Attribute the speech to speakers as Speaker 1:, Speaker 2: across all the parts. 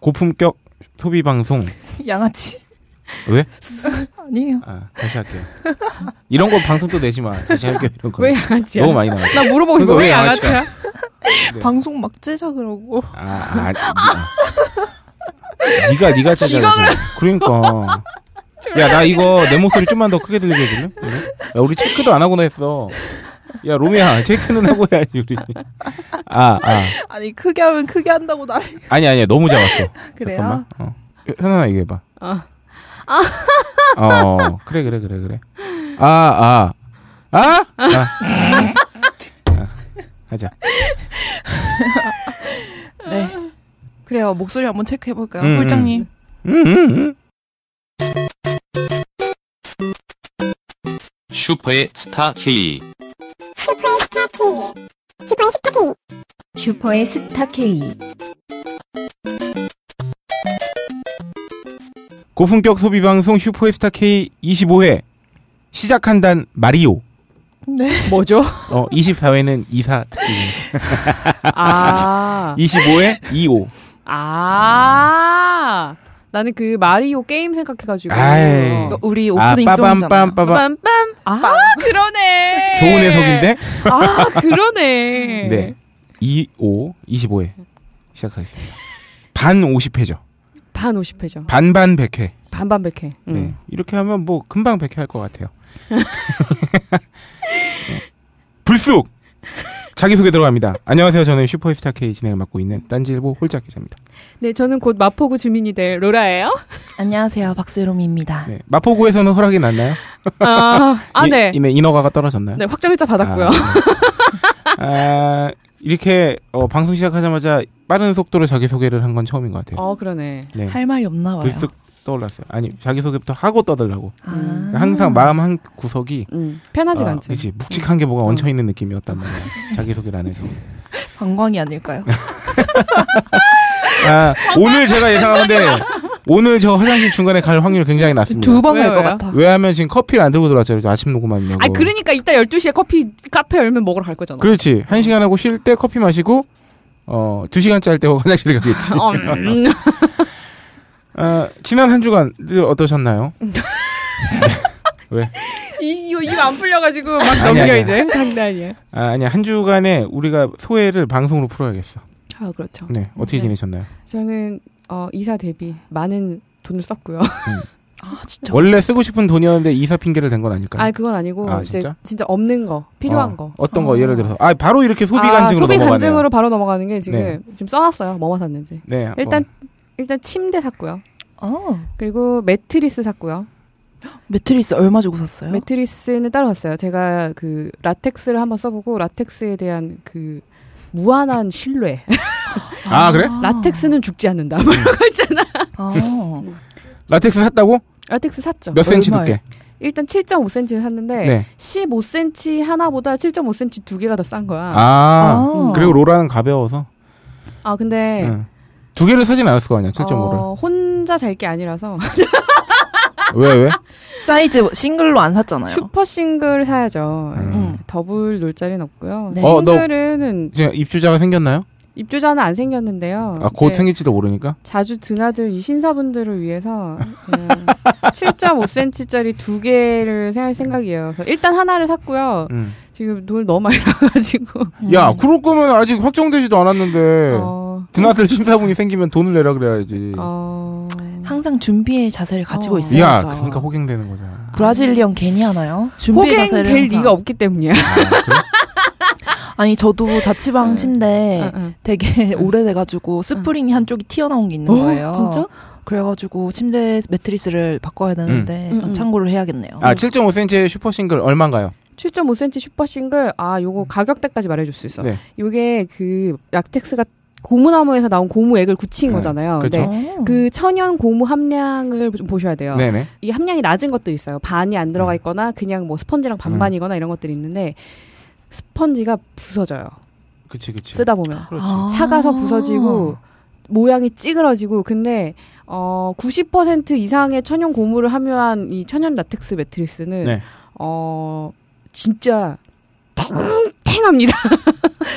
Speaker 1: 고품격 소비 방송.
Speaker 2: 양아치
Speaker 1: 왜?
Speaker 2: 아니에요.
Speaker 1: 아, 다시 할게요. 이런 거 방송 또 내지 마. 다시 할게요. 이런 거.
Speaker 3: 왜 양아치야?
Speaker 1: 너무 많이 나와.
Speaker 3: 나 물어보고
Speaker 1: 그러니까
Speaker 3: 싶어. 왜
Speaker 1: 왜
Speaker 3: 양아치야?
Speaker 1: 네.
Speaker 2: 방송 막 째자 그러고
Speaker 1: 아, 아, 아. 네가 네가 찾아. 그러니까. 야, 나 이거 내 목소리 좀만 더 크게 들리게 해줄래? 그래? 야, 우리 체크도 안 하고나 했어. 야, 로미야, 체크는 하고 해야지, 우리. 아, 아.
Speaker 2: 아니 크게 하면 크게 한다고 나를
Speaker 1: 아니, 아니야. 너무 잡았어.
Speaker 2: 그래요.
Speaker 1: 잠깐만. 어. 현아 얘기해봐.
Speaker 3: 어.
Speaker 2: 아.
Speaker 1: 어, 그래, 그래, 그래, 그래. 아, 아. 아? 아. 아, 가자.
Speaker 2: 네. 그래요. 목소리 한번 체크해 볼까요,
Speaker 1: 음,
Speaker 2: 홀장님?
Speaker 1: 음, 음,
Speaker 4: 슈퍼의 스타 K.
Speaker 5: 슈퍼의 스타 K.
Speaker 1: 음. 고품격 소비방송 슈퍼에스타 K 25회. 시작한단 마리오.
Speaker 2: 네.
Speaker 3: 뭐죠?
Speaker 1: 어, 24회는 이사 특집.
Speaker 3: 아,
Speaker 1: 25회 25.
Speaker 3: 아, 나는 그 마리오 게임 생각해가지고.
Speaker 1: 아이.
Speaker 2: 이거 우리
Speaker 1: 아,
Speaker 2: 오프닝 송이잖아요.
Speaker 1: 빠밤빰빠밤.
Speaker 3: 빰빰. 아, 그러네.
Speaker 1: 좋은 해석인데?
Speaker 3: 아, 그러네.
Speaker 1: 네. 25, 25회. 시작하겠습니다. 반 50회죠.
Speaker 3: 반 50회죠.
Speaker 1: 반반 100회.
Speaker 3: 반반 100회. 음.
Speaker 1: 네. 이렇게 하면 뭐 금방 100회 할 것 같아요. 네. 불쑥! 자기소개 들어갑니다. 안녕하세요. 저는 슈퍼스타 K 진행을 맡고 있는 딴지일보 홀짝 기자입니다.
Speaker 3: 네, 저는 곧 마포구 주민이 될 로라예요.
Speaker 2: 안녕하세요, 박세롬입니다.
Speaker 1: 네. 마포구에서는 허락이 났나요?
Speaker 3: 아, 아
Speaker 1: 이-
Speaker 3: 네.
Speaker 1: 이내 인허가가 떨어졌나요?
Speaker 3: 네, 확정일자 받았고요.
Speaker 1: 아, 아, 이렇게 어, 방송 시작하자마자 빠른 속도로 자기소개를 한 건 처음인 것 같아요.
Speaker 3: 어, 그러네.
Speaker 1: 네.
Speaker 2: 할 말이 없나 봐요.
Speaker 1: 불쑥 떠올랐어요. 아니 자기소개부터 하고 떠들라고. 그러니까
Speaker 2: 아.
Speaker 1: 항상 마음 한 구석이
Speaker 3: 음, 편하지가 어.
Speaker 1: 어,
Speaker 3: 않죠.
Speaker 1: 그치, 묵직한 게 뭐가 얹혀 있는 느낌이었단 말이야. 자기소개를 안 해서.
Speaker 2: 관광이 아닐까요?
Speaker 1: 아, 오늘 제가 예상하는데 오늘 저 화장실 중간에 갈 확률 굉장히 낮습니다.
Speaker 2: 두 번 갈
Speaker 3: 왜요,
Speaker 2: 것
Speaker 3: 왜요?
Speaker 2: 같아.
Speaker 1: 왜냐하면 지금 커피를 안 들고 들어왔잖아요. 저 아침 녹음하느냐고.
Speaker 3: 아, 그러니까 이따 12시에 커피 카페 열면 먹으러 갈 거잖아.
Speaker 1: 그렇지. 한 시간 하고 쉴 때 커피 마시고 어 두 시간째 할 때 화장실 가겠지.
Speaker 3: 어, 음.
Speaker 1: 아, 지난 한 주간 늘 어떠셨나요? 왜?
Speaker 3: 이- 이거 이거 안 풀려가지고 막
Speaker 1: 아니,
Speaker 3: 넘겨
Speaker 1: 아니.
Speaker 3: 이제 장난이야.
Speaker 1: 아, 아니야 한 주간에 우리가 소회를 방송으로 풀어야겠어.
Speaker 3: 아 그렇죠.
Speaker 1: 네 어떻게
Speaker 3: 네.
Speaker 1: 지내셨나요?
Speaker 3: 저는 어, 이사 대비 많은 돈을 썼고요.
Speaker 2: 아 진짜.
Speaker 1: 원래 쓰고 싶은 돈이었는데 이사 핑계를 댄 건 아닐까요?
Speaker 3: 아 그건 아니고
Speaker 1: 아,
Speaker 3: 이제
Speaker 1: 진짜?
Speaker 3: 진짜 없는 거 필요한
Speaker 1: 어,
Speaker 3: 거.
Speaker 1: 어떤 거
Speaker 2: 아.
Speaker 1: 예를 들어서 아 바로 이렇게 소비
Speaker 3: 아,
Speaker 1: 간증으로
Speaker 3: 소비
Speaker 1: 넘어가네요.
Speaker 3: 간증으로 바로 넘어가는 게 지금
Speaker 1: 네.
Speaker 3: 지금 써왔어요. 뭐만 샀는지.
Speaker 1: 네
Speaker 3: 일단
Speaker 1: 뭐,
Speaker 3: 일단 침대 샀고요.
Speaker 2: 어.
Speaker 3: 그리고 매트리스 샀고요.
Speaker 2: 매트리스 얼마 주고 샀어요?
Speaker 3: 매트리스는 따로 샀어요. 제가 그 라텍스를 한번 써보고 라텍스에 대한 그 무한한 신뢰.
Speaker 1: 아, 네. 그래?
Speaker 3: 라텍스는 죽지 않는다. 뭐 이런 거 있잖아.
Speaker 2: 아.
Speaker 1: 라텍스 샀다고
Speaker 3: 라텍스 샀죠.
Speaker 1: 몇 센치
Speaker 2: 얼마에?
Speaker 1: 두께?
Speaker 3: 일단 7.5cm를 샀는데
Speaker 1: 네.
Speaker 3: 15cm 하나보다 7.5cm 두 개가 더 싼 거야. 아,
Speaker 1: 아,
Speaker 2: 아.
Speaker 1: 그리고 로라는 가벼워서
Speaker 3: 근데
Speaker 1: 응. 두 개를 사진 않았을 거 아니야 7.5를
Speaker 3: 네. 어, 혼자 잘 게 아니라서
Speaker 1: 왜 왜?
Speaker 2: 사이즈 싱글로 안 샀잖아요.
Speaker 3: 슈퍼 싱글 사야죠.
Speaker 1: 음.
Speaker 2: 음.
Speaker 3: 더블 놀 자리는 없고요.
Speaker 2: 네.
Speaker 1: 어, 너-
Speaker 3: 싱글은
Speaker 1: 이제 입주자가 생겼나요?
Speaker 3: 입주자는 안 생겼는데요.
Speaker 1: 아 곧
Speaker 3: 이제
Speaker 1: 생길지도 모르니까
Speaker 3: 자주 드나들 이 신사분들을 위해서 7.5cm짜리 두 개를 생각 생각이에요. 그래서 일단 하나를 샀고요.
Speaker 1: 응.
Speaker 3: 지금 돈 너무 많이 나가지고
Speaker 1: 야
Speaker 2: 음.
Speaker 1: 그럴 거면 아직 확정되지도 않았는데
Speaker 3: 음. 어,
Speaker 1: 드나들 심사분이 생기면 돈을 내라 그래야지
Speaker 3: 어,
Speaker 2: 항상 준비의 자세를 가지고
Speaker 3: 어.
Speaker 2: 있어야죠.
Speaker 1: 야 그러니까 호갱되는 거잖아
Speaker 2: 브라질리언 괜히 하나요? 준비의
Speaker 3: 호갱
Speaker 2: 자세를
Speaker 3: 될
Speaker 2: 항상.
Speaker 3: 리가 없기 때문이야.
Speaker 1: 아, 그래?
Speaker 2: 아니 저도
Speaker 3: 네.
Speaker 2: 자취방 침대
Speaker 3: 응, 응.
Speaker 2: 되게 오래돼가지고 스프링이 한쪽이 튀어나온 게 있는
Speaker 3: 어,
Speaker 2: 거예요.
Speaker 3: 진짜?
Speaker 2: 그래가지고 침대 매트리스를 바꿔야 되는데
Speaker 3: 음. 음, 음.
Speaker 2: 참고를 해야겠네요.
Speaker 1: 아 7.5cm의 슈퍼 싱글 얼마인가요?
Speaker 3: 7.5cm 슈퍼 싱글 아 요거 가격대까지 말해줄 수 있어.
Speaker 1: 음. 네.
Speaker 3: 요게 그 락텍스가 고무나무에서 나온 고무액을 굳힌
Speaker 1: 네,
Speaker 3: 거잖아요.
Speaker 2: 어.
Speaker 1: 그렇죠.
Speaker 3: 근데 그 천연 고무 함량을 좀 보셔야 돼요.
Speaker 1: 네네 음.
Speaker 3: 이 함량이 낮은 것도 있어요. 반이 안 들어가 있거나 그냥 뭐 스펀지랑 반반이거나 이런 것들이 있는데 스펀지가 부서져요.
Speaker 1: 그치 그치
Speaker 3: 쓰다 보면
Speaker 1: 그렇지
Speaker 3: 사가서 부서지고 모양이 찌그러지고 근데 어90% 이상의 천연 고무를 함유한 이 천연 라텍스 매트리스는
Speaker 1: 네.
Speaker 3: 어 진짜 어, 탱탱 팽팽합니다.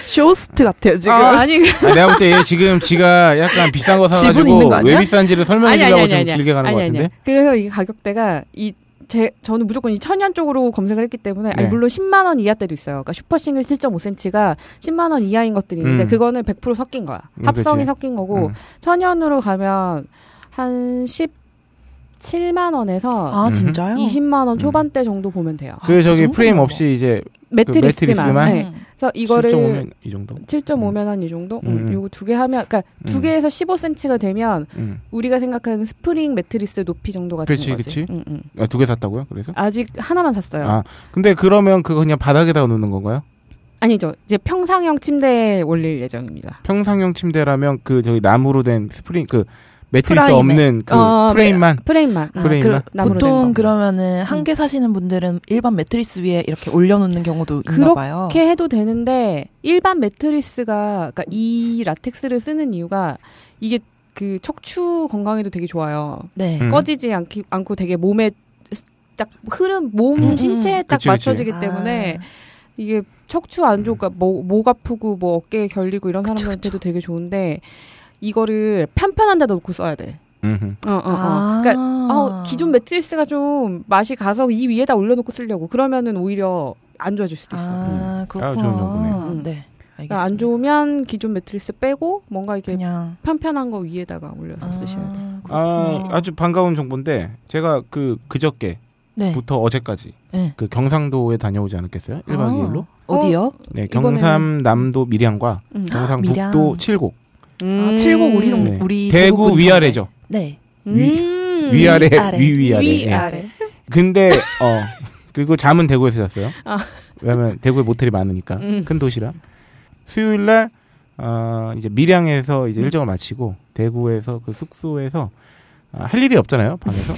Speaker 2: 쇼호스트 같아요 지금.
Speaker 3: 아, 아니
Speaker 1: 아, 내가 볼 때 얘 지금 지가 약간 비싼 거
Speaker 2: 지분
Speaker 1: 사가지고
Speaker 2: 있는 거 아니야?
Speaker 1: 왜 비싼지를 설명해
Speaker 3: 아니 아니
Speaker 1: 주려고
Speaker 3: 아니
Speaker 1: 지금
Speaker 3: 아니
Speaker 1: 길게 가는 것
Speaker 3: 아니
Speaker 1: 같은데.
Speaker 3: 아니. 그래서 이 가격대가 이 제 저는 무조건 이 천연 쪽으로 검색을 했기 때문에 아니
Speaker 1: 네.
Speaker 3: 물론 10만 원 이하 때도 있어요. 그러니까 슈퍼싱글 7.5cm가 10만 원 이하인 것들이 있는데
Speaker 1: 음.
Speaker 3: 그거는 100% 섞인 거야.
Speaker 1: 음,
Speaker 3: 합성이
Speaker 1: 그치.
Speaker 3: 섞인 거고
Speaker 1: 음.
Speaker 3: 천연으로 가면 한 17만 원에서
Speaker 1: 음.
Speaker 2: 아, 진짜요?
Speaker 3: 20만 원 초반대 정도 보면 돼요.
Speaker 1: 그
Speaker 2: 그
Speaker 1: 저기
Speaker 2: 정도는
Speaker 1: 프레임
Speaker 2: 뭐.
Speaker 1: 없이 이제
Speaker 3: 그 매트리스만.
Speaker 1: 매트리스만?
Speaker 3: 네. 그래서 이거를
Speaker 1: 7.5면 이 정도.
Speaker 3: 7.5면 한 이 정도? 음,
Speaker 1: 음.
Speaker 3: 요거 두 개 하면 그러니까 두
Speaker 1: 음.
Speaker 3: 개에서 15cm가 되면
Speaker 1: 음.
Speaker 3: 우리가 생각하는 스프링 매트리스 높이 정도가
Speaker 1: 그치,
Speaker 3: 되는 거지.
Speaker 1: 그치.
Speaker 3: 음, 음.
Speaker 1: 아, 두 개 샀다고요? 그래서?
Speaker 3: 아직 하나만 샀어요.
Speaker 1: 아, 근데 그러면 그거 그냥 바닥에다 놓는 건가요?
Speaker 3: 아니죠. 이제 평상형 침대에 올릴 예정입니다.
Speaker 1: 평상형 침대라면 그 저기 나무로 된 스프링 그 매트리스
Speaker 2: 프라임에.
Speaker 1: 없는 그
Speaker 3: 어,
Speaker 1: 프레임만
Speaker 3: 프레임만.
Speaker 2: 아,
Speaker 1: 프레임만?
Speaker 2: 그,
Speaker 3: 나무로 된
Speaker 2: 보통
Speaker 3: 거.
Speaker 2: 그러면은 한 개 사시는 분들은 일반 매트리스 위에 이렇게 올려놓는 경우도 있나 봐요.
Speaker 1: 어.
Speaker 3: 이렇게 해도 되는데 일반 매트리스가 그러니까 이 라텍스를 쓰는 이유가 이게 그 척추 건강에도 되게 좋아요.
Speaker 2: 네.
Speaker 1: 음.
Speaker 3: 꺼지지 않기 않고 되게 몸에 스- 딱 흐름 몸
Speaker 1: 음.
Speaker 3: 신체에 딱
Speaker 1: 그치, 그치.
Speaker 2: 아.
Speaker 3: 맞춰지기 때문에 이게 척추 안 좋으니까 뭐, 목 아프고 뭐 어깨 결리고 이런
Speaker 2: 그쵸,
Speaker 3: 사람들한테도 되게 좋은데 이거를 편편한 데다 놓고 써야 돼.
Speaker 1: 음흠.
Speaker 3: 어, 어, 어.
Speaker 2: 아.
Speaker 3: 그러니까 어, 기존 매트리스가 좀 맛이 가서 이 위에다 올려놓고 쓰려고 그러면은 오히려 안 좋아질 수도
Speaker 2: 아,
Speaker 3: 있어.
Speaker 1: 아,
Speaker 2: 그렇구나.
Speaker 1: 좋은 정보네요.
Speaker 3: 음.
Speaker 2: 네. 알겠습니다.
Speaker 3: 그러니까 안 좋으면 기존 매트리스 빼고 뭔가 이렇게
Speaker 2: 그냥
Speaker 3: 편편한 거 위에다가 올려서 쓰셔야 돼.
Speaker 1: 아,
Speaker 3: 어.
Speaker 2: 그렇구나.
Speaker 1: 아주 반가운 정보인데 제가 그 그저께부터
Speaker 2: 네.
Speaker 1: 어제까지
Speaker 2: 네.
Speaker 1: 그 경상도에 다녀오지 않았겠어요? 1박 뭐, 2일로?
Speaker 2: 아, 어디요?
Speaker 1: 네,
Speaker 3: 이번에는-
Speaker 1: 경상남도 밀양과
Speaker 3: 음.
Speaker 1: 경상북도
Speaker 2: 밀양.
Speaker 1: 칠곡.
Speaker 2: 아, 칠곡 우리 동
Speaker 1: 네.
Speaker 2: 우리
Speaker 1: 대구
Speaker 2: 대구
Speaker 1: 위아래죠.
Speaker 2: 네.
Speaker 3: 음.
Speaker 1: 위아래,
Speaker 2: 위아래.
Speaker 1: 위 위아래.
Speaker 3: 위
Speaker 1: 예.
Speaker 3: 아래.
Speaker 2: 아래.
Speaker 1: 근데 어 그리고 잠은 대구에서 잤어요.
Speaker 3: 아.
Speaker 1: 왜냐면 대구에 모텔이 많으니까
Speaker 3: 음.
Speaker 1: 큰 도시라. 수요일 날 어, 이제 밀양에서
Speaker 3: 음.
Speaker 1: 이제 일정을 마치고 대구에서 그 숙소에서 아, 할 일이 없잖아요 방에서.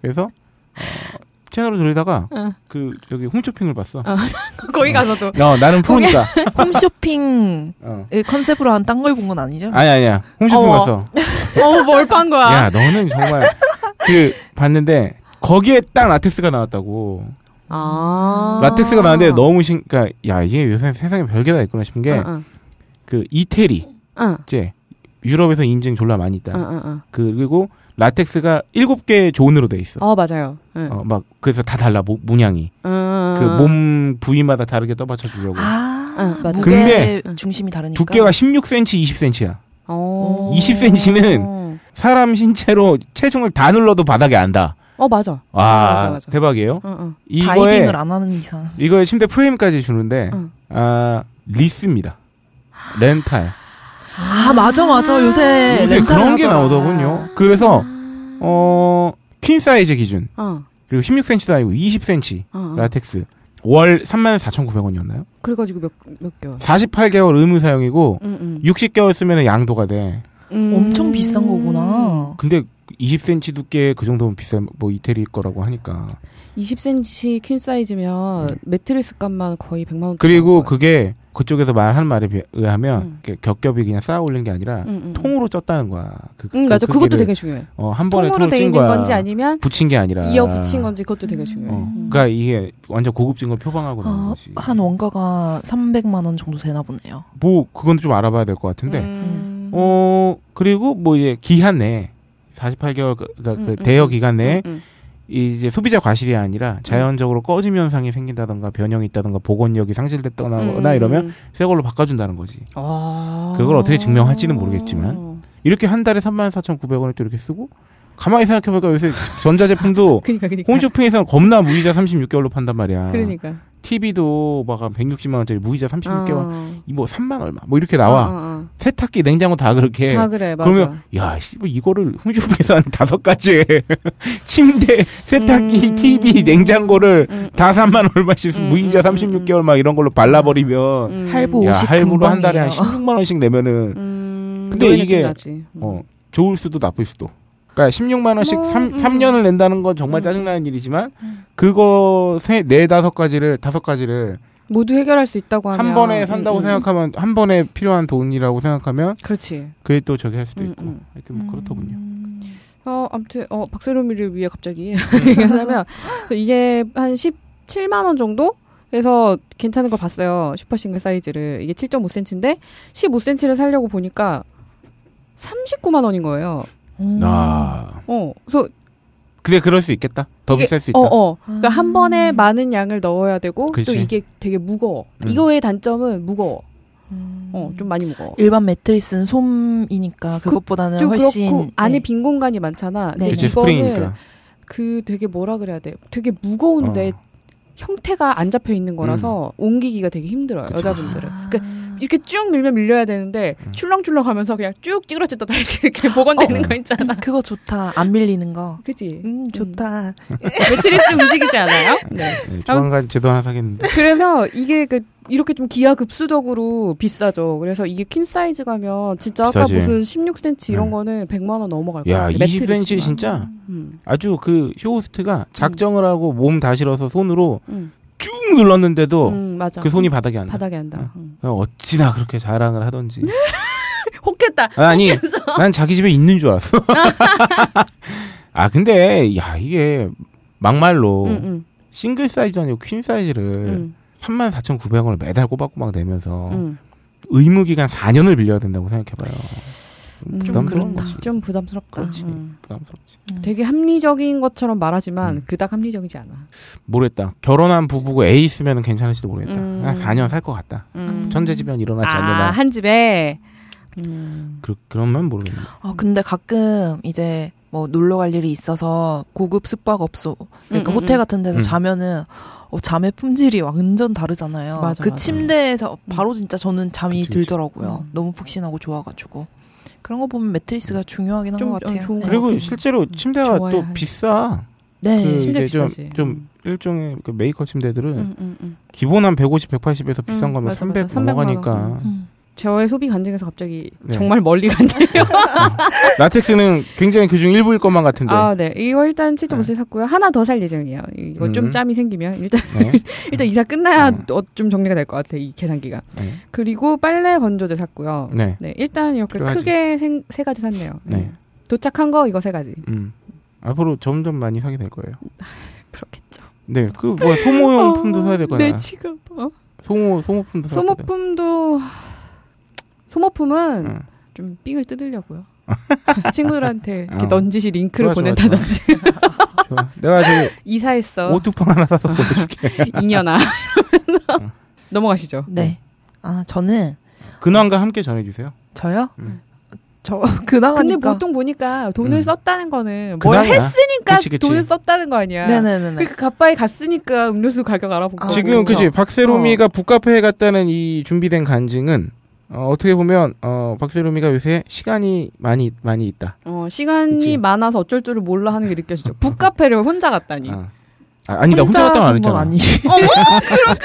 Speaker 1: 그래서 어, 채널을 돌리다가
Speaker 3: 어.
Speaker 1: 그 저기 홈쇼핑을 봤어.
Speaker 3: 어. 거기 가서도
Speaker 1: 어, 나는 프로니까.
Speaker 2: 홈쇼핑
Speaker 1: 어.
Speaker 2: 컨셉으로 한 딴 걸 본 건 아니죠?
Speaker 1: 아니 아니야 홈쇼핑
Speaker 3: 어머. 아.
Speaker 1: 봤어.
Speaker 3: 어우 뭘판 거야.
Speaker 1: 야 너는 정말 그 봤는데 거기에 딱 라텍스가 나왔다고.
Speaker 3: 아. 어,
Speaker 1: 라텍스가 나왔는데 너무 신. 그러니까 야 이게 요새 세상에 별게 다 있구나 싶은 게.
Speaker 3: 응,
Speaker 1: 그 이태리
Speaker 3: 응,
Speaker 1: 이제 유럽에서 인증 졸라 많이 있다.
Speaker 3: 응, 응, 응.
Speaker 1: 그리고 라텍스가 일곱 개 존으로 돼 있어.
Speaker 3: 어 맞아요. 응.
Speaker 1: 그 어, 막 그래서 다 달라 모- 문양이
Speaker 3: 응.
Speaker 1: 그 몸 부위마다 다르게 떠받쳐 주려고
Speaker 2: 아,
Speaker 3: 응, 어. 맞아.
Speaker 2: 무게
Speaker 1: 네. 근데
Speaker 2: 중심이 다르니까.
Speaker 1: 두께가 16cm, 20cm는
Speaker 3: 어.
Speaker 1: 20cm 는- 사람 신체로 체중을 다 눌러도 바닥에 안다.
Speaker 3: 어 맞아.
Speaker 1: 와
Speaker 3: 맞아, 어, 맞아.
Speaker 1: 대박이에요.
Speaker 3: 응, 응.
Speaker 1: 이거에
Speaker 2: 다이빙을 안 하는 이상.
Speaker 1: 이거에 침대 프레임까지 주는데
Speaker 3: 응.
Speaker 1: 아 리스입니다. 렌탈.
Speaker 2: 아, 맞아 맞아.
Speaker 3: 네,
Speaker 2: 요새
Speaker 1: 요새
Speaker 2: 렌탈을
Speaker 1: 그런 게
Speaker 2: 하더라.
Speaker 1: 나오더군요. 그래서 어퀸 사이즈 기준
Speaker 3: 어,
Speaker 1: 그리고 16cm도 아니고 20cm
Speaker 3: 어, 어.
Speaker 1: 라텍스 월 34,900원이었나요?
Speaker 3: 그래가지고 몇몇 개월.
Speaker 1: 48개월 의무 사용이고
Speaker 3: 응, 응.
Speaker 1: 60개월 쓰면 양도가 돼.
Speaker 3: 음.
Speaker 2: 엄청 비싼 거구나.
Speaker 1: 근데 20cm 두께 그 정도면 비싼 뭐 이태리 거라고 하니까.
Speaker 3: 20cm 퀸 사이즈면 매트리스 값만 거의 100만 원.
Speaker 1: 네. 그리고 그게 그쪽에서 말하는 말에 비해- 의하면
Speaker 3: 음.
Speaker 1: 이렇게 겹겹이 그냥 쌓아 올린 게 아니라
Speaker 3: 응, 응.
Speaker 1: 통으로 쪘다는 거야. 그,
Speaker 3: 응,
Speaker 1: 그
Speaker 3: 음, 맞아. 그것도
Speaker 1: 크기를,
Speaker 3: 되게 중요해.
Speaker 1: 어, 한 번에
Speaker 3: 통으로
Speaker 1: 통으로
Speaker 3: 돼
Speaker 1: 찐
Speaker 3: 있는
Speaker 1: 거야.
Speaker 3: 건지 아니면
Speaker 1: 붙인 게 아니라
Speaker 3: 이어 붙인 건지 그것도 되게 중요해.
Speaker 1: 어,
Speaker 3: 음. 어,
Speaker 1: 그러니까 이게 완전 고급진 걸 표방하고 나온
Speaker 2: 아,
Speaker 1: 거지.
Speaker 2: 한 원가가 300만 원 정도 되나 보네요.
Speaker 1: 뭐 그건 좀 알아봐야 될 것 같은데.
Speaker 3: 음.
Speaker 1: 어 그리고 뭐 이제 기한 내에 48개월 그, 그러니까
Speaker 3: 음,
Speaker 1: 그
Speaker 3: 음,
Speaker 1: 대여 기간 내에
Speaker 3: 음, 음.
Speaker 1: 이제 소비자 과실이 아니라 자연적으로 꺼짐 현상이 생긴다던가 변형이 있다던가 보건력이 어, 상실됐다거나
Speaker 3: 음,
Speaker 1: 이러면
Speaker 3: 음.
Speaker 1: 새 걸로 바꿔준다는 거지.
Speaker 3: 아. 어.
Speaker 1: 그걸 어떻게 증명할지는 모르겠지만. 이렇게 한 달에 34,900원을 또 이렇게 쓰고 가만히 생각해보니까 요새 전자제품도
Speaker 3: 그러니까 그러니까.
Speaker 1: 홈쇼핑에서는 겁나 무이자 36개월로 판단 말이야.
Speaker 3: 그러니까.
Speaker 1: TV도 막 한 160만 원짜리 무이자 36개월
Speaker 3: 아.
Speaker 1: 이뭐 3만 얼마 뭐 이렇게 나와.
Speaker 3: 아, 아,
Speaker 1: 세탁기, 냉장고 다
Speaker 3: 아.
Speaker 1: 그렇게
Speaker 3: 다 그래, 맞아.
Speaker 1: 예. 그러면 야, 씨, 뭐 이거를 홈쇼핑에서 한 다섯 가지 침대, 세탁기,
Speaker 3: 음.
Speaker 1: TV, 냉장고를
Speaker 3: 음,
Speaker 1: 다 3만 얼마씩
Speaker 3: 음,
Speaker 1: 무이자
Speaker 3: 음,
Speaker 1: 36개월 막 이런 걸로 발라버리면
Speaker 3: 음.
Speaker 2: 할부
Speaker 1: 야
Speaker 2: 50
Speaker 1: 할부로 한 달에 한
Speaker 2: 금방이에요.
Speaker 1: 16만 원씩 내면은
Speaker 3: 음,
Speaker 1: 근데
Speaker 3: 노예는
Speaker 1: 이게-
Speaker 3: 부자지. 음.
Speaker 1: 어 좋을 수도 나쁠 수도. 그러니까 16만 원씩
Speaker 3: 뭐, 음.
Speaker 1: 3, 년을 낸다는 건 정말
Speaker 3: 음.
Speaker 1: 짜증나는 일이지만 그거 세네 다섯 가지를 다섯 가지를
Speaker 3: 모두 해결할 수 있다고 하면
Speaker 1: 한 번에 산다고
Speaker 3: 음, 음.
Speaker 1: 생각하면 한 번에 필요한 돈이라고 생각하면
Speaker 3: 그렇지.
Speaker 1: 그게 또 저기 할 수도
Speaker 3: 음,
Speaker 1: 있고
Speaker 3: 음.
Speaker 1: 하여튼 뭐 그렇더군요.
Speaker 3: 어, 아무튼 어, 박세롬이를 위해 갑자기 얘기하자면 이게 한 17만 원 정도 그래서 괜찮은 걸 봤어요. 슈퍼싱글 사이즈를. 이게 7.5cm인데 15cm를 사려고 보니까 39만 원인 거예요.
Speaker 2: 음.
Speaker 1: 아.
Speaker 3: 어. 그래서
Speaker 1: 근데 그럴 수 있겠다. 더
Speaker 3: 이게-
Speaker 1: 비쌀 수 있다.
Speaker 3: 어, 어. 그러니까
Speaker 2: 음.
Speaker 3: 한 번에 많은 양을 넣어야 되고 또
Speaker 1: 그치.
Speaker 3: 이게 되게 무거워.
Speaker 1: 음.
Speaker 3: 이거의 단점은 무거워. 어,
Speaker 2: 음.
Speaker 3: 좀 많이 무거워.
Speaker 2: 일반 매트리스는 솜이니까 그것보다는
Speaker 3: 좀
Speaker 2: 훨씬
Speaker 3: 그렇고 안에
Speaker 2: 네.
Speaker 3: 빈 공간이 많잖아. 근데
Speaker 2: 네.
Speaker 1: 그치,
Speaker 2: 그치,
Speaker 3: 이거는
Speaker 1: 스프링이니까.
Speaker 3: 그 되게 뭐라 그래야 돼? 되게 무거운데
Speaker 1: 어.
Speaker 3: 형태가 안 잡혀 있는 거라서 옮기기가 되게 힘들어요.
Speaker 1: 음. 그쵸.
Speaker 3: 여자분들은.
Speaker 2: 아.
Speaker 3: 그 이렇게 쭉 밀면 밀려야 되는데
Speaker 1: 음.
Speaker 3: 출렁출렁 하면서 그냥 쭉 찌그러졌다 다시 이렇게 복원되는
Speaker 1: 어.
Speaker 3: 거 있잖아.
Speaker 2: 그거 좋다. 안 밀리는 거.
Speaker 3: 그지?
Speaker 2: 음, 좋다.
Speaker 3: 매트리스 음식이지 않아요? 네.
Speaker 1: 네, 조만간 제도 하나 사겠는데.
Speaker 3: 그래서 이게 그 이렇게 좀 기하급수적으로 비싸죠. 그래서 이게 퀸 사이즈 가면 진짜 아까
Speaker 1: 비싸지.
Speaker 3: 무슨 16cm 이런
Speaker 1: 네.
Speaker 3: 거는 100만 원 넘어갈 거예요.
Speaker 1: 야, 20cm 진짜
Speaker 3: 음.
Speaker 1: 아주 그 쇼호스트가 작정을 하고 몸 다 실어서 손으로
Speaker 3: 음.
Speaker 1: 쭉 눌렀는데도
Speaker 3: 맞아.
Speaker 1: 그 손이 바닥에 안 닿아.
Speaker 3: 음. 바닥에 음. 한다. 음.
Speaker 1: 그냥 어찌나 그렇게 자랑을 하던지.
Speaker 3: 혹했다.
Speaker 1: 아니, 난 자기 집에 있는 줄 알았어. 아, 근데, 야, 이게, 막말로,
Speaker 3: 응, 응,
Speaker 1: 싱글 사이즈 아니고 퀸 사이즈를
Speaker 3: 응,
Speaker 1: 34,900원을 매달 꼬박꼬박 내면서
Speaker 3: 응.
Speaker 1: 의무기간 4년을 빌려야 된다고 생각해봐요.
Speaker 3: 음,
Speaker 1: 부담스러운
Speaker 3: 그렇다.
Speaker 1: 거지.
Speaker 3: 좀 부담스럽다.
Speaker 1: 그렇지.
Speaker 3: 음.
Speaker 1: 부담스럽지.
Speaker 3: 되게 합리적인 것처럼 말하지만
Speaker 1: 음.
Speaker 3: 그닥 합리적이지 않아.
Speaker 1: 모르겠다. 결혼한 부부고 애 있으면 괜찮을지도 모르겠다.
Speaker 3: 음.
Speaker 1: 한 4년 살 것 같다.
Speaker 3: 음.
Speaker 1: 천재지변 일어나지
Speaker 3: 아,
Speaker 1: 않는다.
Speaker 3: 한 집에. 음.
Speaker 1: 그, 그러면 모르겠네.
Speaker 2: 아, 근데 가끔 이제 뭐 놀러 갈 일이 있어서 고급 숙박업소, 그러니까
Speaker 3: 음, 음,
Speaker 2: 호텔
Speaker 3: 음.
Speaker 2: 같은 데서
Speaker 1: 음.
Speaker 2: 자면은 어, 잠의 품질이 완전 다르잖아요.
Speaker 3: 맞아,
Speaker 2: 그
Speaker 3: 맞아.
Speaker 2: 침대에서 바로 진짜 저는 잠이
Speaker 1: 그치, 그치.
Speaker 2: 들더라고요.
Speaker 3: 음.
Speaker 2: 너무 푹신하고 좋아가지고. 그런 거 보면
Speaker 1: 음.
Speaker 2: 매트리스가 중요하긴 한
Speaker 3: 좀,
Speaker 2: 것
Speaker 3: 어,
Speaker 2: 같아요.
Speaker 3: 좋은 것
Speaker 1: 그리고
Speaker 3: 음.
Speaker 1: 실제로 침대가
Speaker 3: 좋아야
Speaker 1: 또
Speaker 3: 하지.
Speaker 1: 비싸.
Speaker 2: 네.
Speaker 1: 그
Speaker 3: 침대
Speaker 1: 이제 좀-
Speaker 3: 비싸지.
Speaker 1: 좀
Speaker 3: 음.
Speaker 1: 일종의 그 메이커 침대들은
Speaker 3: 음, 음, 음.
Speaker 1: 기본 한 150, 180에서 비싼
Speaker 3: 음,
Speaker 1: 거면
Speaker 3: 맞아,
Speaker 1: 300
Speaker 3: 맞아.
Speaker 1: 넘어가니까.
Speaker 2: 음.
Speaker 3: 저의 소비 간증에서 갑자기
Speaker 1: 네.
Speaker 3: 정말 멀리 간대요.
Speaker 1: 라텍스는 굉장히 그중 일부일 것만 같은데.
Speaker 3: 아, 네. 이거 일단 7.5cm 샀고요. 하나 더 살 예정이에요. 이거
Speaker 1: 음.
Speaker 3: 좀 짬이 생기면 일단
Speaker 1: 네.
Speaker 3: 일단 이사 끝나야
Speaker 1: 음.
Speaker 3: 어, 좀 정리가 될 것 같아. 이 계산기가.
Speaker 1: 네.
Speaker 3: 그리고 빨래 건조대 샀고요.
Speaker 1: 네.
Speaker 3: 네. 일단 이렇게
Speaker 1: 필요하지.
Speaker 3: 크게 생- 세 가지 샀네요.
Speaker 1: 네.
Speaker 3: 네. 도착한 거 이거 세 가지.
Speaker 1: 음. 앞으로 점점 많이 사게 될 거예요.
Speaker 3: 그렇겠죠.
Speaker 1: 네. 그 뭐 소모용품도 사야 될 거야.
Speaker 3: 네, 지금. 어?
Speaker 1: 소모 소모품도 사야 돼.
Speaker 3: 소모품도 소모품은
Speaker 1: 응.
Speaker 3: 좀 삥을 뜯으려고요. 친구들한테 이렇게
Speaker 1: 어.
Speaker 3: 넌지시 링크를
Speaker 1: 좋아, 좋아,
Speaker 3: 보낸다든지
Speaker 1: 좋아. 내가 저
Speaker 3: 이사했어.
Speaker 1: 오뚜껑 하나 사서 보내줄게.
Speaker 3: 이년아. 넘어가시죠.
Speaker 2: 네.
Speaker 1: 음.
Speaker 2: 아, 저는,
Speaker 1: 근황과 함께 전해주세요.
Speaker 2: 저요?
Speaker 1: 음.
Speaker 2: 저, 근황
Speaker 3: 근데
Speaker 2: 하니까.
Speaker 3: 보통 보니까 돈을
Speaker 1: 음.
Speaker 3: 썼다는 거는
Speaker 1: 그나마.
Speaker 3: 뭘 했으니까
Speaker 1: 그치, 그치.
Speaker 3: 돈을 썼다는 거 아니야.
Speaker 2: 네네네네.
Speaker 3: 그러니까 가빠이 갔으니까 음료수 가격 알아보고
Speaker 2: 아,
Speaker 1: 지금
Speaker 2: 그쵸.
Speaker 1: 그지
Speaker 3: 어.
Speaker 1: 박세롬이가 북카페에 갔다는 이 준비된 간증은 어, 어떻게 보면 어, 박세롬이가 요새 시간이 많이 많이 있다.
Speaker 3: 어, 시간이
Speaker 1: 그치.
Speaker 3: 많아서 어쩔 줄을 몰라 하는 게 느껴지죠. 북카페를 혼자 갔다니.
Speaker 1: 아. 아,
Speaker 3: 그러니까
Speaker 1: 니다 혼자 갔다 안
Speaker 2: 간
Speaker 1: 했잖아.
Speaker 2: 건 아니.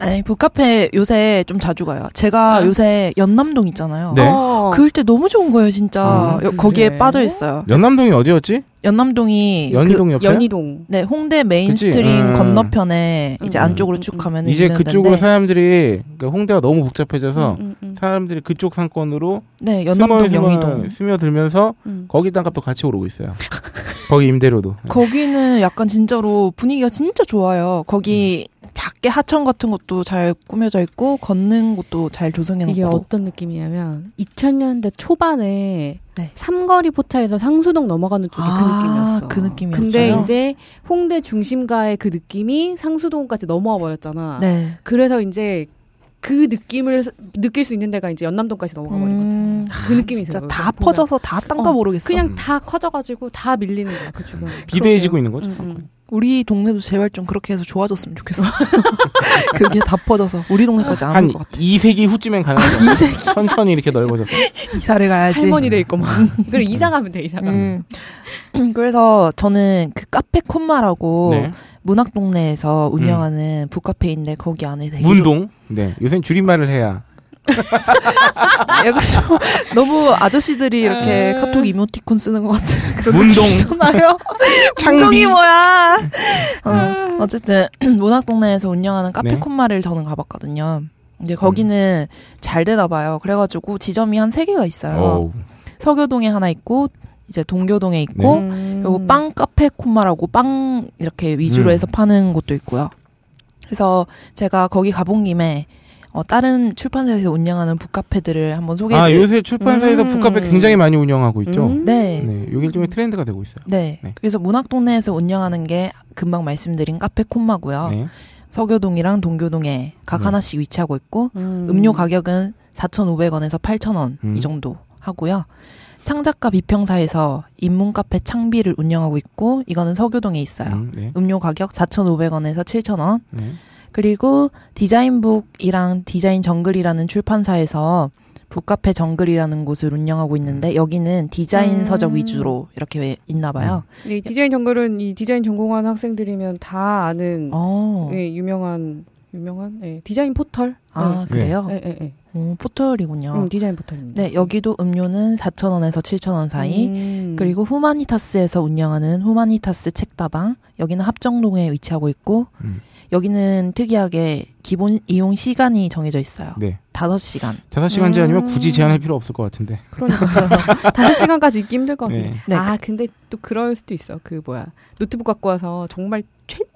Speaker 2: 아니, 북카페 요새 좀 자주 가요. 제가
Speaker 3: 아.
Speaker 2: 요새 연남동 있잖아요.
Speaker 1: 네.
Speaker 3: 어.
Speaker 2: 그럴 때 너무 좋은 거예요, 진짜.
Speaker 1: 아,
Speaker 2: 여- 거기에
Speaker 3: 그래?
Speaker 2: 빠져 있어요.
Speaker 1: 연남동이 어디였지?
Speaker 2: 연남동이 그,
Speaker 1: 연희동 옆에.
Speaker 3: 연희동.
Speaker 2: 네, 홍대
Speaker 1: 그치?
Speaker 2: 메인스트림
Speaker 1: 음.
Speaker 2: 건너편에 이제
Speaker 3: 음,
Speaker 2: 안쪽으로
Speaker 3: 음,
Speaker 2: 쭉
Speaker 3: 음.
Speaker 2: 가면
Speaker 1: 이제
Speaker 2: 있는
Speaker 1: 그쪽으로
Speaker 2: 데인데,
Speaker 1: 사람들이 그러니까 홍대가 너무 복잡해져서
Speaker 3: 음, 음, 음,
Speaker 1: 사람들이 그쪽 상권으로
Speaker 2: 네, 연남동
Speaker 1: 스멀스멀
Speaker 2: 영희동.
Speaker 1: 스며들면서
Speaker 3: 음.
Speaker 1: 거기 땅값도 같이 오르고 있어요. 거기 임대료도. 예.
Speaker 2: 거기는 약간 진짜로 분위기가 진짜 좋아요. 거기
Speaker 3: 음.
Speaker 2: 작게 하천 같은 것도 잘 꾸며져 있고 걷는 것도 잘 조성해
Speaker 3: 이게
Speaker 2: 놓고.
Speaker 3: 어떤 느낌이냐면 2000년대 초반에
Speaker 2: 네.
Speaker 3: 삼거리 포차에서 상수동 넘어가는 쪽이 그
Speaker 2: 아,
Speaker 3: 느낌이었어.
Speaker 2: 그 느낌이었어요?
Speaker 3: 근데 이제 홍대 중심가의 그 느낌이 상수동까지 넘어와 버렸잖아.
Speaker 2: 네.
Speaker 3: 그래서 이제 그 느낌을 사- 느낄 수 있는 데가 이제 연남동까지 넘어가 버린 거지.
Speaker 2: 음,
Speaker 3: 그 느낌이
Speaker 2: 진짜
Speaker 3: 들어요.
Speaker 2: 다
Speaker 3: 보면.
Speaker 2: 퍼져서 다 땅값
Speaker 3: 어,
Speaker 2: 오르겠어.
Speaker 3: 그냥
Speaker 1: 음.
Speaker 3: 다 커져가지고 다 밀리는 거야 그 주변.
Speaker 1: 비대해지고 있는 거죠.
Speaker 3: 음,
Speaker 1: 상권이.
Speaker 3: 음.
Speaker 2: 우리 동네도 제발 좀 그렇게 해서 좋아졌으면 좋겠어. 그게 다 퍼져서 우리 동네까지 안
Speaker 1: 한
Speaker 2: 올 것 같아.
Speaker 1: 2세기 후쯤엔 가능한 거 천천히 이렇게 넓어졌어.
Speaker 2: 이사를 가야지.
Speaker 3: 할머니 돼 있고 막. 그래 이사 가면 돼 이사 가.
Speaker 2: 음. 그래서 저는 그 카페 콤마라고
Speaker 1: 네.
Speaker 2: 문학 동네에서 운영하는
Speaker 3: 음.
Speaker 2: 북카페인데 거기 안에 되게
Speaker 1: 문동. 네. 요새는 줄임말을 해야.
Speaker 2: 좀- 약간 좀 너무 아저씨들이 이렇게
Speaker 3: 아.
Speaker 2: 카톡 이모티콘 쓰는 것 같은 그런
Speaker 1: 문동.
Speaker 2: 있잖아요.
Speaker 1: 창비.
Speaker 2: 운동이 뭐야? 어, 쨌든 문학 동네에서 운영하는 카페
Speaker 1: 음. 네.
Speaker 2: 콤마를 저는 가봤거든요. 근데 거기는 잘 되나 봐요. 그래가지고 지점이 한 세 개가 있어요.
Speaker 1: 어우.
Speaker 2: 서교동에 하나 있고 이제 동교동에 있고
Speaker 1: 네.
Speaker 3: 음.
Speaker 2: 그리고 빵 카페 콤마라고 빵 이렇게 위주로
Speaker 1: 음.
Speaker 2: 해서 파는 곳도 있고요. 그래서 제가 거기 가본 김에 어, 다른 출판사에서 운영하는 북카페들을 한번 소개해
Speaker 1: 아
Speaker 2: 드릴
Speaker 1: 요새 출판사에서
Speaker 3: 음.
Speaker 1: 북카페 굉장히 많이 운영하고 있죠.
Speaker 3: 음.
Speaker 2: 네.
Speaker 1: 네, 요게 일종의 트렌드가 되고 있어요.
Speaker 2: 네.
Speaker 1: 네.
Speaker 2: 그래서 문학동네에서 운영하는 게 금방 말씀드린 카페 콤마고요.
Speaker 1: 네.
Speaker 2: 서교동이랑 동교동에 각
Speaker 1: 네.
Speaker 2: 하나씩 위치하고 있고
Speaker 3: 음.
Speaker 2: 음료 가격은 4,500원에서 8,000원
Speaker 1: 음.
Speaker 2: 이 정도 하고요. 창작가 비평사에서 인문 카페 창비를 운영하고 있고 이거는 서교동에 있어요.
Speaker 1: 음, 네.
Speaker 2: 음료 가격 4,500원에서 7,000원.
Speaker 1: 네.
Speaker 2: 그리고 디자인북이랑 디자인 정글이라는 출판사에서 북카페 정글이라는 곳을 운영하고 있는데 여기는 디자인
Speaker 3: 음.
Speaker 2: 서적 위주로 이렇게 있나 봐요.
Speaker 3: 이 디자인 전글은 이 디자인 전공한 학생들이면 다 아는
Speaker 2: 어.
Speaker 3: 예, 유명한 유명한 예, 디자인 포털.
Speaker 2: 아,
Speaker 1: 네.
Speaker 2: 그래요?
Speaker 3: 예, 예, 예.
Speaker 2: 오, 포털이군요.
Speaker 3: 음, 디자인 포털입니다.
Speaker 2: 네, 여기도 음료는 4,000원에서 7,000원 사이.
Speaker 3: 음.
Speaker 2: 그리고 후마니타스에서 운영하는 후마니타스 책다방. 여기는 합정동에 위치하고 있고,
Speaker 1: 음.
Speaker 2: 여기는 특이하게 기본 이용 시간이 정해져 있어요.
Speaker 1: 네.
Speaker 2: 5시간.
Speaker 1: 다섯 시간 제한이면
Speaker 3: 음.
Speaker 1: 굳이 제한할 필요 없을 것 같은데.
Speaker 3: 그러니까 다섯 시간까지 있기 힘들 것 같은데.
Speaker 1: 네.
Speaker 2: 네.
Speaker 3: 아 근데 또 그럴 수도 있어. 그 뭐야 노트북 갖고 와서 정말 최종일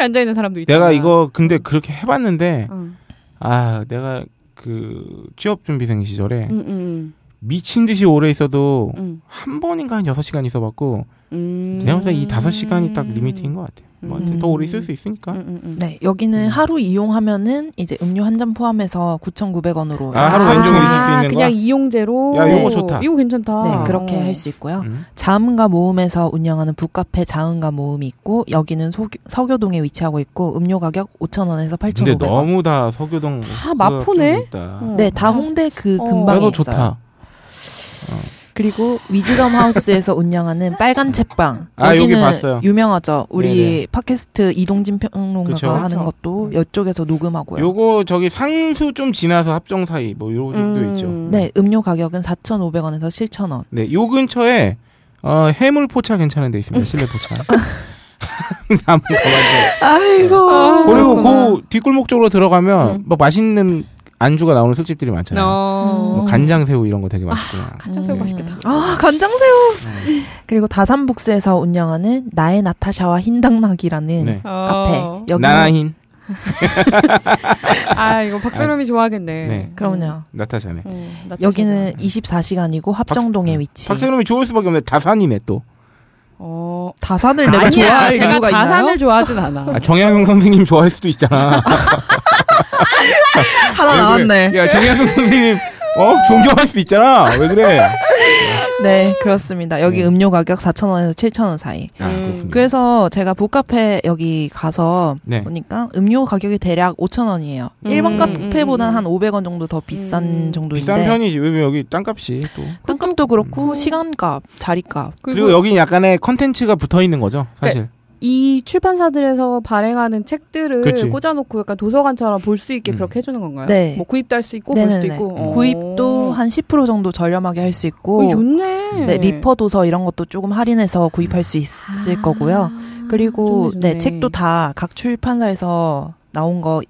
Speaker 3: 앉아 있는 사람들 있잖아.
Speaker 1: 내가 이거 근데 그렇게 해봤는데
Speaker 3: 응.
Speaker 1: 아 내가 그 취업 준비생 시절에
Speaker 3: 음, 음,
Speaker 1: 미친 듯이 오래 있어도
Speaker 3: 음,
Speaker 1: 한 번인가 한 여섯 시간 있어봤고
Speaker 3: 음.
Speaker 1: 내가 볼때 이 다섯 시간이 딱 리미트인 것 같아요. 뭐 하여튼 더 오래 있을 수 있으니까.
Speaker 3: 음, 음, 음.
Speaker 2: 네, 여기는
Speaker 1: 음.
Speaker 2: 하루 이용하면은 이제 음료 한 잔 포함해서 9,900원으로.
Speaker 1: 아, 하루
Speaker 2: 네,
Speaker 1: 왼쪽에 있을 수 있는 거야?
Speaker 3: 그냥 이용제로.
Speaker 1: 야,
Speaker 2: 요거
Speaker 1: 좋다.
Speaker 3: 이거 괜찮다.
Speaker 2: 네, 그렇게
Speaker 3: 어.
Speaker 2: 할 수 있고요.
Speaker 1: 아. 음.
Speaker 2: 자음과 모음에서 운영하는 북카페 자음과 모음이 있고 여기는 소, 서교동에 위치하고 있고 음료 가격 5,000원에서
Speaker 1: 근데
Speaker 2: 8,500원.
Speaker 1: 너무 다 서교동
Speaker 3: 아, 뭐 다 마포네?
Speaker 1: 그거 좀 있다.
Speaker 3: 어.
Speaker 2: 네, 다 홍대 그
Speaker 3: 어.
Speaker 2: 근방에
Speaker 1: 나도
Speaker 2: 있어요.
Speaker 1: 좋다.
Speaker 2: 그리고 위즈덤 하우스에서 운영하는 빨간 책방.
Speaker 1: 아, 여기
Speaker 2: 여기는
Speaker 1: 봤어요.
Speaker 2: 유명하죠. 우리
Speaker 1: 네네.
Speaker 2: 팟캐스트 이동진 평론가가
Speaker 1: 그쵸. 음.
Speaker 2: 하는 것도 이쪽에서 녹음하고요.
Speaker 1: 요거 저기 상수 좀 지나서 합정 사이 뭐 요런 정도
Speaker 3: 음.
Speaker 1: 있죠.
Speaker 2: 네, 음료 가격은 4,500원에서 7,000원.
Speaker 1: 네, 요 근처에 어, 해물 포차 괜찮은 데 있습니다. 실내 포차. 나무 가만히.
Speaker 2: 아이고.
Speaker 1: 그리고 그 뒷골목 쪽으로 들어가면
Speaker 3: 음.
Speaker 1: 뭐 맛있는 안주가 나오는 술집들이 많잖아요.
Speaker 2: 음.
Speaker 3: 어. 아,
Speaker 1: 뭐 간장새우 이런 거 되게 맛있구나.
Speaker 3: 간장새우 맛있겠다.
Speaker 2: 아, 간장새우.
Speaker 1: 네.
Speaker 2: 그리고 다산북스에서 운영하는 나의 나타샤와 흰당나기라는
Speaker 1: 네.
Speaker 3: 어.
Speaker 2: 카페. 여기
Speaker 1: 나나흰
Speaker 3: 아 이거 박사람이 좋아하겠네.
Speaker 2: 음.
Speaker 1: 네.
Speaker 2: 그럼요.
Speaker 1: 나타샤네.
Speaker 3: 음, 나
Speaker 2: 여기는 24시간이고 합정동에 위치.
Speaker 1: 박세롬이 좋을 수밖에 없네. 다산이네 또.
Speaker 3: 어,
Speaker 2: 다산을 내가
Speaker 3: 아니야,
Speaker 2: 좋아할
Speaker 3: 제가
Speaker 2: 이유가
Speaker 3: 다산을
Speaker 2: 있나요?
Speaker 3: 좋아하진 않아.
Speaker 1: 아, 정약용 선생님 좋아할 수도 있잖아.
Speaker 2: 하나
Speaker 1: 왜 그래?
Speaker 2: 아, 나왔네.
Speaker 1: 야 정약용 선생님 어 존경할 수 있잖아. 왜 그래?
Speaker 2: 네, 그렇습니다. 여기
Speaker 1: 네.
Speaker 2: 음료 가격 4,000원에서 7,000원 사이.
Speaker 1: 아, 그렇군요.
Speaker 2: 음, 그래서 제가 북카페 여기 가서
Speaker 1: 네.
Speaker 2: 보니까 음료 가격이 대략 5,000원이에요.
Speaker 3: 음,
Speaker 2: 일 1번
Speaker 3: 음,
Speaker 2: 카페보단
Speaker 3: 음.
Speaker 2: 한 500원 정도 더 비싼
Speaker 3: 음.
Speaker 2: 정도인데.
Speaker 1: 비싼 편이지. 왜냐면 여기 땅값이 또.
Speaker 2: 땅값도 그렇고
Speaker 3: 음.
Speaker 2: 시간값, 자리값.
Speaker 1: 그리고 여기 약간의 컨텐츠가 붙어 있는 거죠,
Speaker 2: 네.
Speaker 1: 사실.
Speaker 3: 이 출판사들에서 발행하는 책들을
Speaker 1: 그치.
Speaker 3: 꽂아놓고 약간 도서관처럼 볼 수 있게
Speaker 1: 음.
Speaker 3: 그렇게 해주는 건가요?
Speaker 2: 네.
Speaker 3: 뭐 구입도 할 수 있고 볼 수도
Speaker 2: 네네네.
Speaker 3: 있고 어.
Speaker 2: 구입도 한 10% 정도 저렴하게 할 수
Speaker 3: 어,
Speaker 2: 있고
Speaker 3: 좋네.
Speaker 2: 네, 리퍼 도서 이런 것도 조금 할인해서 구입할 수 있을 거고요. 그리고
Speaker 3: 아. 좋네, 좋네.
Speaker 2: 네 책도 다 각 출판사에서 나온 거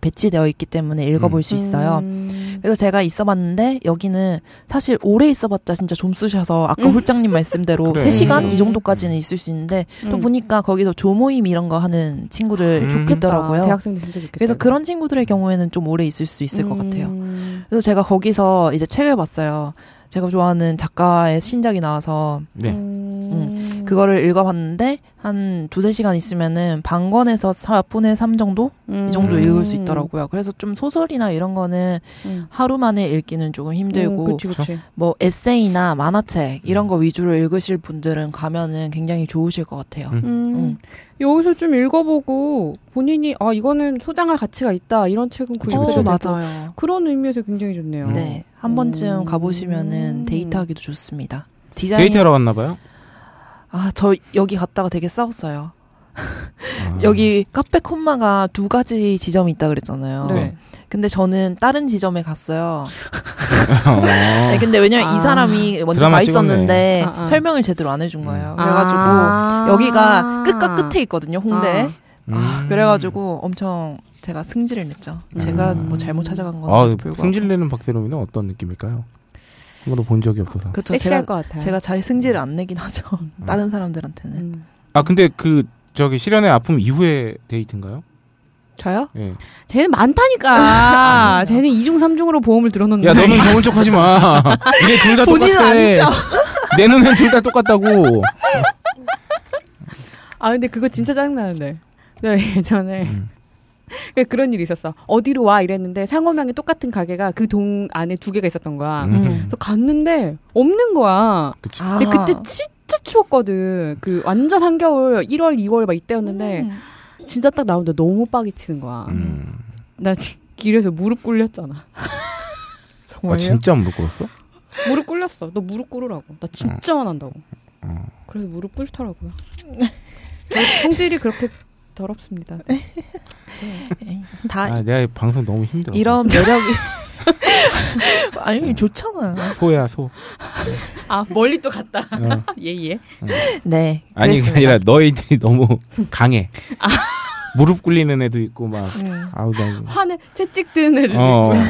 Speaker 2: 배치되어 있기 때문에 읽어볼 수 있어요.
Speaker 3: 음.
Speaker 2: 그래서 제가 있어봤는데 여기는 사실 오래 있어봤자 진짜 좀 쓰셔서 아까 홀장님 말씀대로
Speaker 1: 그래.
Speaker 2: 세시간이
Speaker 3: 음.
Speaker 2: 정도까지는 있을 수 있는데 또
Speaker 3: 음.
Speaker 2: 보니까 거기서 조모임 이런 거 하는 친구들
Speaker 1: 음.
Speaker 2: 좋겠더라고요.
Speaker 3: 아, 대학생들 진짜 좋겠다.
Speaker 2: 그래서
Speaker 3: 이거.
Speaker 2: 그런 친구들의 경우에는 좀 오래 있을 수 있을 것 같아요.
Speaker 3: 음.
Speaker 2: 그래서 제가 거기서 이제 책을 봤어요. 제가 좋아하는 작가의 신작이 나와서
Speaker 1: 네.
Speaker 3: 음.
Speaker 2: 그거를 읽어봤는데 한 두세 시간 있으면은 반권에서 4분의 3 정도?
Speaker 3: 음.
Speaker 2: 이 정도 읽을 수 있더라고요. 그래서 좀 소설이나 이런 거는
Speaker 3: 음.
Speaker 2: 하루 만에 읽기는 조금 힘들고
Speaker 3: 음, 그치, 그치.
Speaker 2: 뭐 에세이나 만화책 이런 거 위주로 읽으실 분들은 가면은 굉장히 좋으실 것 같아요.
Speaker 1: 음.
Speaker 3: 음.
Speaker 2: 음.
Speaker 3: 여기서 좀 읽어보고 본인이 아 이거는 소장할 가치가 있다 이런 책은
Speaker 1: 그쵸,
Speaker 3: 구입해도
Speaker 2: 어,
Speaker 1: 그쵸.
Speaker 3: 되고
Speaker 2: 맞아요.
Speaker 3: 그런 의미에서 굉장히 좋네요.
Speaker 2: 네. 한 번쯤
Speaker 3: 음.
Speaker 2: 가보시면은 데이트하기도 좋습니다. 디자인.
Speaker 1: 데이트하러 갔나 봐요.
Speaker 2: 아, 저 여기 갔다가 되게 싸웠어요.
Speaker 1: 아.
Speaker 2: 여기 카페 콤마가 두 가지 지점이 있다 그랬잖아요.
Speaker 3: 네.
Speaker 2: 근데 저는 다른 지점에 갔어요.
Speaker 1: 어.
Speaker 2: 아니, 근데 왜냐면
Speaker 3: 아.
Speaker 2: 이 사람이 먼저
Speaker 1: 드라마
Speaker 2: 가 있었는데
Speaker 3: 찍었네. 아, 아.
Speaker 2: 설명을 제대로 안 해준
Speaker 1: 음.
Speaker 2: 거예요. 어, 그래가지고
Speaker 3: 아.
Speaker 2: 여기가 끝과 끝에 있거든요, 홍대에.
Speaker 1: 음.
Speaker 2: 아, 그래가지고 엄청 제가 승질을 냈죠. 제가
Speaker 1: 음.
Speaker 2: 뭐 잘못 찾아간
Speaker 1: 아,
Speaker 2: 건데 불구하고.
Speaker 1: 승질내는 박세롬이는 어떤 느낌일까요? 한 번도 본 적이 없어서.
Speaker 2: 그렇죠.
Speaker 3: 섹시할
Speaker 2: 제가
Speaker 3: 것 같아요.
Speaker 2: 제가 잘 승질을 안 내긴 하죠.
Speaker 1: 음.
Speaker 2: 다른 사람들한테는.
Speaker 3: 음.
Speaker 1: 아 근데 그 저기 실연의 아픔 이후에 데이트인가요?
Speaker 2: 저요?
Speaker 1: 예.
Speaker 3: 쟤는
Speaker 2: 아,
Speaker 3: 많다니까. 쟤는 이중삼중으로 보험을 들어놓는다.
Speaker 1: 야 너는 좋은 척 하지 마. 이게 둘 다
Speaker 2: 음. 본인은
Speaker 1: 똑같아.
Speaker 2: 아니죠?
Speaker 1: 내 눈엔 둘 다 똑같다고.
Speaker 3: 아 근데 그거 진짜 짜증나는데. 네 예전에
Speaker 1: 음.
Speaker 3: 그런 일이 있었어. 어디로 와 이랬는데 상호명이 똑같은 가게가 그 동 안에 두 개가 있었던 거야.
Speaker 1: 음.
Speaker 3: 아, 그래서 갔는데 없는 거야.
Speaker 2: 아.
Speaker 3: 근데 그때 진짜 추웠거든. 그 완전 한겨울 1월 2월 막 이때였는데
Speaker 2: 음.
Speaker 3: 진짜 딱 나오는데 너무 빡이 치는 거야.
Speaker 1: 음.
Speaker 3: 나 길에서 무릎 꿇렸잖아.
Speaker 1: 아
Speaker 2: 정말요?
Speaker 1: 진짜 무릎 꿇었어?
Speaker 3: 무릎 꿇렸어. 너 무릎 꿇으라고. 나 진짜 화난다고.
Speaker 1: 어.
Speaker 3: 그래서 무릎 꿇더라고요. 저 성질이 그렇게 더럽습니다.
Speaker 2: 다
Speaker 1: 아 내가 이 방송 너무 힘들어.
Speaker 2: 이런 매력이 아니 좋잖아.
Speaker 1: 소야 소.
Speaker 3: 아 멀리 또 갔다.
Speaker 1: 어.
Speaker 3: 예예.
Speaker 2: 네.
Speaker 1: 아니 그게
Speaker 2: 그랬습니다.
Speaker 1: 아니라 너희들이 너무 강해.
Speaker 3: 아.
Speaker 1: 무릎 꿇리는 애도 있고 막
Speaker 2: 음.
Speaker 1: 아우 나.
Speaker 3: 화내 채찍 드는 애들도
Speaker 1: 어. 어.
Speaker 3: 있고.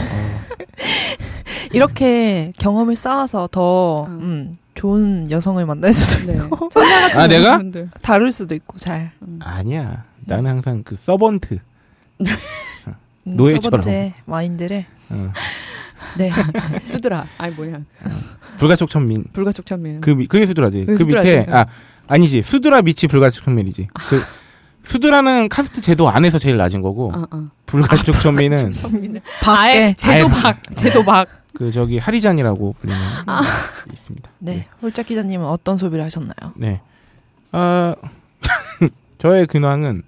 Speaker 2: 이렇게 경험을 쌓아서 더 음, 좋은 여성을 만날 수도
Speaker 3: 네.
Speaker 2: 있고
Speaker 3: 천사 같은
Speaker 1: 아, 내가?
Speaker 3: 분들.
Speaker 2: 다룰 수도 있고 잘
Speaker 1: 아니야. 나는 항상 그 서번트.
Speaker 2: 음,
Speaker 1: 노예처럼.
Speaker 2: 세 번째 마인드를
Speaker 1: 어.
Speaker 2: 네
Speaker 3: 수드라. 아니 뭐야.
Speaker 1: 불가촉 천민.
Speaker 3: 불가촉 천민.
Speaker 1: 그 미- 그게 수드라지.
Speaker 3: 그게
Speaker 1: 그 밑에
Speaker 3: 수드라지. 아.
Speaker 1: 아 아니지 수드라 미치 불가촉 천민이지. 그 수드라는 카스트 제도 안에서 제일 낮은 거고
Speaker 3: 아, 아.
Speaker 1: 불가촉 천민은
Speaker 3: 천민은 아예
Speaker 2: 밖에 네.
Speaker 1: 아예
Speaker 3: 제도 박. 제도 박.
Speaker 1: 그 저기 하리잔이라고 불리는
Speaker 3: 아.
Speaker 1: 있습니다.
Speaker 2: 네 홀짝 기자님은 어떤 소비를 하셨나요?
Speaker 1: 네. 아 저의 근황은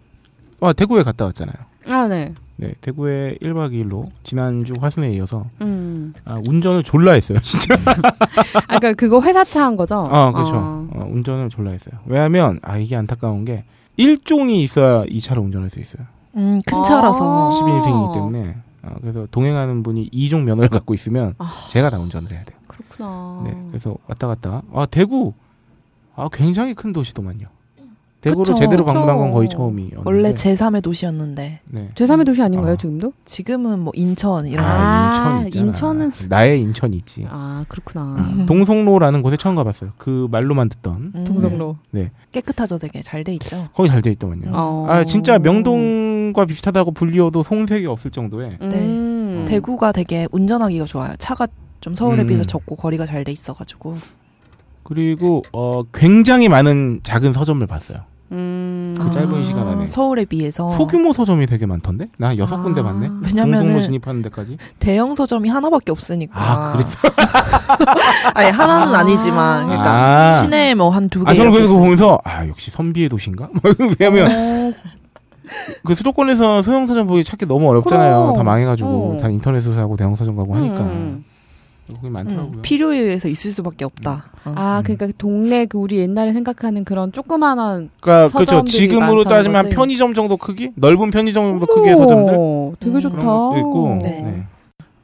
Speaker 1: 와 대구에 갔다 왔잖아요.
Speaker 3: 아 네.
Speaker 1: 네, 대구에 1박 2일로 지난주 화순에 이어서
Speaker 3: 음.
Speaker 1: 아, 운전을 졸라 했어요, 진짜.
Speaker 3: 아까 그러니까 그거 회사차 한 거죠? 아,
Speaker 1: 어, 그렇죠. 어, 운전을 졸라 했어요. 왜냐하면 아 이게 안타까운 게 일종이 있어야 이 차를 운전할 수 있어요.
Speaker 2: 음 큰 차라서
Speaker 3: 아.
Speaker 1: 12인승이기 때문에 어, 그래서 동행하는 분이 이종 면허를 갖고 있으면
Speaker 3: 아.
Speaker 1: 제가 다 운전을 해야 돼요.
Speaker 2: 어.
Speaker 3: 그렇구나.
Speaker 1: 네, 그래서 왔다 갔다. 아 대구, 아 굉장히 큰 도시더만요. 대구를
Speaker 2: 그쵸.
Speaker 1: 제대로 방문한 건 거의
Speaker 3: 그쵸.
Speaker 1: 처음이었는데.
Speaker 2: 원래 제3의 도시였는데
Speaker 1: 네.
Speaker 3: 제3의 도시 아닌가요,
Speaker 1: 어.
Speaker 3: 지금도?
Speaker 2: 지금은 뭐 인천 이런
Speaker 3: 아.
Speaker 1: 아, 인천 있잖아.
Speaker 3: 인천은
Speaker 1: 나의 인천이 있지.
Speaker 3: 아, 그렇구나.
Speaker 1: 네. 음. 동성로라는 곳에 처음 가봤어요. 그 말로만 듣던
Speaker 2: 음,
Speaker 3: 동성로.
Speaker 2: 깨끗하죠 되게 잘 돼 있죠.
Speaker 1: 거기 잘 돼 있더만요.
Speaker 3: 어.
Speaker 1: 아 진짜 명동과 비슷하다고 불리워도 송색이 없을 정도의
Speaker 2: 네.
Speaker 3: 음.
Speaker 2: 대구가 되게 운전하기가 좋아요. 차가 좀 서울에
Speaker 1: 음.
Speaker 2: 비해서 적고 거리가 잘 돼 있어가지고
Speaker 1: 그리고 어 굉장히 많은 작은 서점을 봤어요.
Speaker 3: 음.
Speaker 1: 그 짧은 시간 안에.
Speaker 2: 서울에 비해서
Speaker 1: 소규모 서점이 되게 많던데 나 여섯
Speaker 3: 아.
Speaker 1: 군데 봤네. 동성로
Speaker 2: 왜냐면은
Speaker 1: 진입하는 데까지.
Speaker 2: 대형 서점이 하나밖에 없으니까
Speaker 1: 아 그래서
Speaker 2: 아니 하나는 아니지만 그러니까
Speaker 1: 아.
Speaker 2: 시내에 뭐 한 두개
Speaker 1: 아 저는 그래서 그거 보면서 아 역시 선비의 도시인가? 뭐 왜냐면
Speaker 3: 어,
Speaker 1: 그 수도권에서 소형 서점 보기 찾기 너무 어렵잖아요.
Speaker 3: 그럼.
Speaker 1: 다 망해가지고
Speaker 3: 음.
Speaker 1: 다 인터넷으로 사고 대형 서점 가고 하니까
Speaker 3: 음.
Speaker 1: 그게 많더라고요.
Speaker 2: 필요에 의해서 있을 수밖에 없다. 어.
Speaker 1: 음.
Speaker 3: 아, 그러니까 그 동네 그 우리 옛날에 생각하는 그런 조그만한
Speaker 1: 그러니까 그렇죠.
Speaker 3: 서점들이
Speaker 1: 지금으로
Speaker 3: 많다는
Speaker 1: 따지면
Speaker 3: 거지.
Speaker 1: 편의점 정도 크기, 넓은 편의점 정도 뭐 크기의
Speaker 3: 어머,
Speaker 1: 서점들
Speaker 3: 되게
Speaker 2: 음.
Speaker 3: 좋다.
Speaker 1: 그런 것도 있고.
Speaker 2: 네.
Speaker 1: 네.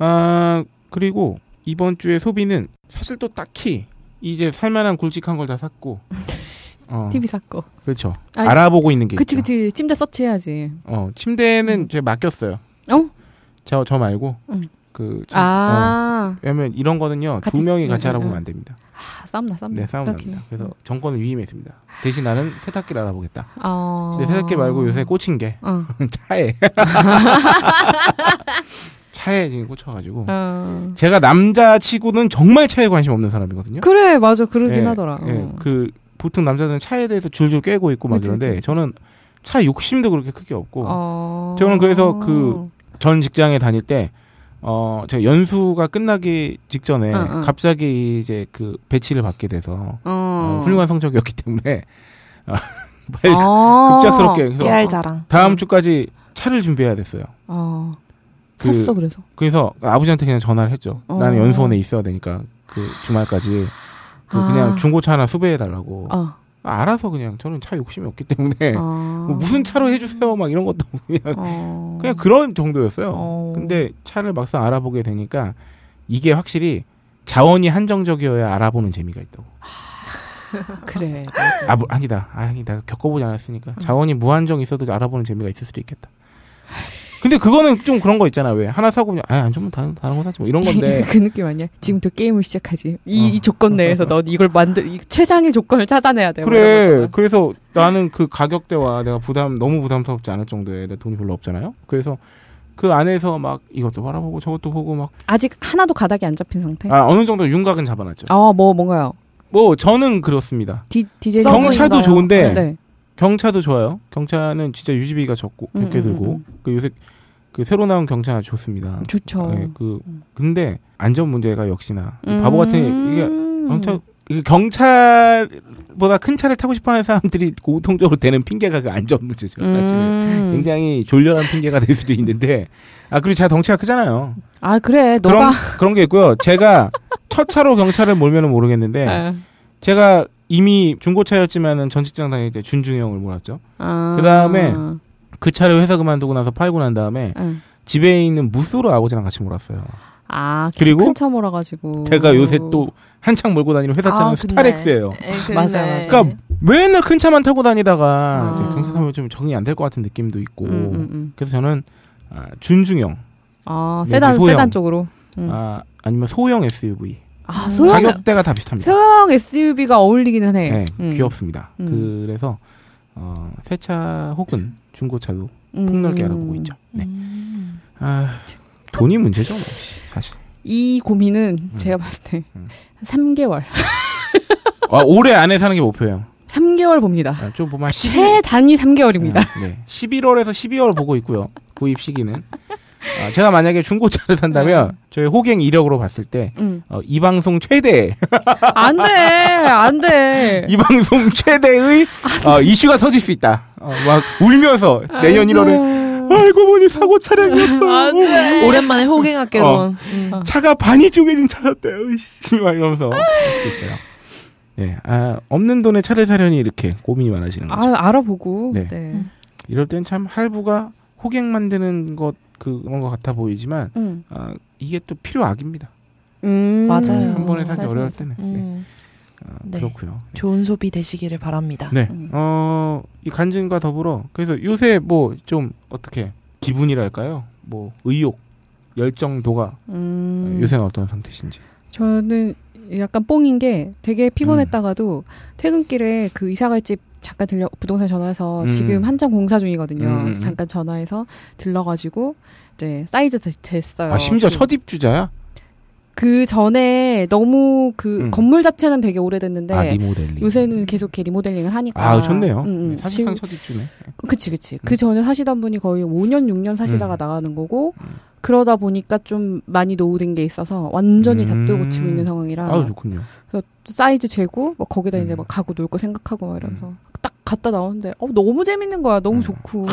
Speaker 1: 아 그리고 이번 주에 소비는 사실 또 딱히 이제 살만한 굵직한 걸 다 샀고. 어,
Speaker 3: TV 사건.
Speaker 1: 그렇죠.
Speaker 3: 아니,
Speaker 1: 알아보고 있는 게
Speaker 3: 그치
Speaker 1: 있죠.
Speaker 3: 그치 침대 서치해야지.
Speaker 1: 어 침대는
Speaker 3: 음.
Speaker 1: 제가 맡겼어요.
Speaker 3: 어?
Speaker 1: 저, 저 말고
Speaker 3: 응.
Speaker 1: 그 참, 어.
Speaker 3: 아,
Speaker 1: 왜냐면 이런 거는요
Speaker 3: 같이
Speaker 1: 두 명이 같이
Speaker 3: 응,
Speaker 1: 알아보면
Speaker 3: 응.
Speaker 1: 안 됩니다.
Speaker 3: 아 싸움 나 싸움 나.
Speaker 1: 네 싸움
Speaker 3: 그렇긴
Speaker 1: 납니다.
Speaker 3: 해.
Speaker 1: 그래서 정권을 위임했습니다. 대신 나는 세탁기를 알아보겠다.
Speaker 3: 어.
Speaker 1: 근데 세탁기 말고 요새 꽂힌 게
Speaker 3: 어.
Speaker 1: 차에 차에 지금 꽂혀가지고
Speaker 3: 어.
Speaker 1: 제가 남자치고는 정말 차에 관심 없는 사람이거든요.
Speaker 3: 그래 맞아 그러긴
Speaker 1: 예,
Speaker 3: 하더라.
Speaker 1: 예,
Speaker 3: 어.
Speaker 1: 그 보통 남자들은 차에 대해서 줄줄 꿰고 있고 막
Speaker 3: 그치,
Speaker 1: 이런데
Speaker 3: 그치.
Speaker 1: 저는 차 욕심도 그렇게 크게 없고
Speaker 3: 어.
Speaker 1: 저는 그래서 그- 전 직장에 다닐 때, 어, 제가 연수가 끝나기 직전에
Speaker 3: 응, 응.
Speaker 1: 갑자기 이제 그 배치를 받게 돼서
Speaker 3: 어.
Speaker 1: 어, 훌륭한 성적이었기 때문에 어, 빨리
Speaker 3: 아.
Speaker 1: 급작스럽게 그래서 어.
Speaker 2: 깨알 자랑.
Speaker 1: 다음 주까지 차를 준비해야 됐어요.
Speaker 3: 어.
Speaker 1: 그-
Speaker 3: 샀어 그래서.
Speaker 1: 그래서 아버지한테 그냥 전화를 했죠.
Speaker 3: 어.
Speaker 1: 나는 연수원에 있어야 되니까 그 주말까지 그
Speaker 3: 아.
Speaker 1: 그냥 중고차 하나 수배해 달라고.
Speaker 3: 어.
Speaker 1: 알아서 그냥 저는 차 욕심이 없기 때문에
Speaker 3: 아.
Speaker 1: 뭐 무슨 차로 해주세요 막 이런 것도 그냥
Speaker 3: 어.
Speaker 1: 그냥 그런 정도였어요.
Speaker 3: 어.
Speaker 1: 근데 차를 막상 알아보게 되니까 이게 확실히 자원이 한정적이어야 알아보는 재미가 있다고.
Speaker 3: 그래.
Speaker 1: 아, 뭐,
Speaker 3: 음.
Speaker 1: 아니다. 아, 니 내가 겪어보지 않았으니까. 자원이 무한정 있어도 알아보는 재미가 있을 수도 있겠다. 근데 그거는 좀 그런 거 있잖아. 왜 하나 사고 그냥 아안 좋으면 다른 다른 거 사지 뭐 이런 건데.
Speaker 3: 그 느낌 아니야? 지금부터 게임을 시작하지. 이,
Speaker 1: 어.
Speaker 3: 이 조건 내에서 넌 이걸 만들 이 최상의 조건을 찾아내야 돼. 뭐 이런
Speaker 1: 그래.
Speaker 3: 거잖아.
Speaker 1: 그래서 나는 그 가격대와 내가 부담 너무 부담스럽지 않을 정도에 내 돈이 별로 없잖아요. 그래서 그 안에서 막 이것도 바라보고 저것도 보고 막
Speaker 3: 아직 하나도 가닥이 안 잡힌 상태.
Speaker 1: 아, 어느 정도 윤곽은 잡아놨죠.
Speaker 3: 네. 아 뭐 뭔가요?
Speaker 1: 뭐 저는 그렇습니다.
Speaker 3: 디 디제이
Speaker 2: 서브인가요?
Speaker 1: 경차도 좋은데
Speaker 3: 네.
Speaker 1: 경차도 좋아요. 경차는 진짜 유지비가 적고
Speaker 3: 음,
Speaker 1: 적게
Speaker 3: 음,
Speaker 1: 들고
Speaker 3: 음.
Speaker 1: 그 요새 그 새로 나온 경차 좋습니다.
Speaker 3: 좋죠.
Speaker 1: 네, 그
Speaker 3: 음.
Speaker 1: 근데 안전 문제가 역시나 이 바보 같은 이게
Speaker 3: 음.
Speaker 1: 그 경차 이게 경찰보다 큰 차를 타고 싶어하는 사람들이 공통적으로 되는 핑계가 그 안전 문제죠. 사실은
Speaker 3: 음.
Speaker 1: 굉장히 졸렬한 핑계가 될 수도 있는데 아 그리고 제가 덩치가 크잖아요.
Speaker 3: 아 그래
Speaker 1: 그런
Speaker 3: 너가
Speaker 1: 그런 게 있고요. 제가 첫 차로 경찰을 몰면은 모르겠는데
Speaker 3: 아.
Speaker 1: 제가 이미 중고차였지만은 전직장 다닐 때 준중형을 몰았죠.
Speaker 3: 아.
Speaker 1: 그다음에 그 차를 회사 그만두고 나서 팔고 난 다음에
Speaker 3: 응.
Speaker 1: 집에 있는 무쏘로 아버지랑 같이 몰았어요.
Speaker 3: 아
Speaker 1: 그리고
Speaker 3: 큰차 몰아가지고
Speaker 1: 제가 요새 또 한창 몰고 다니는 회사
Speaker 3: 아,
Speaker 1: 차는 스타렉스예요.
Speaker 2: 네,
Speaker 3: 맞아, 맞아.
Speaker 1: 그러니까 맨날 큰 차만 타고 다니다가
Speaker 3: 아.
Speaker 1: 이제 경차 타면 좀 적응이 안 될 것 같은 느낌도 있고.
Speaker 3: 음, 음, 음.
Speaker 1: 그래서 저는 아, 준중형,
Speaker 3: 아
Speaker 1: 네,
Speaker 3: 세단
Speaker 1: 소형.
Speaker 3: 세단 쪽으로 음.
Speaker 1: 아, 아니면 소형 SUV.
Speaker 3: 아 소형
Speaker 1: 가격대가 다 비슷합니다.
Speaker 3: 소형 SUV가 어울리기는 해.
Speaker 1: 네,
Speaker 3: 음.
Speaker 1: 귀엽습니다.
Speaker 3: 음.
Speaker 1: 그래서 어, 세차 혹은 중고차도
Speaker 3: 음.
Speaker 1: 폭넓게 알아보고 있죠. 네.
Speaker 2: 음.
Speaker 1: 아, 돈이 문제죠, 뭐, 사실.
Speaker 3: 이 고민은 제가 봤을 때
Speaker 1: 음.
Speaker 3: 3개월,
Speaker 1: 아, 올해 안에 사는 게 목표예요.
Speaker 3: 3개월 봅니다.
Speaker 1: 아, 좀 보면 한 10...
Speaker 3: 최단위 3개월입니다.
Speaker 1: 네. 11월에서 12월 보고 있고요. 구입 시기는. 아, 제가 만약에 중고차를 산다면 저희 호갱 이력으로 봤을 때
Speaker 3: 네. 음.
Speaker 1: 어, 이 방송 최대,
Speaker 3: 안 돼, 안 돼.
Speaker 1: 이 방송 최대의
Speaker 3: 아,
Speaker 1: 어,
Speaker 3: 네.
Speaker 1: 이슈가 터질 수 있다. 어, 막 울면서 내년 1월에
Speaker 3: 에
Speaker 1: 알고 보니 사고 차량이었어.
Speaker 3: 안 돼.
Speaker 1: 네.
Speaker 2: 오랜만에 호갱학개론.
Speaker 1: 어.
Speaker 2: 음.
Speaker 1: 차가 반이 쪼개진 차였대요. 이씨 막 이러면서 할 수도 있어요. 네, 아, 없는 돈에 차를 사려니 이렇게 고민이 많아지는 거죠.
Speaker 3: 아, 알아보고.
Speaker 1: 네.
Speaker 3: 네.
Speaker 1: 이럴 땐 참 할부가 호갱 만드는 것 그런 것 같아 보이지만
Speaker 3: 음.
Speaker 1: 아, 이게 또 필요악입니다.
Speaker 3: 음.
Speaker 2: 맞아요.
Speaker 1: 한 번에 사기
Speaker 3: 맞아,
Speaker 1: 어려울
Speaker 3: 맞아.
Speaker 1: 때는 네.
Speaker 2: 음.
Speaker 1: 아,
Speaker 2: 네.
Speaker 1: 그렇고요. 네.
Speaker 2: 좋은 소비 되시기를 바랍니다.
Speaker 1: 네,
Speaker 3: 음.
Speaker 1: 어, 이 간증과 더불어 그래서 요새 뭐 좀 어떻게 기분이랄까요? 뭐 의욕, 열정도가
Speaker 3: 음.
Speaker 1: 요새는 어떤 상태신지.
Speaker 3: 저는 약간 뽕인 게 되게 피곤했다가도
Speaker 1: 음.
Speaker 3: 퇴근길에 그 이사갈 집 잠깐 들려 부동산 전화해서
Speaker 1: 음.
Speaker 3: 지금 한참 공사 중이거든요.
Speaker 1: 음, 음, 음.
Speaker 3: 잠깐 전화해서 들러가지고 이제 사이즈 데- 쟀어요.
Speaker 1: 아 심지어
Speaker 3: 그-
Speaker 1: 첫 입주자야?
Speaker 3: 그 전에 너무 그
Speaker 1: 음.
Speaker 3: 건물 자체는 되게 오래됐는데
Speaker 1: 아 리모델링.
Speaker 3: 네. 요새는 계속 이렇게 리모델링을 하니까
Speaker 1: 아, 좋네요.
Speaker 3: 음, 음.
Speaker 1: 네, 사실상
Speaker 3: 지금-
Speaker 1: 첫 입주네.
Speaker 3: 그치 그치.
Speaker 1: 음.
Speaker 3: 그 전에 사시던 분이 거의 5년 6년 사시다가
Speaker 1: 음.
Speaker 3: 나가는 거고
Speaker 1: 음.
Speaker 3: 그러다 보니까 좀 많이 노후된 게 있어서 완전히 다
Speaker 1: 음.
Speaker 3: 뜯어 고치고 있는 상황이라
Speaker 1: 아우 좋군요.
Speaker 3: 어. 사이즈 재고 뭐 거기다 이제
Speaker 1: 음.
Speaker 3: 막 가구 놓을 거 생각하고 막 이러면서 딱 갔다 나오는데 어 너무 재밌는 거야 너무
Speaker 1: 음.
Speaker 3: 좋고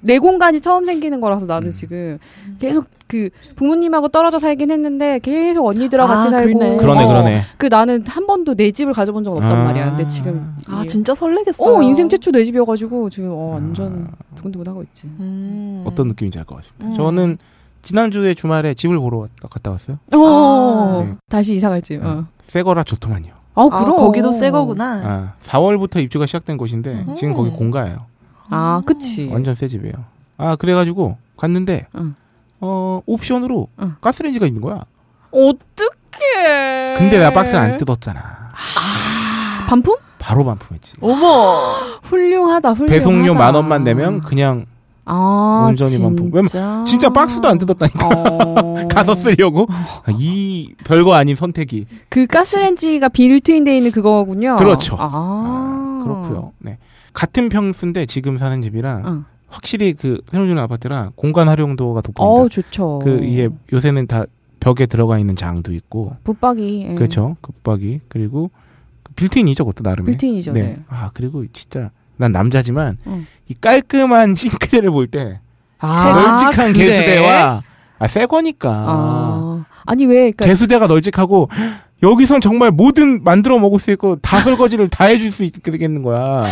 Speaker 3: 내 공간이 처음 생기는 거라서 나는
Speaker 1: 음.
Speaker 3: 지금 계속 그 부모님하고 떨어져 살긴 했는데 계속 언니들하고
Speaker 2: 아,
Speaker 3: 같이 살고
Speaker 2: 그러네.
Speaker 1: 그러네
Speaker 3: 어,
Speaker 1: 그러네.
Speaker 3: 그 나는 한 번도 내 집을 가져본 적 없단
Speaker 1: 아.
Speaker 3: 말이야 근데 지금
Speaker 2: 아
Speaker 3: 이게-
Speaker 2: 진짜 설레겠어.
Speaker 3: 어 인생 최초 내 집이어가지고 지금 어 완전
Speaker 1: 아,
Speaker 3: 두근두근하고 있지
Speaker 2: 음.
Speaker 1: 어떤 느낌인지 알 것 같습니다.
Speaker 2: 음.
Speaker 1: 저는 지난주에 주말에 집을 보러 왔다, 갔다 왔어요.
Speaker 3: 어
Speaker 1: 네.
Speaker 3: 다시 이사 갈지 어.
Speaker 1: 새거라 좋더만요.
Speaker 3: 아
Speaker 2: 아,
Speaker 3: 그럼
Speaker 2: 거기도 새
Speaker 3: 네.
Speaker 2: 거구나.
Speaker 1: 아, 4월부터 입주가 시작된 곳인데
Speaker 2: 음.
Speaker 1: 지금 거기 공가예요.
Speaker 3: 아 그치
Speaker 1: 완전 새 집이에요. 아 그래가지고 갔는데
Speaker 3: 응.
Speaker 1: 어 옵션으로
Speaker 3: 응.
Speaker 1: 가스레인지가 있는 거야.
Speaker 3: 어떡해
Speaker 1: 근데 내가 박스를 안 뜯었잖아.
Speaker 3: 반품?
Speaker 1: 바로 반품했지.
Speaker 2: 어머.
Speaker 3: 훌륭하다, 훌륭하다.
Speaker 1: 배송료 만 원만 내면 그냥
Speaker 3: 아,
Speaker 1: 온전히
Speaker 3: 진짜.
Speaker 1: 반품. 진짜 박스도 안 뜯었다니까.
Speaker 3: 아. 어.
Speaker 1: 가서 쓰려고 아, 이 별거 아닌 선택이
Speaker 3: 그 가스렌지가 빌트인돼 있는 그거군요.
Speaker 1: 그렇죠.
Speaker 3: 아,
Speaker 1: 아, 그렇고요. 네. 같은 평수인데 지금 사는 집이랑
Speaker 3: 응.
Speaker 1: 확실히 그 새로 지은 아파트랑 공간 활용도가
Speaker 3: 어,
Speaker 1: 돋보인다.
Speaker 3: 좋죠.
Speaker 1: 아, 그 이게 요새는 다 벽에 들어가 있는 장도 있고
Speaker 3: 붙박이. 예.
Speaker 1: 그렇죠. 급박이 그리고 그 빌트인이죠, 그것도 나름에.
Speaker 3: 빌트인이죠.
Speaker 1: 네.
Speaker 3: 네. 어.
Speaker 1: 아 그리고 진짜 난 남자지만
Speaker 3: 응.
Speaker 1: 이 깔끔한 싱크대를 볼 때
Speaker 3: 아,
Speaker 1: 널찍한
Speaker 3: 그래?
Speaker 1: 개수대와 아새 거니까
Speaker 3: 아. 아니 왜 그러니까
Speaker 1: 개수대가 널찍하고 여기선 정말 뭐든 만들어 먹을 수 있고 다 설거지를 다 해줄 수 있게 되겠는 거야.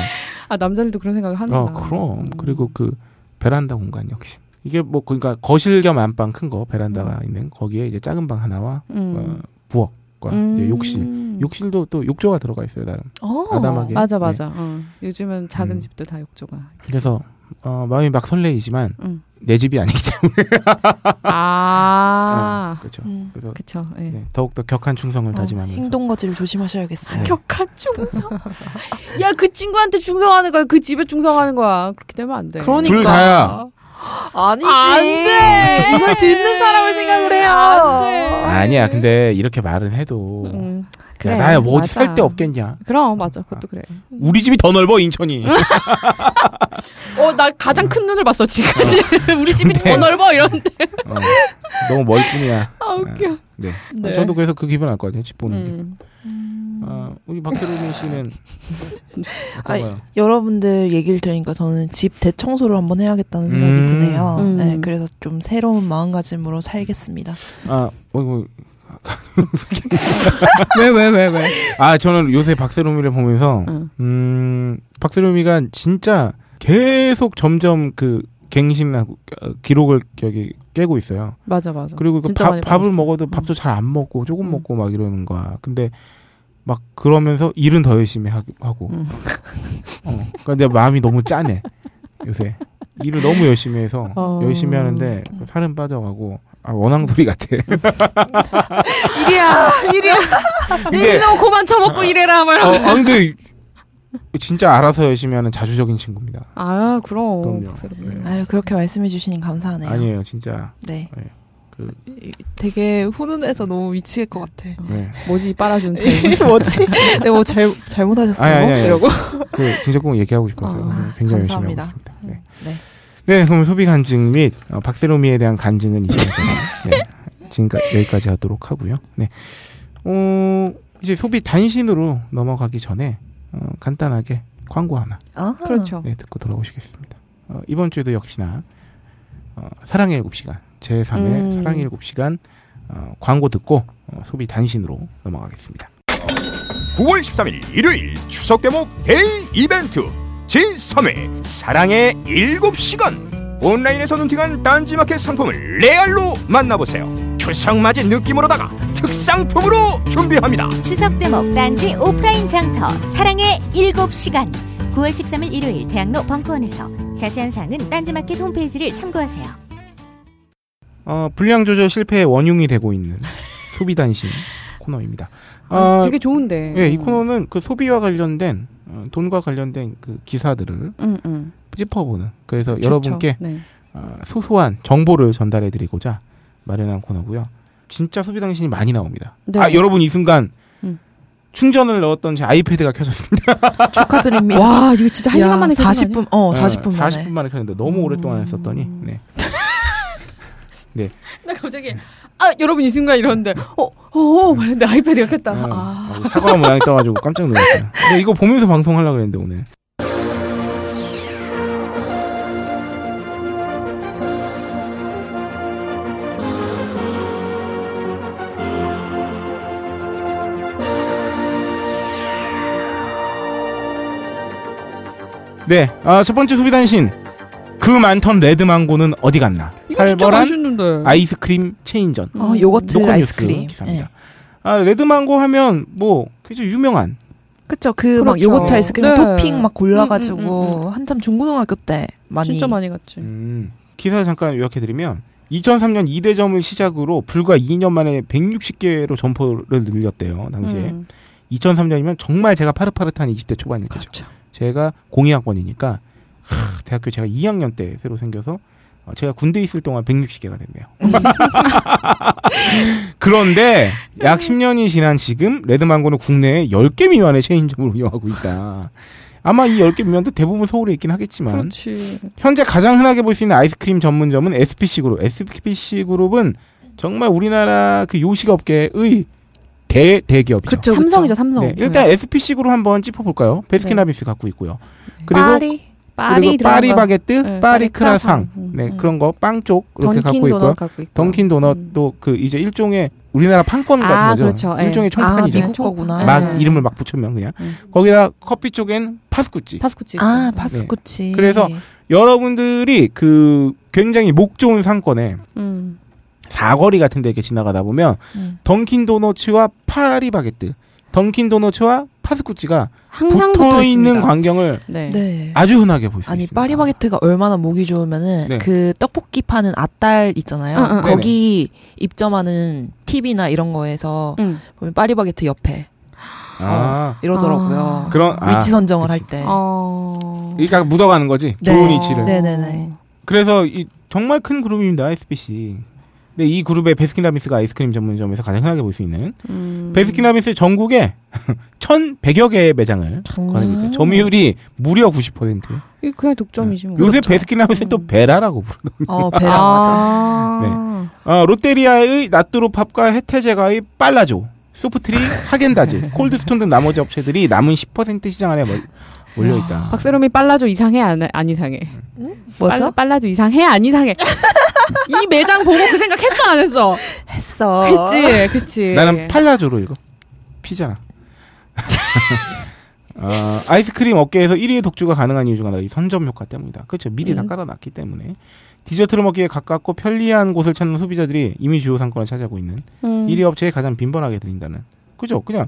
Speaker 3: 아, 남자들도 그런 생각을 하는구나.
Speaker 1: 아, 그럼.
Speaker 3: 음.
Speaker 1: 그리고 그 베란다 공간 역시. 이게 뭐 그러니까 거실 겸 안방 큰 거 베란다가 있는 거기에 이제 작은 방 하나와
Speaker 3: 음.
Speaker 1: 어, 부엌과 이제
Speaker 3: 음.
Speaker 1: 욕실. 욕실도 또 욕조가 들어가 있어요, 나름.
Speaker 2: 어.
Speaker 1: 아담하게.
Speaker 3: 맞아
Speaker 1: 네.
Speaker 3: 맞아. 어. 요즘은 작은
Speaker 1: 음.
Speaker 3: 집도 다 욕조가.
Speaker 1: 그래서 어, 마음이 막 설레이지만
Speaker 3: 음.
Speaker 1: 내 집이 아니기 때문에
Speaker 3: 아,
Speaker 1: 그렇죠.
Speaker 2: 음.
Speaker 1: 그래서
Speaker 3: 그쵸. 예.
Speaker 1: 네, 더욱더 격한 충성을
Speaker 2: 어,
Speaker 1: 다짐하면서
Speaker 2: 행동 거지를 조심하셔야겠어요.
Speaker 1: 네.
Speaker 3: 격한 충성. 야, 그 친구한테 충성하는 거야. 그 집에 충성하는 거야. 그렇게 되면 안 돼.
Speaker 2: 그러니까
Speaker 1: 둘 다야.
Speaker 2: 아니지.
Speaker 3: 안 돼.
Speaker 2: 이걸 듣는 사람을 생각을 해요.
Speaker 3: 안 돼.
Speaker 1: 아니야. 근데 이렇게 말은 해도
Speaker 3: 네. 음,
Speaker 1: 야, 나야 뭐
Speaker 3: 맞아. 음.
Speaker 1: 살 데 없겠냐.
Speaker 3: 그럼 맞아. 그것도 그래.
Speaker 1: 우리 집이 더 넓어 인천이.
Speaker 3: 음. 어, 나 가장 큰 눈을 봤어 지금까지.
Speaker 1: 네.
Speaker 3: 우리 집이 더
Speaker 1: 근데-
Speaker 3: 넓어 이런데.
Speaker 1: 어, 너무 멀 뿐이야.
Speaker 3: 아 웃겨.
Speaker 1: 네.
Speaker 3: 네.
Speaker 1: 저도 그래서 그 기분 알거든요. 집 보는 게.
Speaker 3: 음.
Speaker 1: 아, 우리 박혜로민 씨는 어떤가요?
Speaker 2: 여러분들 얘기를 들으니까 저는 집 대청소를 한번 해야겠다는 생각이
Speaker 1: 음.
Speaker 2: 드네요.
Speaker 3: 음.
Speaker 2: 네, 그래서 좀 새로운 마음가짐으로 살겠습니다.
Speaker 1: 아, 뭐, 뭐,
Speaker 3: 왜 왜 왜 왜?
Speaker 1: 아, 저는 요새 박세롬이를 보면서
Speaker 3: 응.
Speaker 1: 음, 박세롬이가 진짜 계속 점점 그 갱신하고 어, 기록을 여기 깨고 있어요.
Speaker 3: 맞아 맞아.
Speaker 1: 그리고 그
Speaker 3: 진짜
Speaker 1: 밥,
Speaker 3: 많이
Speaker 1: 밥을
Speaker 3: 빠졌어.
Speaker 1: 먹어도 밥도 잘 안 먹고 조금
Speaker 3: 음.
Speaker 1: 먹고 막 이러는 거야. 근데 막 그러면서 일은 더 열심히 하, 고
Speaker 3: 음.
Speaker 1: 어. 근데 마음이 너무 짠해. 요새 일을 너무 열심히 해서
Speaker 3: 어.
Speaker 1: 열심히 하는데 살은 빠져가고 아 원앙돌이 같아.
Speaker 3: 이리야 이리야. 네,
Speaker 1: 근데
Speaker 3: 내일로 고만 쳐먹고 이래라 말.
Speaker 1: 어, 아, 근데 진짜 알아서 열심히 하는 자주적인 친구입니다.
Speaker 3: 아 그럼.
Speaker 1: 그럼요.
Speaker 3: 박세롬.
Speaker 1: 네.
Speaker 2: 아유 그렇게 말씀해 주시니 감사하네요.
Speaker 1: 아니에요, 진짜.
Speaker 2: 네.
Speaker 1: 네. 그-
Speaker 2: 되게 훈훈해서 너무 미치겠 것 같아.
Speaker 1: 네.
Speaker 3: 뭐지 빨아준 대.
Speaker 2: 이게 뭐지? 내가 뭐 잘, 잘못하셨어요?
Speaker 1: 아니, 아니, 아니.
Speaker 2: 이러고.
Speaker 1: 그 진짜 꼭 얘기하고 싶었어요.
Speaker 3: 어,
Speaker 1: 그래서 굉장히 열심히
Speaker 2: 감사합니다.
Speaker 1: 하고 있습니다. 네.
Speaker 2: 네.
Speaker 1: 네, 그럼 소비 간증 및 어, 박세롬이에 대한 간증은 이제까지 네. 지금까지 여기까지 하도록 하고요. 네. 어, 이제 소비 단신으로 넘어가기 전에 어, 간단하게 광고 하나
Speaker 2: 아하.
Speaker 3: 그렇죠.
Speaker 1: 네, 듣고 돌아오시겠습니다. 어, 이번 주에도 역시나 어, 사랑의 7시간 제3회
Speaker 3: 음.
Speaker 1: 사랑의 7시간 어, 광고 듣고 어, 소비 단신으로 넘어가겠습니다.
Speaker 5: 9월 13일 일요일 추석 대목 데이 이벤트 제3회 사랑의 7시간 온라인에서 눈팅한 딴지마켓 상품을 레알로 만나보세요 추석 맞은 느낌으로다가 특상품으로 준비합니다
Speaker 6: 추석 대목 단지 오프라인 장터 사랑의 7시간 9월 13일 일요일 대학로 벙커원에서 자세한 사항은 딴지마켓 홈페이지를 참고하세요.
Speaker 1: 어, 불량 조절 실패의 원흉이 되고 있는 소비 단신 코너입니다.
Speaker 3: 아,
Speaker 1: 아,
Speaker 3: 되게 좋은데.
Speaker 1: 예, 이
Speaker 3: 음.
Speaker 1: 코너는 그 소비와 관련된 어, 돈과 관련된 그 기사들을
Speaker 3: 응 응.
Speaker 1: 짚어보는 그래서
Speaker 3: 음, 좋죠.
Speaker 1: 여러분께
Speaker 3: 네.
Speaker 1: 어, 소소한 정보를 전달해드리고자 마련한 코너고요. 진짜 소비 단신이 많이 나옵니다.
Speaker 3: 네.
Speaker 1: 아 여러분 이 순간
Speaker 3: 음.
Speaker 1: 충전을 넣었던 제 아이패드가 켜졌습니다.
Speaker 2: 축하드립니다.
Speaker 3: 와 이거 진짜 한
Speaker 2: 야,
Speaker 3: 시간 만에 켜진 거
Speaker 2: 40분,
Speaker 3: 아니야?
Speaker 2: 어, 40분 만에.
Speaker 1: 네.
Speaker 2: 음.
Speaker 1: 40분 만에 켰는데 너무 오랫동안 했었더니 네.
Speaker 3: 나 갑자기 아 여러분 이 순간 이러는데 어어 말했는데 아이패드가 켰다.
Speaker 1: 어,
Speaker 3: 아.
Speaker 1: 어, 사과 모양이 떠가지고 깜짝 놀랐어요. 근데 이거 보면서 방송하려고 그랬는데 오늘. 네, 아, 첫 번째 소비단신. 그 많던 레드망고는 어디 갔나?
Speaker 3: 이거 음. 진짜
Speaker 1: 살벌한
Speaker 3: 맛있는데.
Speaker 1: 아이스크림 체인전.
Speaker 2: 어, 요거트
Speaker 1: 노컷
Speaker 2: 아이스크림. 예.
Speaker 1: 뉴스 기사입니다. 아, 레드망고 하면 뭐 굉장히 유명한
Speaker 2: 그쵸. 그 막
Speaker 3: 그렇죠.
Speaker 2: 요거트 아이스크림
Speaker 3: 네.
Speaker 2: 토핑 막 골라가지고
Speaker 3: 음, 음,
Speaker 2: 한참 중고등학교 때 많이.
Speaker 3: 진짜 많이
Speaker 2: 네.
Speaker 3: 갔지.
Speaker 1: 음, 기사 잠깐 요약해드리면 2003년 2대점을 시작으로 불과 2년 만에 160개로 점포를 늘렸대요. 당시에
Speaker 3: 음.
Speaker 1: 2003년이면 정말 제가 파릇파릇한 20대 초반일 때죠.
Speaker 3: 그렇죠.
Speaker 1: 제가 공이학번이니까 하, 대학교 제가 2학년 때 새로 생겨서 어, 제가 군대 있을 동안 160개가 됐네요. 그런데 약 10년이 지난 지금 레드망고는 국내에 10개 미만의 체인점을 운영하고 있다. 아마 이 10개 미만도 대부분 서울에 있긴 하겠지만
Speaker 3: 그렇지.
Speaker 1: 현재 가장 흔하게 볼 수 있는 아이스크림 전문점은 SPC 그룹. SPC 그룹은 정말 우리나라 그 요식업계의 대 대기업이죠.
Speaker 2: 그쵸, 그쵸.
Speaker 3: 삼성이죠 삼성.
Speaker 1: 네, 일단 SPC 그룹 한번 찝어볼까요? 베스킨라빈스 갖고 있고요. 그리고
Speaker 2: 파리. 아,
Speaker 1: 그리고 파리 바게트,
Speaker 3: 네,
Speaker 1: 파리
Speaker 3: 파리
Speaker 1: 크라상,
Speaker 3: 크라상. 음.
Speaker 1: 네
Speaker 2: 음.
Speaker 1: 그런 거 빵 쪽 이렇게 갖고 있고요.
Speaker 3: 갖고 있고.
Speaker 1: 던킨 도넛도 그 이제 일종의 우리나라 판권 같은
Speaker 3: 아,
Speaker 1: 거죠.
Speaker 3: 그렇죠. 예.
Speaker 1: 일종의
Speaker 2: 아,
Speaker 1: 총판이죠.
Speaker 2: 미국 거구나.
Speaker 3: 네.
Speaker 1: 막 이름을 막 붙이면 그냥
Speaker 3: 음.
Speaker 1: 거기다 커피 쪽엔 파스쿠치.
Speaker 3: 파스쿠치.
Speaker 2: 아,
Speaker 3: 있죠.
Speaker 2: 파스코치.
Speaker 1: 네. 그래서 여러분들이 그 굉장히 목 좋은 상권에
Speaker 3: 음.
Speaker 1: 사거리 같은 데 이렇게 지나가다 보면
Speaker 2: 음.
Speaker 1: 던킨 도너츠와 파리 바게트, 던킨 도너츠와 파스쿠치가
Speaker 3: 항상
Speaker 1: 붙어
Speaker 3: 있습니다.
Speaker 1: 있는 광경을
Speaker 3: 네.
Speaker 2: 네.
Speaker 1: 아주 흔하게 볼 수
Speaker 2: 아니
Speaker 1: 있습니다.
Speaker 2: 파리바게트가 얼마나 목이 좋으면은
Speaker 1: 네.
Speaker 2: 그 떡볶이 파는 앞달 있잖아요.
Speaker 3: 응, 응.
Speaker 2: 거기 입점하는 TV나 이런 거에서
Speaker 3: 응.
Speaker 2: 보면 파리바게트 옆에
Speaker 1: 아,
Speaker 2: 이러더라고요.
Speaker 1: 그런 아,
Speaker 2: 어. 위치 선정을
Speaker 1: 그치.
Speaker 2: 할
Speaker 3: 네.
Speaker 2: 때.
Speaker 3: 어.
Speaker 1: 그러니까 묻어가는 거지
Speaker 2: 네.
Speaker 1: 좋은 위치를.
Speaker 2: 네네네.
Speaker 1: 그래서 이 정말 큰 그룹입니다 ISPC. 근데 이 그룹의 베스킨라빈스가 아이스크림 전문점에서 가장 흔하게 볼 수 있는
Speaker 3: 음.
Speaker 1: 베스킨라빈스 전국에 1,100여 개의 매장을 관하고 있어요. 점유율이 무려 90%.
Speaker 2: 음,
Speaker 3: 이게 그냥 독점이지 뭐.
Speaker 2: 그렇죠.
Speaker 1: 요새 베스킨라빈스 는또 베라라고 부르는.
Speaker 2: 어 베라 맞아.
Speaker 3: 아.
Speaker 1: 아, 롯데리아의 나뚜루팝과 해태제과의 빨라조, 소프트리, 하겐다즈, 콜드스톤 등 나머지 업체들이 남은 10% 시장 안에 몰- 몰려 있다.
Speaker 2: 아,
Speaker 3: 박세롬이 빨라줘 이상해 안, 안 이상해. 빨라,
Speaker 2: 뭐죠?
Speaker 3: 빨라줘 이상해 안 이상해. 이 매장 보고 그 생각했어 안 했어.
Speaker 2: 했어.
Speaker 3: 그치 그치.
Speaker 1: 나는 팔라조로 이거 피잖아. 어, 아이스크림 업계에서 1위의 독주가 가능한 이유 중 하나가 이 선점 효과 때문이다. 그렇죠. 미리 다
Speaker 3: 음.
Speaker 1: 깔아놨기 때문에 디저트를 먹기에 가깝고 편리한 곳을 찾는 소비자들이 이미 주요 상권을 차지하고 있는
Speaker 3: 음.
Speaker 1: 1위 업체에 가장 빈번하게 들린다는. 그죠? 그냥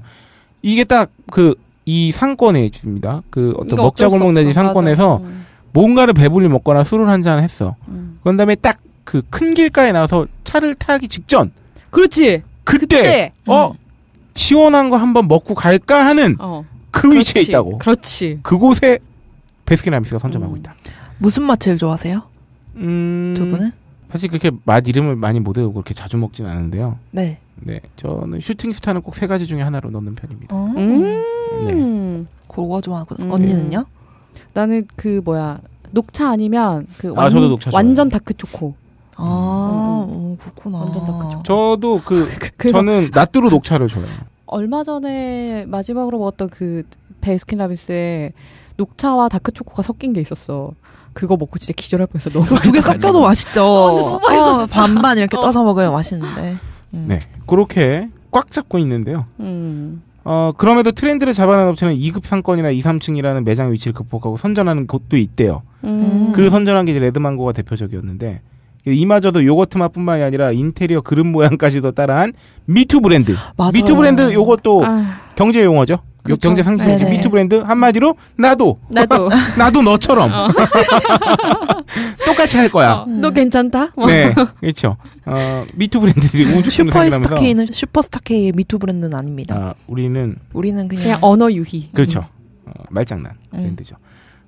Speaker 1: 이게 딱 그 이 상권에 있습니다. 그 어떤
Speaker 3: 이거 어쩔 수
Speaker 1: 먹자골목 내지
Speaker 3: 없어.
Speaker 1: 상권에서
Speaker 3: 맞아. 음,
Speaker 1: 뭔가를 배불리 먹거나 술을 한 잔 했어.
Speaker 3: 음.
Speaker 1: 그런 다음에 딱 그 큰 길가에 나와서 차를 타기 직전
Speaker 3: 그렇지. 네.
Speaker 1: 그때,
Speaker 3: 그때. 음.
Speaker 1: 어 시원한 거 한번 먹고 갈까 하는
Speaker 3: 어.
Speaker 1: 그 위치에
Speaker 3: 그렇지.
Speaker 1: 있다고.
Speaker 3: 그렇지.
Speaker 1: 그곳에 베스킨라빈스가 선점하고
Speaker 3: 음.
Speaker 1: 있다.
Speaker 2: 무슨 맛 제일 좋아하세요?
Speaker 1: 음,
Speaker 2: 두 분은?
Speaker 1: 사실 그렇게 맛 이름을 많이 못 외우고 그렇게 자주 먹진 않은데요.
Speaker 2: 네.
Speaker 1: 네, 저는 슈팅스타는 꼭 세 가지 중에 하나로 넣는 편입니다.
Speaker 2: 어.
Speaker 3: 음.
Speaker 1: 네.
Speaker 2: 그거 좋아하구나.
Speaker 3: 음.
Speaker 2: 언니는요?
Speaker 3: 나는 그 뭐야 녹차 아니면 그
Speaker 1: 아, 저도 녹차 좋아해요.
Speaker 3: 완전 다크 초코.
Speaker 2: 아,
Speaker 3: 음,
Speaker 2: 오, 그렇구나.
Speaker 3: 완전 다크죠.
Speaker 1: 저도 그
Speaker 3: 그래서
Speaker 1: 저는 나뚜루 녹차를 줘요.
Speaker 3: 얼마 전에 마지막으로 먹었던 그 베스킨라빈스에 녹차와 다크 초코가 섞인 게 있었어. 그거 먹고 진짜 기절할 뻔했어. 너무
Speaker 2: 두 개 섞여도 맛있죠.
Speaker 3: 너무 맛있어,
Speaker 2: 어,
Speaker 3: 진짜.
Speaker 2: 반반 이렇게
Speaker 3: 어.
Speaker 2: 떠서 먹으면 맛있는데. 음.
Speaker 1: 네, 그렇게 꽉 잡고 있는데요.
Speaker 3: 음.
Speaker 1: 어, 그럼에도 트렌드를 잡아낸 업체는 2급 상권이나 2, 3층이라는 매장 위치를 극복하고 선전하는 곳도 있대요.
Speaker 3: 음.
Speaker 1: 그 선전한 게 이제 레드망고가 대표적이었는데 이마저도 요거트 맛뿐만이 아니라 인테리어 그릇 모양까지도 따라한 미투 브랜드.
Speaker 2: 맞아요.
Speaker 1: 미투 브랜드 요것도
Speaker 3: 아, 경제
Speaker 1: 경제 용어죠. 요-
Speaker 3: 그렇죠.
Speaker 1: 경제 상식
Speaker 2: 네네.
Speaker 1: 미투 브랜드 한마디로 나도
Speaker 3: 나도
Speaker 1: 나도 너처럼 똑같이 할 거야.
Speaker 3: 어,
Speaker 2: 음.
Speaker 3: 너 괜찮다. 뭐.
Speaker 1: 네, 그렇죠. 어, 미투 브랜드들이 우주춤을
Speaker 2: 슈퍼스타
Speaker 1: 생기면서
Speaker 2: K는 슈퍼스타 K의 미투 브랜드는 아닙니다.
Speaker 1: 아, 우리는
Speaker 2: 우리는 그냥,
Speaker 3: 그냥 언어 유희.
Speaker 1: 그렇죠. 어, 말장난
Speaker 2: 음.
Speaker 1: 브랜드죠.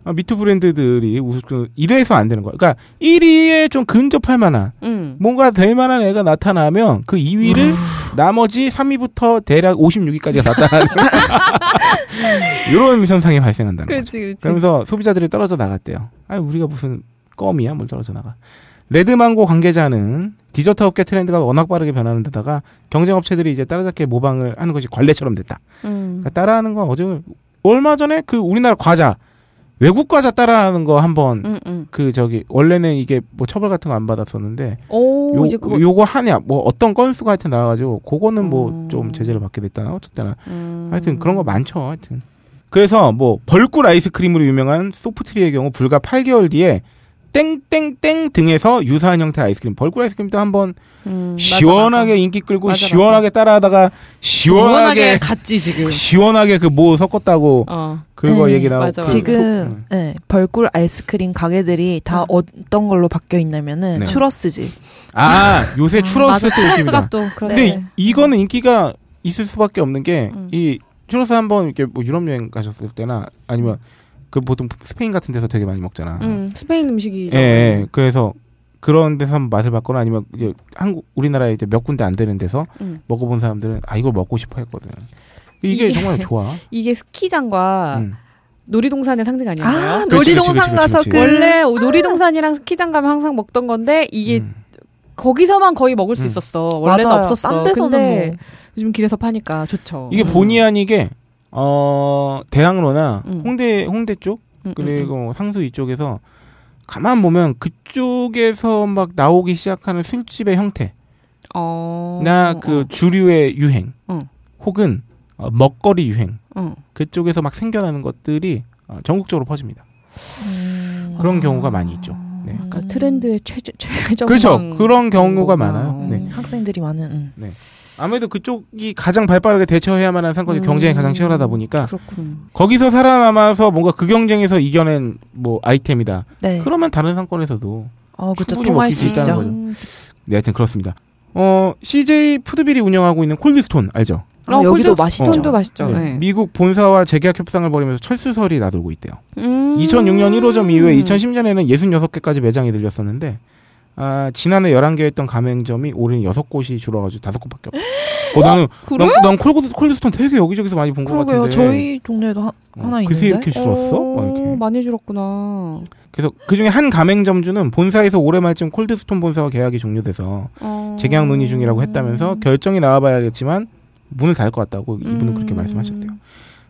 Speaker 1: 어, 미투 브랜드들이 우스갯 이래서 안 되는 거야. 그러니까 1위에 좀 근접할 만한
Speaker 3: 음.
Speaker 1: 뭔가 될 만한 애가 나타나면 그 2위를 나머지 3위부터 대략 56위까지가 나타나는 이런 현상이 발생한다는 거죠.
Speaker 3: 그렇지 그렇지.
Speaker 1: 그러면서 소비자들이 떨어져 나갔대요. 아 우리가 무슨 껌이야 뭘 떨어져 나가. 레드망고 관계자는 디저트 업계 트렌드가 워낙 빠르게 변하는 데다가 경쟁 업체들이 이제 따라잡게 모방을 하는 것이 관례처럼 됐다.
Speaker 3: 음.
Speaker 1: 그러니까 따라하는 건 어제 얼마 전에 그 우리나라 과자 외국 과자 따라하는 거 한번
Speaker 3: 음, 음.
Speaker 1: 그 저기 원래는 이게 뭐 처벌 같은 거 안 받았었는데
Speaker 3: 오
Speaker 1: 요,
Speaker 3: 이제 그거.
Speaker 1: 요거 하냐 뭐 어떤 건수가 하여튼 나와가지고 그거는 뭐
Speaker 3: 음.
Speaker 1: 좀 제재를 받게 됐다나 어쨌다나
Speaker 3: 음.
Speaker 1: 하여튼 그런 거 많죠 하여튼 그래서 뭐 벌꿀 아이스크림으로 유명한 소프트리의 경우 불과 8개월 뒤에 땡땡땡 등에서 유사한 형태 의 아이스크림 벌꿀 아이스크림도 한번
Speaker 3: 음, 맞아,
Speaker 1: 시원하게
Speaker 3: 맞아.
Speaker 1: 인기 끌고
Speaker 3: 맞아, 맞아.
Speaker 1: 시원하게 따라하다가
Speaker 3: 시원하게
Speaker 1: 시원하게
Speaker 3: 갔지 지금.
Speaker 1: 시원하게 그 뭐 섞었다고
Speaker 3: 어.
Speaker 1: 그거
Speaker 2: 네,
Speaker 1: 얘기 나오고
Speaker 3: 맞아,
Speaker 1: 그
Speaker 3: 맞아.
Speaker 1: 소-
Speaker 2: 지금 네, 벌꿀 아이스크림 가게들이 다
Speaker 3: 음.
Speaker 2: 어떤 걸로 바뀌어 있냐면은
Speaker 1: 네.
Speaker 2: 추러스지.
Speaker 1: 아 요새 추러스
Speaker 3: 음, 맞아,
Speaker 1: 또 웃깁니다.
Speaker 3: 추러스가 또 그런데
Speaker 1: 근데 이- 이거는 인기가 있을 수밖에 없는 게 이
Speaker 3: 네. 음.
Speaker 1: 추러스 한번 이렇게 뭐 유럽 여행 가셨을 때나 아니면 그 보통 스페인 같은 데서 되게 많이 먹잖아.
Speaker 3: 음, 스페인 음식이죠.
Speaker 1: 예, 예. 그래서 그런 데서 한번 맛을 봤거나 아니면 이제 한국 우리나라에 이제 몇 군데 안 되는 데서
Speaker 3: 음.
Speaker 1: 먹어본 사람들은 아 이걸 먹고 싶어 했거든. 이게
Speaker 3: 이게- 아,
Speaker 1: 정말 좋아.
Speaker 3: 이게 스키장과
Speaker 1: 음.
Speaker 3: 놀이동산의 상징 아니었나요?
Speaker 2: 아,
Speaker 1: 그렇지,
Speaker 2: 놀이동산
Speaker 1: 그렇지,
Speaker 2: 가서
Speaker 1: 그렇지,
Speaker 2: 그
Speaker 1: 그렇지.
Speaker 3: 원래 놀이동산이랑 스키장 가면 항상 먹던 건데 이게
Speaker 1: 음.
Speaker 3: 거기서만 거의 먹을 수
Speaker 1: 음.
Speaker 3: 있었어. 원래는
Speaker 2: 맞아요.
Speaker 3: 없었어.
Speaker 2: 딴 데서는
Speaker 3: 근데
Speaker 2: 뭐.
Speaker 3: 요즘 길에서 파니까 좋죠.
Speaker 1: 이게
Speaker 3: 음.
Speaker 1: 본의 아니게 어 대학로나
Speaker 3: 음.
Speaker 1: 홍대 홍대 쪽
Speaker 3: 음, 음,
Speaker 1: 그리고 뭐 상수 이쪽에서 가만 보면 그쪽에서 막 나오기 시작하는 술집의 형태나
Speaker 3: 음. 어...
Speaker 1: 그
Speaker 3: 어,
Speaker 1: 주류의 유행
Speaker 3: 응.
Speaker 1: 혹은 어, 먹거리 유행
Speaker 3: 응.
Speaker 1: 그쪽에서 막 생겨나는 것들이 어, 전국적으로 퍼집니다.
Speaker 3: 음.
Speaker 1: 그런 경우가 많이 있죠. 네.
Speaker 3: 그러니까
Speaker 2: 음.
Speaker 3: 트렌드의 최 최- 최저방.
Speaker 1: 그렇죠. 그런 경우가
Speaker 3: 뭐가.
Speaker 1: 많아요. 네.
Speaker 2: 음, 학생들이 많은. 음.
Speaker 1: 아무래도 그쪽이 가장 발빠르게 대처해야만 하는 상황이 경쟁이
Speaker 3: 음.
Speaker 1: 가장 치열하다 보니까
Speaker 3: 그렇군.
Speaker 1: 거기서 살아남아서 뭔가 그 경쟁에서 이겨낸 뭐 아이템이다.
Speaker 2: 네.
Speaker 1: 그러면 다른 상권에서도
Speaker 2: 어, 그쵸.
Speaker 1: 충분히
Speaker 2: 통할
Speaker 1: 먹힐
Speaker 2: 수
Speaker 3: 음,
Speaker 1: 수 있다는
Speaker 2: 있죠.
Speaker 1: 거죠. 네, 하여튼 그렇습니다. 어, CJ 푸드빌이 운영하고 있는 콜드스톤 알죠?
Speaker 2: 아, 여기도 맛있죠.
Speaker 3: 도 맛있죠.
Speaker 1: 네.
Speaker 3: 네.
Speaker 1: 미국 본사와 재계약 협상을 벌이면서 철수설이 나돌고 있대요.
Speaker 3: 음.
Speaker 1: 2006년 1호점 이후에 2010년에는 66개까지 매장이 늘렸었는데 아, 지난해 11개였던 가맹점이 올해는 6곳이 줄어가지고 5곳밖에 없어. 어, 나는
Speaker 3: 그래?
Speaker 1: 난, 난 콜드, 콜드스톤 되게 여기저기서 많이 본 것 같은데.
Speaker 2: 아, 그러게요. 저희 동네에도 하,
Speaker 1: 어,
Speaker 2: 하나
Speaker 1: 그새
Speaker 2: 있는데.
Speaker 1: 이렇게 줄었어? 막
Speaker 3: 어,
Speaker 1: 이렇게.
Speaker 3: 많이 줄었구나.
Speaker 1: 그래서 그 중에 한 가맹점주는 본사에서 올해 말쯤 콜드스톤 본사와 계약이 종료돼서
Speaker 3: 어.
Speaker 1: 재계약 논의 중이라고 했다면서
Speaker 2: 음.
Speaker 1: 결정이 나와봐야겠지만 문을 닫을 것 같다고 이분은 그렇게
Speaker 3: 음.
Speaker 1: 말씀하셨대요.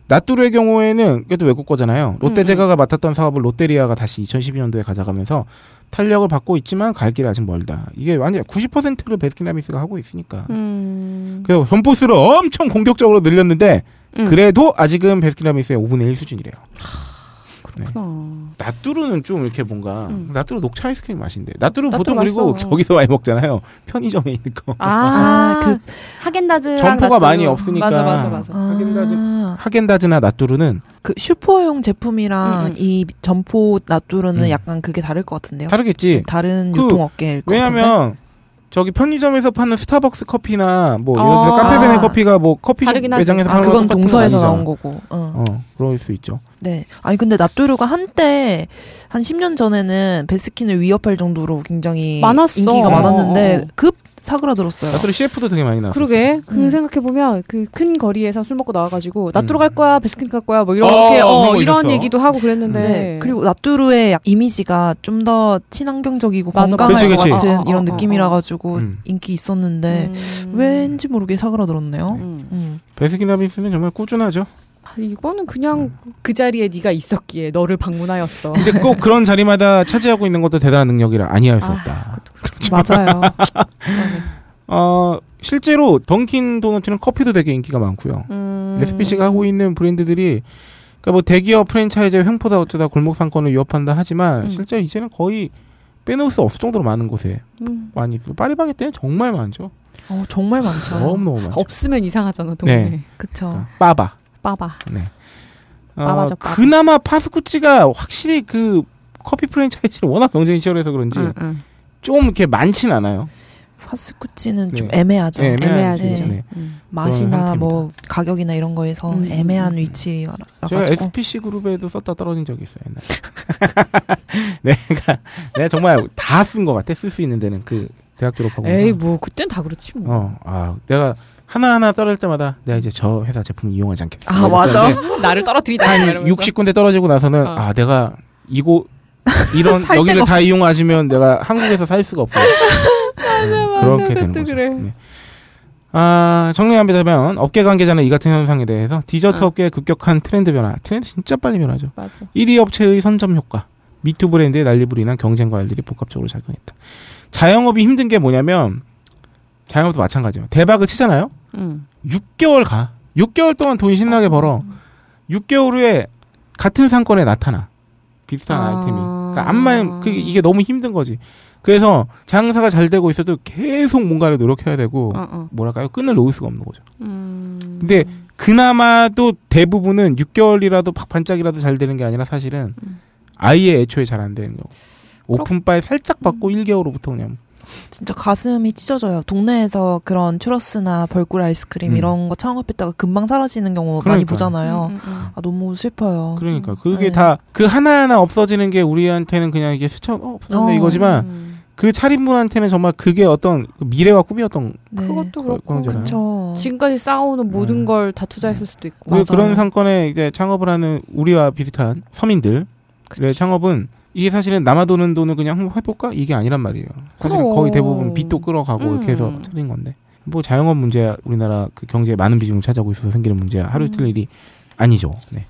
Speaker 1: 나뚜루의 경우에는 이것도 외국 거잖아요. 롯데
Speaker 3: 음.
Speaker 1: 제과가 맡았던 사업을 롯데리아가 다시 2012년도에 가져가면서 탄력을 받고 있지만 갈 길이 아직 멀다. 이게 완전 90%를 베스킨라빈스가 하고 있으니까.
Speaker 3: 음.
Speaker 1: 그래서 현포스를 엄청 공격적으로 늘렸는데
Speaker 3: 음.
Speaker 1: 그래도 아직은 베스킨라빈스의 5분의 1 수준이래요.
Speaker 2: 아.
Speaker 3: 그렇구나.
Speaker 1: 나뚜루는 좀 이렇게 뭔가
Speaker 3: 음.
Speaker 1: 나뚜루 녹차 아이스크림 맛인데 나뚜루
Speaker 3: 나뚜루
Speaker 1: 보통 그리고
Speaker 3: 맛있어.
Speaker 1: 저기서 많이 먹잖아요. 편의점에 있는 거.
Speaker 3: 아,
Speaker 2: 아,
Speaker 3: 그
Speaker 2: 그-
Speaker 3: 하겐다즈랑
Speaker 1: 점포가
Speaker 3: 나뚜루.
Speaker 1: 많이 없으니까.
Speaker 3: 맞아 맞아 맞아.
Speaker 1: 하긴다즈.
Speaker 2: 아,
Speaker 1: 하겐다즈나 나뚜루는
Speaker 2: 그 슈퍼용 제품이랑
Speaker 3: 음, 음.
Speaker 2: 이 점포 낫뚜루는
Speaker 1: 음.
Speaker 2: 약간 그게 다를 것 같은데요. 네.
Speaker 1: 다르겠지.
Speaker 2: 다른
Speaker 1: 그-
Speaker 2: 유통업계일 것 같은데.
Speaker 1: 왜냐면 저기 편의점에서 파는 스타벅스 커피나 뭐 이런
Speaker 3: 어.
Speaker 1: 데서 카페베네
Speaker 2: 아.
Speaker 1: 커피가 뭐 커피
Speaker 3: 다르긴 하지.
Speaker 1: 매장에서
Speaker 2: 아,
Speaker 1: 파는
Speaker 2: 그건
Speaker 1: 똑같은
Speaker 2: 동서에서
Speaker 1: 건 아니잖아.
Speaker 2: 나온 거고. 어.
Speaker 1: 어, 그럴 수 있죠.
Speaker 2: 네. 아니 근데 납두류가 한때 한 10년 전에는 베스킨을 위협할 정도로 굉장히
Speaker 3: 많았어.
Speaker 2: 인기가
Speaker 1: 어,
Speaker 2: 많았는데
Speaker 3: 어, 어.
Speaker 2: 급 사그라들었어요.
Speaker 1: 나뚜루 CF도 되게 많이 나왔어.
Speaker 3: 그러게 그
Speaker 2: 음.
Speaker 3: 생각해 보면 그 큰 거리에서 술 먹고 나와가지고
Speaker 1: 음.
Speaker 3: 나뚜루 갈 거야 베스킨 갈 거야 뭐
Speaker 1: 어,
Speaker 3: 이렇게
Speaker 1: 그런
Speaker 3: 어,
Speaker 1: 거
Speaker 3: 이런
Speaker 1: 있었어.
Speaker 3: 얘기도 하고 그랬는데
Speaker 2: 네. 그리고 납두루의 약- 이미지가 좀 더 친환경적이고
Speaker 3: 맞아,
Speaker 2: 건강할
Speaker 1: 맞아.
Speaker 2: 것
Speaker 1: 그치, 그치.
Speaker 2: 같은
Speaker 3: 어, 어, 어,
Speaker 2: 이런
Speaker 3: 어.
Speaker 2: 느낌이라 가지고
Speaker 1: 음.
Speaker 2: 인기 있었는데
Speaker 3: 음.
Speaker 2: 왠지 모르게 사그라들었네요.
Speaker 3: 음.
Speaker 2: 음.
Speaker 1: 베스킨라빈스는 정말 꾸준하죠.
Speaker 3: 아, 이거는 그냥 그 자리에 네가 있었기에 너를 방문하였어.
Speaker 1: 근데 꼭 그런 자리마다 차지하고 있는 것도 대단한 능력이라 아니할 수
Speaker 3: 아,
Speaker 1: 없다.
Speaker 2: 맞아요.
Speaker 1: 어, 실제로 던킨 도너츠는 커피도 되게 인기가 많고요.
Speaker 3: 음.
Speaker 1: 레시피 씨가 하고 있는 브랜드들이 그러니까 뭐 대기업 프랜차이즈의 횡포다 어쩌다 골목 상권을 위협한다 하지만
Speaker 3: 음.
Speaker 1: 실제 이제는 거의 빼놓을 수 없을 정도로 많은 곳에
Speaker 3: 음.
Speaker 1: 많이 있어. 파리바게 때는 정말 많죠.
Speaker 2: 어, 정말 많죠.
Speaker 1: 너무 너무 많죠.
Speaker 3: 없으면 이상하잖아 동네.
Speaker 1: 네.
Speaker 2: 그쵸.
Speaker 1: 빠바.
Speaker 3: 빠바.
Speaker 1: 네. 어,
Speaker 3: 빠바죠, 빠바.
Speaker 1: 그나마 파스쿠치가 확실히 그 커피 프랜차이즈를 워낙 경쟁이 치열해서 그런지
Speaker 3: 응, 응.
Speaker 1: 좀 이렇게 많진 않아요.
Speaker 2: 파스쿠치는 좀
Speaker 1: 네.
Speaker 2: 애매하죠.
Speaker 1: 네,
Speaker 3: 애매하지.
Speaker 2: 애매하죠.
Speaker 1: 네.
Speaker 3: 음.
Speaker 2: 맛이나
Speaker 1: 그런
Speaker 2: 뭐 가격이나 이런 거에서
Speaker 3: 음.
Speaker 2: 애매한 위치라
Speaker 3: 아,
Speaker 1: 제가
Speaker 2: 가지고
Speaker 1: SPC 그룹에도 썼다 떨어진 적이 있어요. 옛날에. 내가 내가 정말 다 쓴 것 같아. 쓸 수 있는 데는 그 대학 졸업하고.
Speaker 3: 에이
Speaker 1: 나서.
Speaker 3: 뭐 그땐 다 그렇지 뭐.
Speaker 1: 어, 아, 내가 하나하나 떨어질 때마다 내가 이제 저 회사 제품 이용하지 네. 않겠어.
Speaker 2: 아, 맞아.
Speaker 3: 나를 떨어뜨리다.
Speaker 1: 한 60군데 떨어지고 나서는
Speaker 3: 어.
Speaker 1: 아 내가 이곳 이런
Speaker 2: 살
Speaker 1: 여기를
Speaker 2: 데가
Speaker 1: 다 이용하시면 내가 한국에서 살 수가 없다. 네,
Speaker 3: 맞아.
Speaker 1: 그렇게 되는
Speaker 3: 그것도
Speaker 1: 거죠.
Speaker 3: 그래.
Speaker 1: 네. 아 정리합니다면 업계 관계자는 이 같은 현상에 대해서 디저트
Speaker 3: 어.
Speaker 1: 업계의 급격한 트렌드 변화, 트렌드 진짜 빨리 변하죠.
Speaker 3: 맞아.
Speaker 1: 1위 업체의 선점 효과, 미투 브랜드의 난립으로 인한 경쟁과 알들이 복합적으로 작용했다. 자영업이 힘든 게 뭐냐면 자영업도 마찬가지예요. 대박을 치잖아요.
Speaker 3: 응.
Speaker 1: 6개월 가. 6개월 동안 돈 신나게 벌어. 6개월 후에 같은 상권에 나타나. 비슷한
Speaker 3: 아.
Speaker 1: 아... 이템이. 그러니까 암만 그 이게 너무 힘든 거지. 그래서 장사가 잘 되고 있어도 계속 뭔가를 노력해야 되고
Speaker 3: 어, 어.
Speaker 1: 뭐랄까요? 끈을 놓을 수가 없는 거죠.
Speaker 3: 음.
Speaker 1: 근데 그나마도 대부분은 6개월이라도 팍 반짝이라도 잘 되는 게 아니라 사실은
Speaker 3: 음.
Speaker 1: 아예 애초에 잘 안 되는 거. 오픈바에 살짝 받고
Speaker 3: 음.
Speaker 1: 1개월 후부터 그냥
Speaker 2: 진짜 가슴이 찢어져요. 동네에서 그런 추러스나 벌꿀 아이스크림
Speaker 1: 음.
Speaker 2: 이런 거 창업했다가 금방 사라지는 경우 많이
Speaker 1: 그러니까요.
Speaker 2: 보잖아요.
Speaker 3: 음, 음,
Speaker 2: 아 너무 슬퍼요.
Speaker 1: 그러니까 그게
Speaker 2: 네.
Speaker 1: 다 그 하나하나 없어지는 게 우리한테는 그냥 이게 스쳐 어, 없어졌네
Speaker 2: 어.
Speaker 1: 이거지만
Speaker 3: 음.
Speaker 1: 그 차림분한테는 정말 그게 어떤 미래와 꿈이었던
Speaker 2: 네.
Speaker 3: 그것도
Speaker 1: 그럴
Speaker 3: 그렇고.
Speaker 1: 거잖아요.
Speaker 2: 그쵸.
Speaker 3: 지금까지 쌓아오는 모든
Speaker 1: 음.
Speaker 3: 걸 다 투자했을 수도 있고.
Speaker 1: 우리
Speaker 2: 맞아요.
Speaker 1: 그런 상권에 이제 창업을 하는 우리와 비슷한 서민들의
Speaker 3: 그치.
Speaker 1: 창업은 이게 사실은 남아 도는 돈을 그냥 한번 해볼까 이게 아니란 말이에요. 사실은
Speaker 3: 그럼.
Speaker 1: 거의 대부분 빚도 끌어가고
Speaker 3: 음.
Speaker 1: 이렇게 해서 차린 건데 뭐 자영업 문제 우리나라 그 경제에 많은 비중을 차지하고 있어서 생기는 문제야 하루 이틀 일이 아니죠. 네.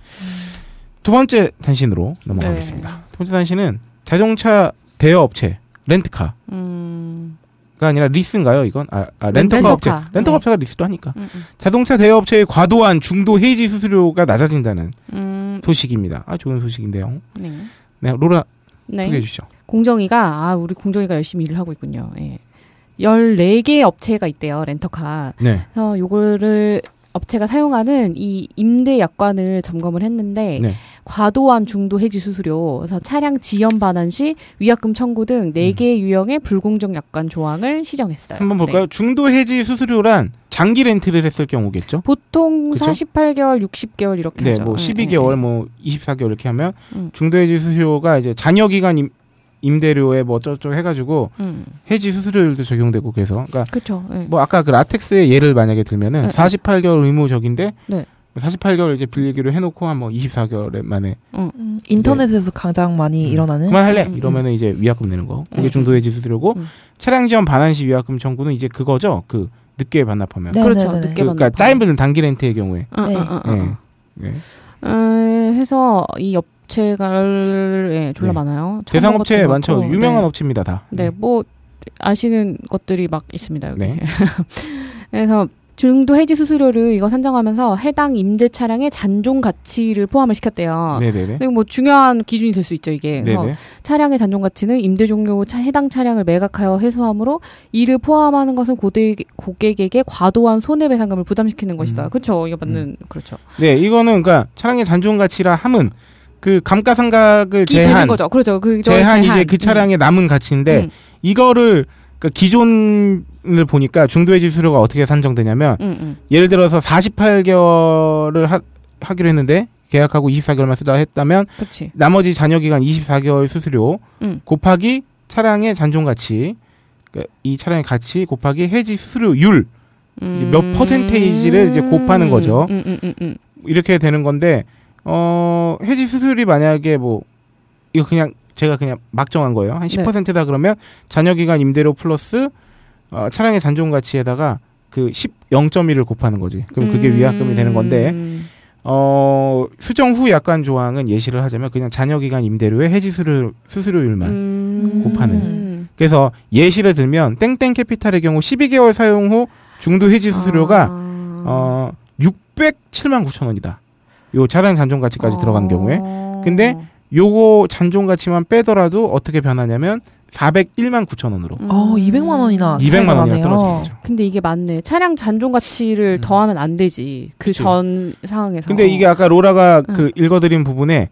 Speaker 1: 두 번째 단신으로
Speaker 3: 네.
Speaker 1: 넘어가겠습니다. 두 번째 단신은 자동차 대여 업체 렌트카.
Speaker 3: 음.
Speaker 1: 가 아니라 리스인가요 이건 아, 아, 렌터카,
Speaker 3: 렌터카.
Speaker 1: 업체 렌터카
Speaker 3: 네.
Speaker 1: 업체가 리스도 하니까
Speaker 3: 음,
Speaker 1: 자동차 대여 업체의 과도한 중도 해지 수수료가 낮아진다는
Speaker 3: 음.
Speaker 1: 소식입니다. 아 좋은 소식인데요.
Speaker 3: 네.
Speaker 1: 네, 로라
Speaker 3: 네.
Speaker 1: 소개해 주시죠.
Speaker 3: 공정이가 아 우리 공정이가 열심히 일을 하고 있군요. 예. 14개 업체가 있대요, 렌터카.
Speaker 1: 네.
Speaker 3: 그래서 요거를 업체가 사용하는 이 임대 약관을 점검을 했는데
Speaker 1: 네.
Speaker 3: 과도한 중도 해지 수수료, 그래서 차량 지연 반환 시 위약금 청구 등 4개 유형의 불공정 약관 조항을 시정했어요.
Speaker 1: 음. 한번
Speaker 3: 네.
Speaker 1: 볼까요? 중도 해지 수수료란 장기 렌트를 했을 경우겠죠.
Speaker 3: 보통
Speaker 1: 그쵸?
Speaker 3: 48개월, 60개월 이렇게
Speaker 1: 네,
Speaker 3: 하죠.
Speaker 1: 뭐
Speaker 3: 예,
Speaker 1: 12개월,
Speaker 3: 예.
Speaker 1: 뭐 24개월 이렇게 하면
Speaker 3: 음.
Speaker 1: 중도 해지 수수료가 이제 잔여 기간 임, 임대료에 뭐 어쩌고 해가지고
Speaker 3: 음,
Speaker 1: 해지 수수료율도 적용되고 그래서 그러니까
Speaker 3: 그렇죠. 예.
Speaker 1: 뭐 아까 그 라텍스의 예를 만약에 들면은
Speaker 3: 네.
Speaker 1: 48개월 의무적인데
Speaker 3: 네.
Speaker 1: 48개월 이제 빌리기로 해놓고 한 뭐 24개월 만에
Speaker 2: 음, 인터넷에서 가장 많이 일어나는
Speaker 1: 네. 그만할래
Speaker 3: 음, 음,
Speaker 1: 이러면은 이제 위약금 내는 거
Speaker 3: 음,
Speaker 1: 그게
Speaker 3: 음.
Speaker 1: 중도 해지 수수료고
Speaker 3: 음.
Speaker 1: 차량 지원 반환 시 위약금 청구는 이제 그거죠 그 늦게 반납하면
Speaker 2: 네,
Speaker 3: 그렇죠.
Speaker 2: 네, 네, 네.
Speaker 3: 늦게
Speaker 1: 그러니까
Speaker 3: 받는
Speaker 1: 짧은 단기 렌트의 경우에
Speaker 3: 방.
Speaker 2: 네.
Speaker 3: 어, 어, 어, 어.
Speaker 1: 예. 예.
Speaker 3: 에, 해서 이 업체가를 예, 졸라
Speaker 1: 네.
Speaker 3: 많아요.
Speaker 1: 대상
Speaker 3: 처음
Speaker 1: 업체
Speaker 3: 것도
Speaker 1: 많죠
Speaker 3: 그렇고,
Speaker 1: 유명한
Speaker 3: 네.
Speaker 1: 업체입니다 다
Speaker 3: 네, 뭐 아시는 것들이 막 있습니다 여기.
Speaker 1: 네.
Speaker 3: 그래서 중도 해지 수수료를 이거 산정하면서 해당 임대 차량의 잔존 가치를 포함을 시켰대요.
Speaker 1: 네네네
Speaker 3: 근데 뭐 중요한 기준이 될 수 있죠 이게. 그래서
Speaker 1: 네네
Speaker 3: 차량의 잔존 가치는 임대 종료 후 차- 해당 차량을 매각하여 회수함으로 이를 포함하는 것은 고객, 고객에게 과도한 손해배상금을 부담시키는 것이다.
Speaker 1: 음.
Speaker 3: 그렇죠. 이거 맞는 그렇죠.
Speaker 1: 네 이거는 그러니까 차량의 잔존 가치라 함은 그 감가상각을
Speaker 3: 이 되는
Speaker 1: 제한
Speaker 3: 거죠. 그렇죠. 그
Speaker 1: 제한 이제 그 차량의 남은 가치인데
Speaker 3: 음.
Speaker 1: 이거를 그러니까 기존을 보니까 중도의 지수료가 어떻게 산정되냐면
Speaker 3: 음, 음.
Speaker 1: 예를 들어서 48개월을 하, 기로 했는데 계약하고 24개월만 쓰다 했다면
Speaker 3: 그렇지.
Speaker 1: 나머지 잔여 기간 24개월 수수료
Speaker 3: 음.
Speaker 1: 곱하기 차량의 잔존 가치 그러니까 이 차량의 가치 곱하기 해지 수수료율 이제 몇 퍼센테이지를 이제 곱하는 거죠.
Speaker 3: 음, 음, 음, 음.
Speaker 1: 이렇게 되는 건데 어 해지 수수료율이 만약에 뭐 이거 그냥 제가 그냥 막 정한 거예요 한
Speaker 3: 네.
Speaker 1: 10%다 그러면 잔여 기간 임대료 플러스 어, 차량의 잔존 가치에다가 그 10, 0.1을 곱하는 거지 그럼 그게
Speaker 3: 음.
Speaker 1: 위약금이 되는 건데 어 수정 후 약관 조항은 예시를 하자면 그냥 잔여 기간 임대료의 해지 수수료, 수수료율만
Speaker 3: 음.
Speaker 1: 곱하는.
Speaker 3: 음.
Speaker 1: 그래서 예시를 들면 땡땡 캐피탈의 경우 12개월 사용 후 중도 해지 수수료가
Speaker 3: 아.
Speaker 1: 어 607만 9천 원이다 요 차량 잔존 가치까지 들어가는 경우에 근데 요거 잔존 가치만 빼더라도 어떻게 변하냐면 401만 9천 원으로
Speaker 2: 어, 200만
Speaker 3: 아,
Speaker 2: 원이나 차이가
Speaker 1: 200만 원이
Speaker 2: 나네요.
Speaker 1: 떨어지는 거죠.
Speaker 3: 음. 근데 이게 맞네. 차량 잔존
Speaker 1: 음.
Speaker 3: 가치를 더하면 안 되지.
Speaker 1: 그치.
Speaker 3: 그 전 상황에서.
Speaker 1: 근데 이게 아까 로라가
Speaker 3: 응.
Speaker 1: 그 읽어드린 부분에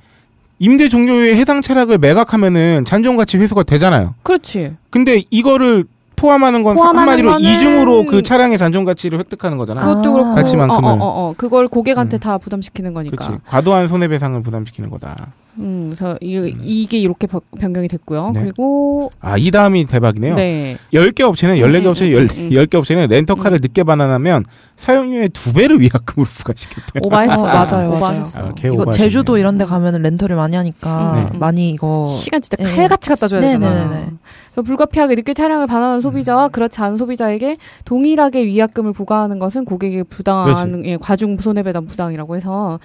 Speaker 1: 임대 종료에 해당 차량을 매각하면은 잔존 가치 회수가 되잖아요.
Speaker 3: 그렇지.
Speaker 1: 근데 이거를 포함하는 건
Speaker 3: 포함하는
Speaker 1: 한마디로
Speaker 3: 거는-
Speaker 1: 이중으로 그 차량의 잔존 가치를 획득하는 거잖아.
Speaker 2: 그-
Speaker 3: 그것도
Speaker 2: 아.
Speaker 3: 그렇고.
Speaker 1: 가치만큼을.
Speaker 3: 어, 어, 어, 어. 그걸 고객한테
Speaker 1: 음.
Speaker 3: 다 부담시키는 거니까.
Speaker 1: 그렇지. 과도한 손해배상을 부담시키는 거다.
Speaker 3: 음, 그래서 이, 이게 이렇게 바- 변경이 됐고요.
Speaker 1: 네.
Speaker 3: 그리고
Speaker 1: 아, 이 다음이 대박이네요.
Speaker 3: 네.
Speaker 1: 10개 업체는, 14개
Speaker 3: 음,
Speaker 1: 업체는, 1
Speaker 3: 음, 음, 음.
Speaker 1: 10개 업체는 렌터카를 늦게 반환하면 사용료의 두배를 위약금으로 부과시켰대요.
Speaker 3: 오바했어.
Speaker 2: 어, 맞아요,
Speaker 3: 오바했어.
Speaker 1: 맞아요. 아,
Speaker 2: 이거
Speaker 1: 오바하시네요.
Speaker 2: 제주도 이런 데 가면은 렌터를 많이 하니까
Speaker 3: 네.
Speaker 2: 많이 이거
Speaker 3: 시간 진짜
Speaker 2: 네.
Speaker 3: 칼같이 갖다 줘야 되잖아.
Speaker 2: 네네네네.
Speaker 3: 그래서 불가피하게 늦게 차량을 반환한 소비자와
Speaker 1: 음.
Speaker 3: 그렇지 않은 소비자에게 동일하게 위약금을 부과하는 것은 고객에게
Speaker 1: 그렇죠.
Speaker 3: 부당한 예, 과중 손해배당 부당이라고 해서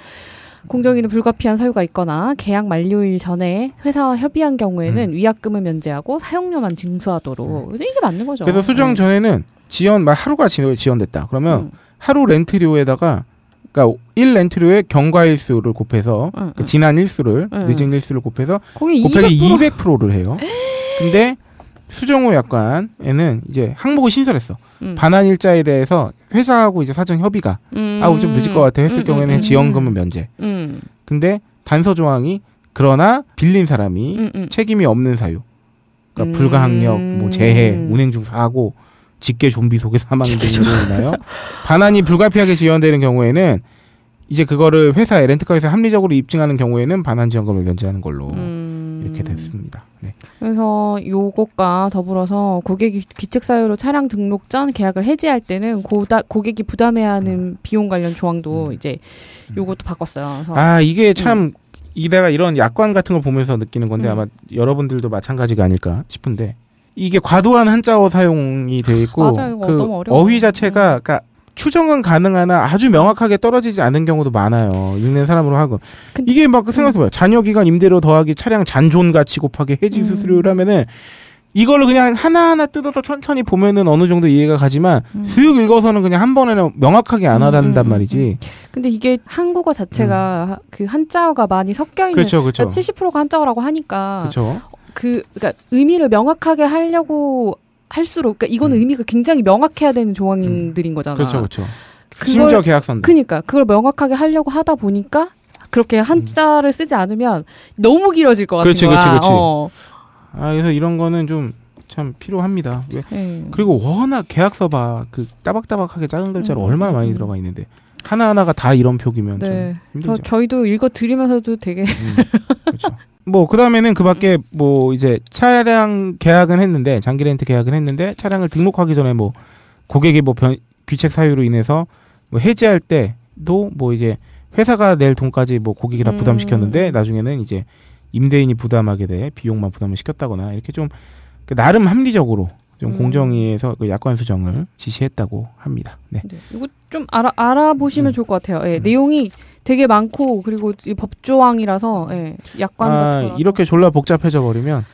Speaker 3: 공정위는 불가피한 사유가 있거나 계약 만료일 전에 회사와 협의한
Speaker 1: 음.
Speaker 3: 경우에는 위약금을 면제하고 사용료만 징수하도록 근데 이게 맞는 거죠.
Speaker 1: 그래서 수정
Speaker 3: 네.
Speaker 1: 전에는 지연, 막 하루가 지- 지연됐다. 그러면
Speaker 3: 음.
Speaker 1: 하루 렌트료에다가 그러니까 1 렌트료에 경과일수를 곱해서
Speaker 3: 응,
Speaker 1: 그 지난 일수를
Speaker 3: 응,
Speaker 1: 늦은 일수를 곱해서
Speaker 3: 음. 거기
Speaker 1: 곱하기
Speaker 3: 200%,
Speaker 1: 200%를 해요. 근데 수정후 약관에는 이제 항목을 신설했어.
Speaker 3: 음.
Speaker 1: 반환 일자에 대해서 회사하고 이제 사전 협의가
Speaker 3: 음.
Speaker 1: 아우 좀 늦을 것 같아 했을
Speaker 3: 음,
Speaker 1: 경우에는
Speaker 3: 음,
Speaker 1: 지원금은 면제.
Speaker 3: 음.
Speaker 1: 근데 단서 조항이 그러나 빌린 사람이
Speaker 3: 음, 음.
Speaker 1: 책임이 없는 사유. 그러니까
Speaker 3: 음.
Speaker 1: 불가항력, 뭐 재해, 운행 중 사고, 직계 좀비 속에 사망 등으로 인하여 반환이 불가피하게 지연되는 경우에는 이제 그거를 회사에 렌트카에서 합리적으로 입증하는 경우에는 반환 지원금을 면제하는 걸로
Speaker 3: 음.
Speaker 1: 이렇게 됐습니다. 네.
Speaker 3: 그래서 요것과 더불어서 고객이 기책 사유로 차량 등록 전 계약을 해지할 때는 고다, 고객이 부담해야
Speaker 1: 음.
Speaker 3: 하는 비용 관련 조항도 이제 요것도 바꿨어요. 그래서
Speaker 1: 아 이게 참 이래가 이런 약관 같은 걸 보면서 느끼는 건데
Speaker 3: 음.
Speaker 1: 아마 여러분들도 마찬가지가 아닐까 싶은데 이게 과도한 한자어 사용이 돼 있고
Speaker 3: 맞아요. 이거
Speaker 1: 그
Speaker 3: 너무 어려워요. 음.
Speaker 1: 어휘 자체가 그러니까 추정은 가능하나 아주 명확하게 떨어지지 않은 경우도 많아요. 읽는 사람으로 하고
Speaker 3: 근데- 음.
Speaker 1: 이게 막 생각해봐요. 잔여 기간 임대료 더하기 차량 잔존 가치 곱하기 해지
Speaker 3: 음.
Speaker 1: 수수료라면은 이걸로 그냥 하나하나 뜯어서 천천히 보면은 어느 정도 이해가 가지만
Speaker 3: 음.
Speaker 1: 슥 읽어서는 그냥 한 번에는 명확하게 안
Speaker 3: 음,
Speaker 1: 와닿는단
Speaker 3: 음, 음,
Speaker 1: 말이지.
Speaker 3: 근데 이게 한국어 자체가 하- 그 한자어가 많이 섞여 있는
Speaker 1: 음. 그렇죠, 그렇죠,
Speaker 3: 70%가 한자어라고 하니까
Speaker 1: 그렇죠.
Speaker 3: 그 그러니까 의미를 명확하게 하려고 할수록 그러니까 이건
Speaker 1: 음.
Speaker 3: 의미가 굉장히 명확해야 되는 조항들인 거잖아.
Speaker 1: 그렇죠, 그렇죠.
Speaker 3: 그걸-
Speaker 1: 심지어 계약서인데.
Speaker 3: 음. 그니까 그걸 명확하게 하려고 하다 보니까 그렇게 한자를 쓰지 않으면 너무 길어질 것
Speaker 1: 음.
Speaker 3: 같은
Speaker 1: 그렇지,
Speaker 3: 거야.
Speaker 1: 그렇지, 그렇지.
Speaker 3: 어.
Speaker 1: 아, 그래서 이런 거는 좀 참 필요합니다. 왜?
Speaker 3: 예.
Speaker 1: 그리고 워낙 계약서 봐, 그 따박따박하게 작은 글자로
Speaker 3: 음,
Speaker 1: 얼마나 많이
Speaker 3: 음.
Speaker 1: 들어가 있는데 하나 하나가 다 이런 표기면
Speaker 3: 네.
Speaker 1: 좀
Speaker 3: 그래서
Speaker 1: 힘들죠.
Speaker 3: 저희도 읽어 드리면서도 되게
Speaker 1: 음, 그렇죠. 뭐 그다음에는 그 밖에 뭐 이제 차량 계약은 했는데 장기 렌트 계약은 했는데 차량을 등록하기 전에 뭐 고객의 뭐 변, 귀책 사유로 인해서 뭐 해지할 때도 뭐 이제 회사가 낼 돈까지 뭐 고객이 다
Speaker 3: 음.
Speaker 1: 부담시켰는데 나중에는 이제 임대인이 부담하게 돼 비용만 부담을 시켰다거나 이렇게 좀그 나름 합리적으로 좀
Speaker 3: 음.
Speaker 1: 공정위에서 그 약관 수정을 지시했다고 합니다. 네.
Speaker 3: 네. 이거 좀 알아 알아보시면
Speaker 1: 음.
Speaker 3: 좋을 것 같아요. 예.
Speaker 1: 음.
Speaker 3: 내용이 되게 많고 그리고 이 법조항이라서 예. 약관 같은
Speaker 1: 아,
Speaker 3: 거라도.
Speaker 1: 이렇게 졸라 복잡해져 버리면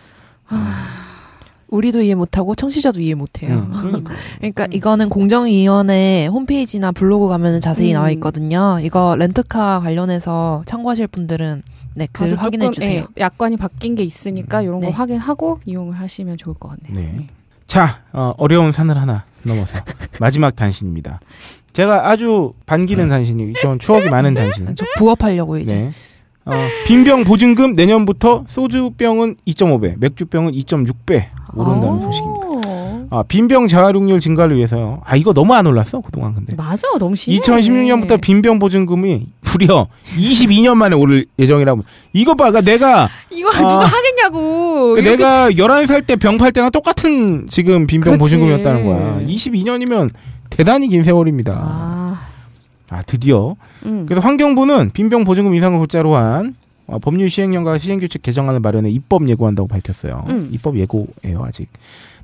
Speaker 2: 우리도 이해 못하고 청취자도 이해 못해요.
Speaker 1: 음, 그러니까.
Speaker 2: 그러니까
Speaker 3: 음.
Speaker 2: 이거는 공정위원회 홈페이지나 블로그 가면 자세히
Speaker 3: 음.
Speaker 2: 나와 있거든요. 이거 렌트카 관련해서 참고하실 분들은 네, 글
Speaker 3: 가서
Speaker 2: 확인해
Speaker 3: 아, 조금,
Speaker 2: 주세요.
Speaker 3: 예, 약관이 바뀐 게 있으니까 이런
Speaker 2: 네.
Speaker 3: 거 확인하고 이용을 하시면 좋을 것 같네요.
Speaker 1: 음.
Speaker 3: 예.
Speaker 1: 네. 자, 어, 어려운 산을 하나 넘어서 마지막 단신입니다. 제가 아주 반기는 단신이고, 전 추억이 많은 단신.
Speaker 3: 예.
Speaker 2: 저 부업하려고 아, 이제.
Speaker 1: 네. 어, 빈병 보증금 내년부터 소주병은 2.5배, 맥주병은 2.6배
Speaker 3: 어.
Speaker 1: 오른다는 소식입니다. 아, 빈병 재활용률 증가를 위해서요. 아, 이거 너무 안 올랐어? 그동안 근데.
Speaker 3: 맞아, 너무 심해.
Speaker 1: 네. 2016년부터 빈병 보증금이 무려 22년 만에 오를 예정이라고. 이거 봐, 그러니까 내가,
Speaker 3: 이걸
Speaker 1: 아.
Speaker 3: 누가 하겠냐고.
Speaker 1: 그러니까
Speaker 3: 이렇게
Speaker 1: 내가 11살 때 병 팔 때랑 똑같은 지금 빈병
Speaker 3: 그렇지.
Speaker 1: 보증금이었다는 거야. 22년이면 대단히 긴 세월입니다.
Speaker 3: 아,
Speaker 1: 아 드디어
Speaker 3: 음.
Speaker 1: 그래서 환경부는 빈병 보증금 인상을 골자로 한 어, 법률 시행령과 시행규칙 개정안을 마련해 입법 예고한다고 밝혔어요.
Speaker 3: 음.
Speaker 1: 입법 예고예요 아직.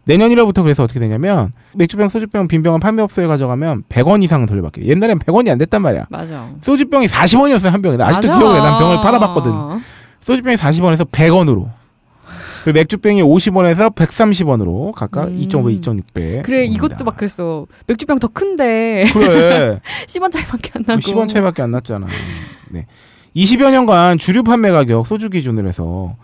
Speaker 1: 내년이라부터 그래서 어떻게 되냐면 맥주병, 소주병, 빈병을 판매업소에 가져가면 100원 이상 돌려받게. 돼. 옛날엔 100원이 안 됐단 말이야.
Speaker 3: 맞아.
Speaker 1: 소주병이 40원이었어요 한 병이. 나 아직도
Speaker 3: 맞아.
Speaker 1: 기억해. 난 병을 팔아봤거든. 소주병이 40원에서 100원으로. 그리고 맥주병이 50원에서 130원으로 각각
Speaker 3: 음.
Speaker 1: 2.5배, 2.6배.
Speaker 3: 그래, 이것도 막 그랬어. 맥주병 더 큰데,
Speaker 1: 그래.
Speaker 3: 10원 차이밖에 안 나고.
Speaker 1: 10원 차이밖에 안 났잖아. 네. 20여 년간 주류 판매 가격 소주 기준으로 해서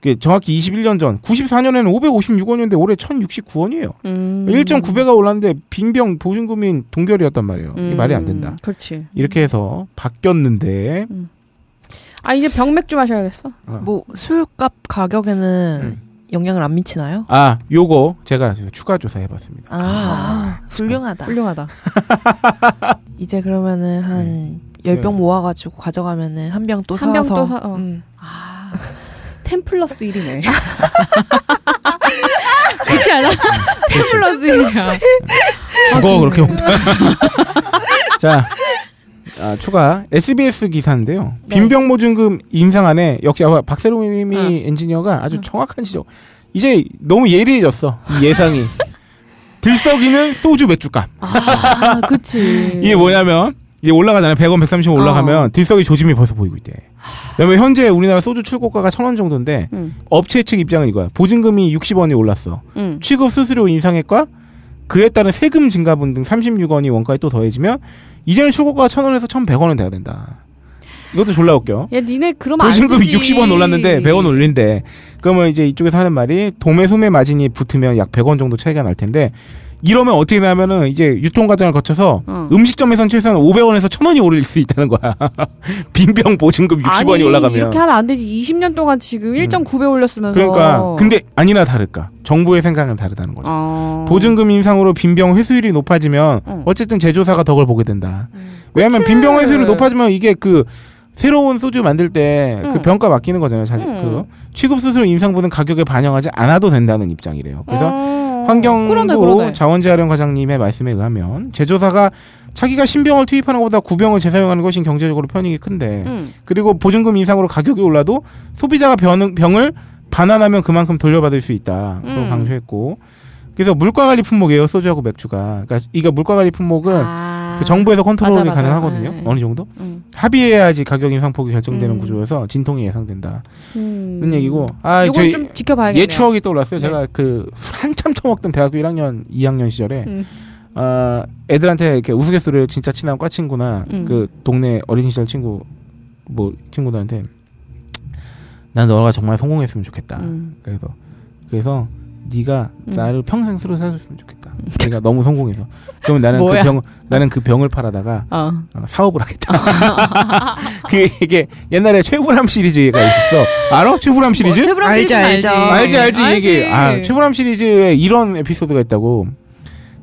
Speaker 1: 그게 정확히 21년 전 94년에는 556원이었는데 올해 1069원이에요.
Speaker 3: 음.
Speaker 1: 1.9배가 올랐는데 빈병 보증금인 동결이었단 말이에요. 이게
Speaker 3: 음.
Speaker 1: 말이 안 된다.
Speaker 3: 그렇지.
Speaker 1: 이렇게 해서 바뀌었는데
Speaker 3: 아, 이제 병맥주 마셔야겠어.
Speaker 2: 뭐 술값 가격에는
Speaker 1: 음.
Speaker 2: 영향을 안 미치나요?
Speaker 1: 아 요거 제가 추가 조사해봤습니다.
Speaker 2: 아, 훌륭하다.
Speaker 3: 훌륭하다.
Speaker 2: 이제 그러면은 한 열 병
Speaker 1: 네.
Speaker 2: 모아가지고 가져가면은 한 병 또
Speaker 3: 한병
Speaker 2: 사서
Speaker 3: 또 사- 어.
Speaker 2: 음.
Speaker 3: 아, 10 플러스 1이네. 그렇지
Speaker 1: 음,
Speaker 3: 않아? 10 플러스 1이야.
Speaker 1: 죽어 그렇게 못하. 자. 아, 추가 SBS 기사인데요.
Speaker 2: 네.
Speaker 1: 빈병 보증금 인상안에 역시 아, 박세롬님이
Speaker 3: 어.
Speaker 1: 엔지니어가 아주
Speaker 3: 어.
Speaker 1: 정확한 지적. 이제 너무 예리해졌어 이 예상이. 들썩이는 소주 맥주값.
Speaker 3: 아, 그치.
Speaker 1: 이게 뭐냐면 이게 올라가잖아요. 100원, 130원 올라가면
Speaker 3: 어.
Speaker 1: 들썩이 조짐이 벌써 보이고 있대. 왜냐면 현재 우리나라 소주 출고가가 1,000원 정도인데
Speaker 3: 응,
Speaker 1: 업체 측 입장은 이거야. 보증금이 60원이 올랐어.
Speaker 3: 응.
Speaker 1: 취급 수수료 인상액과 그에 따른 세금 증가분 등 36원이 원가에 또 더해지면 이제는 출고가가 1,000원에서 1,100원은 돼야 된다. 이것도 졸라 웃겨.
Speaker 3: 야, 니네 그러면 안 되지.
Speaker 1: 보증금이 60원 올랐는데 100원 올린대. 그러면 이제 이쪽에서 하는 말이 도매 소매 마진이 붙으면 약 100원 정도 차이가 날 텐데 이러면 어떻게 되냐면은 이제 유통 과정을 거쳐서
Speaker 3: 어.
Speaker 1: 음식점에선 최소한 500원에서 1,000원이 오를 수 있다는 거야. 빈병 보증금 60원이
Speaker 3: 아니,
Speaker 1: 올라가면. 음.
Speaker 3: 이렇게 하면 안 되지. 20년 동안 지금 1.9배 올렸으면서.
Speaker 1: 그러니까 근데 아니나 다를까 정부의 생각은 다르다는 거죠.
Speaker 3: 어.
Speaker 1: 보증금 인상으로 빈병 회수율이 높아지면
Speaker 3: 응.
Speaker 1: 어쨌든 제조사가 덕을 보게 된다. 왜냐하면
Speaker 3: 그치.
Speaker 1: 빈병 회수율이 높아지면 이게 그 새로운 소주 만들 때 그
Speaker 3: 응.
Speaker 1: 병가 맡기는 거잖아요. 사실
Speaker 3: 응.
Speaker 1: 그 취급 수수료 인상분은 가격에 반영하지 않아도 된다는 입장이래요. 그래서
Speaker 3: 어.
Speaker 1: 환경부
Speaker 3: 그러네, 그러네.
Speaker 1: 자원재활용 과장님의 말씀에 의하면 제조사가 자기가 신병을 투입하는 것보다 구병을 재사용하는 것이 경제적으로 편익이 큰데
Speaker 3: 응.
Speaker 1: 그리고 보증금 인상으로 가격이 올라도 소비자가 병, 병을 반환하면 그만큼 돌려받을 수 있다. 고
Speaker 3: 음.
Speaker 1: 강조했고. 그래서 물가관리 품목이에요. 소주하고 맥주가. 그러니까 이거 물가관리 품목은
Speaker 3: 아.
Speaker 1: 그 정부에서 컨트롤이
Speaker 3: 맞아, 맞아.
Speaker 1: 가능하거든요.
Speaker 3: 네.
Speaker 1: 어느 정도?
Speaker 3: 응.
Speaker 1: 합의해야지 가격 인상폭이 결정되는
Speaker 3: 음.
Speaker 1: 구조여서 진통이 예상된다.
Speaker 3: 음.
Speaker 1: 는 얘기고. 아,
Speaker 3: 요건
Speaker 1: 저희
Speaker 3: 좀 지켜봐야겠네요.
Speaker 1: 옛 추억이 떠올랐어요.
Speaker 3: 네.
Speaker 1: 제가 그 한참 처먹던 대학교 1학년, 2학년 시절에
Speaker 3: 음.
Speaker 1: 아, 애들한테 이렇게 우스갯소리로 진짜 친한 과 친구나
Speaker 3: 음.
Speaker 1: 그 동네 어린 시절 친구 뭐 친구들한테 난 너가 정말 성공했으면 좋겠다.
Speaker 3: 음.
Speaker 1: 그래서 그래서 네가
Speaker 3: 음.
Speaker 1: 나를 평생 술을 사줬으면 좋겠다. 내가 너무 성공해서. 그러면 나는
Speaker 3: 뭐야?
Speaker 1: 그 병 나는 그 병을 팔아다가
Speaker 3: 어.
Speaker 1: 어, 사업을 하겠다. 그 이게 옛날에 최불암 시리즈가 있었어. 알아? 최불암 시리즈?
Speaker 3: 어, 최불암
Speaker 2: 알지,
Speaker 3: 시리즈는
Speaker 2: 알죠.
Speaker 1: 알지 알지 이게
Speaker 3: 음,
Speaker 1: 아 최불암 시리즈에 이런 에피소드가 있다고.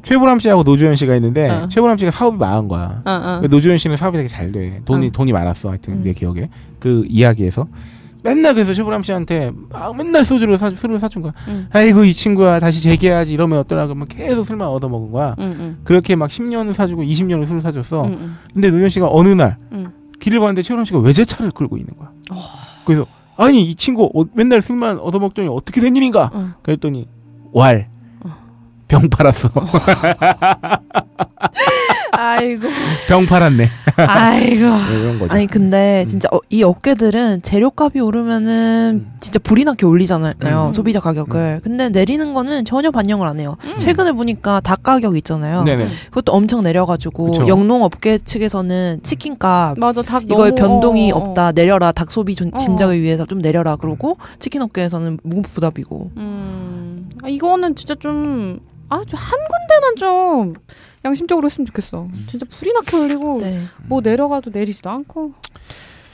Speaker 1: 최불암 씨하고 노조현 씨가 있는데
Speaker 3: 어.
Speaker 1: 최불암 씨가 사업이 망한 거야.
Speaker 3: 어, 어.
Speaker 1: 노조현 씨는 사업이 되게 잘 돼. 돈이
Speaker 3: 어.
Speaker 1: 돈이 많았어. 하여튼
Speaker 3: 음.
Speaker 1: 내 기억에 그 이야기에서 맨날 그래서 최불암 씨한테 막 맨날 소주를 사 술을 사준 거야.
Speaker 3: 음.
Speaker 1: 아이고 이 친구야 다시 재개해야지 이러면 어떠나 그러면 계속 술만 얻어 먹은 거야.
Speaker 3: 응, 응.
Speaker 1: 그렇게 막 10년을 사주고 20년을 술을 사줬어.
Speaker 3: 응, 응.
Speaker 1: 근데 노현 씨가 어느 날
Speaker 3: 응.
Speaker 2: 음.
Speaker 1: 길을 봤는데 최우람 씨가 외제차를 끌고 있는 거야.
Speaker 2: 어.
Speaker 1: 그래서 아니 이 친구 어- 맨날 술만 얻어먹더니 어떻게 된 일인가?
Speaker 3: 어.
Speaker 1: 그랬더니 왈.
Speaker 2: 어.
Speaker 1: 병 팔았어.
Speaker 2: 아이고.
Speaker 1: 병 팔았네.
Speaker 3: 아이고.
Speaker 1: 네, 이런 거죠.
Speaker 2: 아니 근데 진짜 어- 이 업계들은 재료값이 오르면은
Speaker 1: 음.
Speaker 2: 진짜 불이 나게 올리잖아요
Speaker 1: 음.
Speaker 2: 소비자 가격을 근데 내리는 거는 전혀 반영을 안 해요 최근에 보니까 닭 가격 있잖아요
Speaker 1: 네네.
Speaker 2: 그것도 엄청 내려가지고
Speaker 1: 그쵸.
Speaker 2: 영농업계 측에서는 치킨값
Speaker 3: 맞아. 닭
Speaker 2: 이거에
Speaker 3: 너무-
Speaker 2: 변동이
Speaker 3: 어, 어.
Speaker 2: 없다 내려라 닭 소비 전-
Speaker 3: 어.
Speaker 2: 진작을 위해서 좀 내려라 그러고 치킨 업계에서는 무부답이고
Speaker 3: 음. 아, 이거는 진짜 좀 아, 좀한 군데만 좀 양심적으로 했으면 좋겠어.
Speaker 1: 음.
Speaker 3: 진짜 불이 나게 올리고
Speaker 2: 네,
Speaker 3: 뭐 내려가도 내리지도 않고.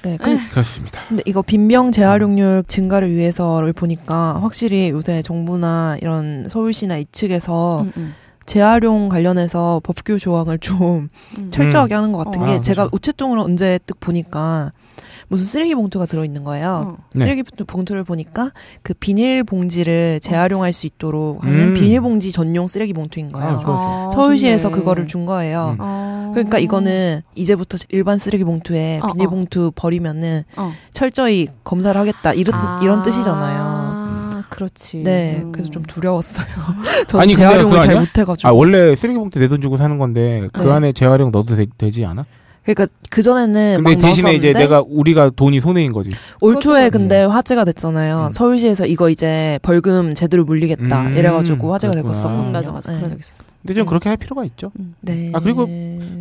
Speaker 2: 네 근-
Speaker 1: 그렇습니다.
Speaker 2: 근데 이거 빈병 재활용률 증가를 위해서를 보니까 확실히 요새 정부나 이런 서울시나 이 측에서
Speaker 1: 음,
Speaker 3: 응, 응.
Speaker 2: 재활용 관련해서 법규 조항을 좀
Speaker 3: 음.
Speaker 2: 철저하게 하는 것 같은
Speaker 3: 어.
Speaker 2: 게
Speaker 1: 아,
Speaker 2: 제가
Speaker 1: 그렇죠.
Speaker 2: 우체통으로 언제 뜩 보니까 무슨 쓰레기 봉투가 들어있는 거예요.
Speaker 3: 어.
Speaker 1: 네.
Speaker 2: 쓰레기 봉투- 봉투를 보니까 그 비닐 봉지를 재활용할 수 있도록 하는
Speaker 1: 음.
Speaker 2: 비닐 봉지 전용 쓰레기 봉투인
Speaker 1: 아,
Speaker 2: 거예요.
Speaker 1: 좋아.
Speaker 3: 아,
Speaker 2: 서울시에서
Speaker 3: 좋네.
Speaker 2: 그거를 준 거예요.
Speaker 1: 음.
Speaker 3: 어.
Speaker 2: 그러니까 이거는 이제부터 일반 쓰레기 봉투에
Speaker 3: 어,
Speaker 2: 비닐
Speaker 3: 어.
Speaker 2: 봉투 버리면은
Speaker 3: 어.
Speaker 2: 철저히 검사를 하겠다 이런
Speaker 3: 아.
Speaker 2: 이런 뜻이잖아요.
Speaker 3: 아, 그렇지.
Speaker 2: 네,
Speaker 3: 음.
Speaker 2: 그래서 좀 두려웠어요. 저는
Speaker 1: 아니, 근데
Speaker 2: 재활용을
Speaker 1: 그거
Speaker 2: 잘
Speaker 1: 아니야?
Speaker 2: 못해가지고.
Speaker 1: 아 원래 쓰레기 봉투 내 돈 주고 사는 건데 그
Speaker 2: 네.
Speaker 1: 안에 재활용 넣어도 되, 지 않아?
Speaker 2: 그러니까 그 전에는
Speaker 1: 근데
Speaker 2: 막
Speaker 1: 대신에 이제
Speaker 2: 넣었었는데
Speaker 1: 내가 우리가 돈이 손해인 거지.
Speaker 2: 올 초에
Speaker 3: 그것도
Speaker 2: 근데 화제가 됐잖아요.
Speaker 1: 음.
Speaker 2: 서울시에서 이거 이제 벌금 제대로 물리겠다
Speaker 1: 음,
Speaker 2: 이래가지고 화제가
Speaker 1: 그렇구나.
Speaker 2: 됐었거든요.
Speaker 3: 음, 맞아, 맞아.
Speaker 2: 네.
Speaker 3: 그런 적 있었어.
Speaker 1: 근데 좀
Speaker 3: 음.
Speaker 1: 그렇게 할 필요가 있죠.
Speaker 2: 네.
Speaker 1: 아, 그리고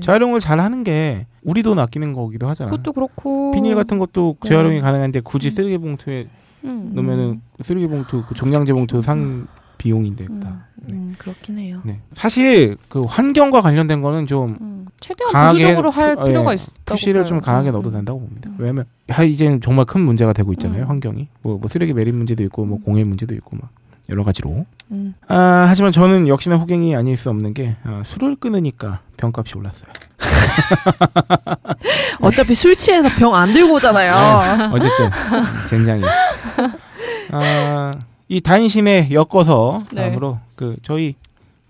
Speaker 1: 재활용을 잘 하는 게 우리 돈 아끼는 거기도 하잖아.
Speaker 3: 그것도 그렇고.
Speaker 1: 비닐 같은 것도
Speaker 3: 네.
Speaker 1: 재활용이 가능한데 굳이 쓰레기 봉투에
Speaker 3: 음.
Speaker 1: 넣으면은 쓰레기 봉투 그 종량제 봉투 상 비용인데
Speaker 3: 음.
Speaker 1: 다. 네.
Speaker 2: 음, 그렇긴 해요.
Speaker 1: 네. 사실 그 환경과 관련된 거는 좀
Speaker 3: 음. 최대한
Speaker 1: 강하게
Speaker 3: 보수적으로 할
Speaker 1: 푸- 어,
Speaker 3: 필요가
Speaker 1: 예.
Speaker 3: 있다고
Speaker 1: 푸시를
Speaker 3: 봐요.
Speaker 1: 좀 강하게
Speaker 3: 음,
Speaker 1: 넣어도
Speaker 3: 음.
Speaker 1: 된다고 봅니다.
Speaker 3: 음.
Speaker 1: 왜냐면 하 이제는 정말 큰 문제가 되고 있잖아요
Speaker 3: 음.
Speaker 1: 환경이 뭐, 뭐 쓰레기 매립 문제도 있고 뭐
Speaker 3: 음.
Speaker 1: 공해 문제도 있고 막 여러 가지로.
Speaker 2: 음.
Speaker 1: 아 하지만 저는 역시나 호갱이 아닐 수 없는 게 아, 술을 끊으니까 병값이 올랐어요.
Speaker 2: 어차피 술 취해서 병 안 들고 오잖아요.
Speaker 1: 어쨌든 굉장히 아, 이 단신에 엮어서
Speaker 3: 네.
Speaker 1: 다음으로 그 저희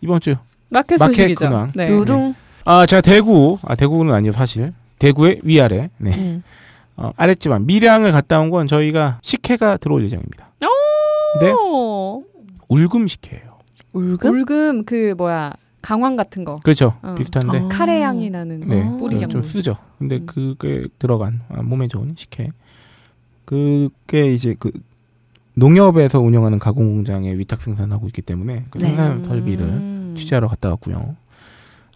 Speaker 1: 이번 주
Speaker 3: 마켓
Speaker 1: 마켓
Speaker 3: 소식이죠.
Speaker 1: 근황.
Speaker 3: 네.
Speaker 2: 루룽.
Speaker 1: 아, 제가 대구, 아, 대구는 아니요, 사실. 대구의 위아래, 네.
Speaker 2: 음.
Speaker 1: 어, 아랫지만, 밀양을 갔다 온 건 저희가 식혜가 들어올 예정입니다. 네.
Speaker 3: 오!
Speaker 1: 울금 식혜예요
Speaker 2: 울금?
Speaker 3: 울금 그 뭐야 강황 같은 거
Speaker 1: 그렇죠.
Speaker 3: 어.
Speaker 1: 비슷한데.
Speaker 2: 어.
Speaker 3: 카레 향이 나는
Speaker 1: 네.
Speaker 2: 어.
Speaker 3: 뿌리
Speaker 1: 그,
Speaker 3: 작물.
Speaker 1: 좀 쓰죠. 근데
Speaker 3: 음.
Speaker 1: 그게 들어간, 아, 몸에 좋은 식혜. 그게 이제 그, 농협에서 운영하는 가공공장에 위탁 생산하고 있기 때문에 그
Speaker 2: 네.
Speaker 1: 생산 설비를
Speaker 3: 음.
Speaker 1: 취재하러 갔다 왔고요.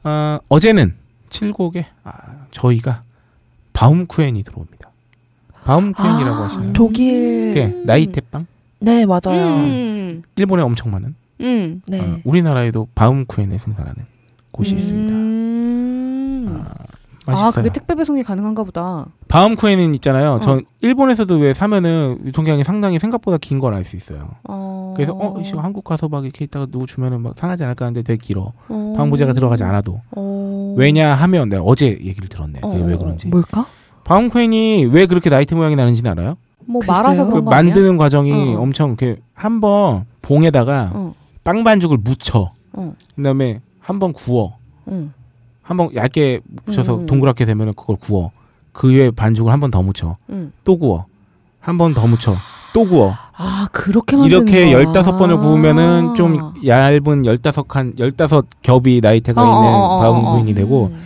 Speaker 1: 아, 어제는 칠곡에 아, 저희가 바움쿠엔이 들어옵니다. 바움쿠엔이라고
Speaker 2: 아,
Speaker 1: 하시나요? 음.
Speaker 3: 네.
Speaker 2: 독일.
Speaker 1: 게 나이테빵
Speaker 2: 네, 맞아요.
Speaker 3: 음.
Speaker 1: 일본에 엄청 많은
Speaker 3: 음.
Speaker 2: 네.
Speaker 1: 어, 우리나라에도 바움쿠엔을 생산하는 곳이 있습니다.
Speaker 3: 음.
Speaker 1: 아,
Speaker 3: 아,
Speaker 1: 맛있어요.
Speaker 3: 그게 택배 배송이 가능한가 보다.
Speaker 1: 바움쿠엔은 있잖아요.
Speaker 3: 어.
Speaker 1: 전 일본에서도 왜 사면은 유통기한이 상당히 생각보다 긴 걸 알 수 있어요.
Speaker 2: 아.
Speaker 3: 어.
Speaker 1: 그래서 어, 이거 한국 가서 막 이렇게 있다가 누구 주면은 막 상하지 않을까 하는데 되게 길어.
Speaker 3: 어.
Speaker 1: 방부제가 들어가지 않아도.
Speaker 3: 어.
Speaker 1: 왜냐 하면 내가 어제 얘기를 들었네. 그게
Speaker 3: 어,
Speaker 1: 왜
Speaker 3: 어,
Speaker 1: 그런지.
Speaker 2: 뭘까?
Speaker 1: 바움쿠엔이 왜 그렇게 나이트 모양이 나는지는 알아요?
Speaker 3: 뭐
Speaker 2: 글쎄요.
Speaker 3: 말아서
Speaker 1: 그
Speaker 3: 그런 거 아니야?
Speaker 1: 만드는 과정이
Speaker 3: 어.
Speaker 1: 엄청 이렇게 한번 봉에다가
Speaker 3: 어.
Speaker 1: 빵 반죽을 묻혀.
Speaker 3: 어.
Speaker 1: 그다음에 한 번 구워.
Speaker 3: 응.
Speaker 1: 한 번 얇게 묻혀서
Speaker 3: 음.
Speaker 1: 동그랗게 되면 그걸 구워. 그 위에 반죽을 한 번 더 묻혀.
Speaker 3: 응.
Speaker 1: 또 구워. 한 번 더 묻혀. 또 구워.
Speaker 3: 아, 그렇게 만드는
Speaker 1: 이렇게
Speaker 3: 거야.
Speaker 1: 열다섯 번을 구우면은 좀
Speaker 3: 어,
Speaker 1: 얇은 열다섯 칸, 열다섯 겹이 나이테가
Speaker 3: 어,
Speaker 1: 있는
Speaker 3: 어, 어,
Speaker 1: 바운구인이
Speaker 3: 어.
Speaker 1: 되고
Speaker 3: 음.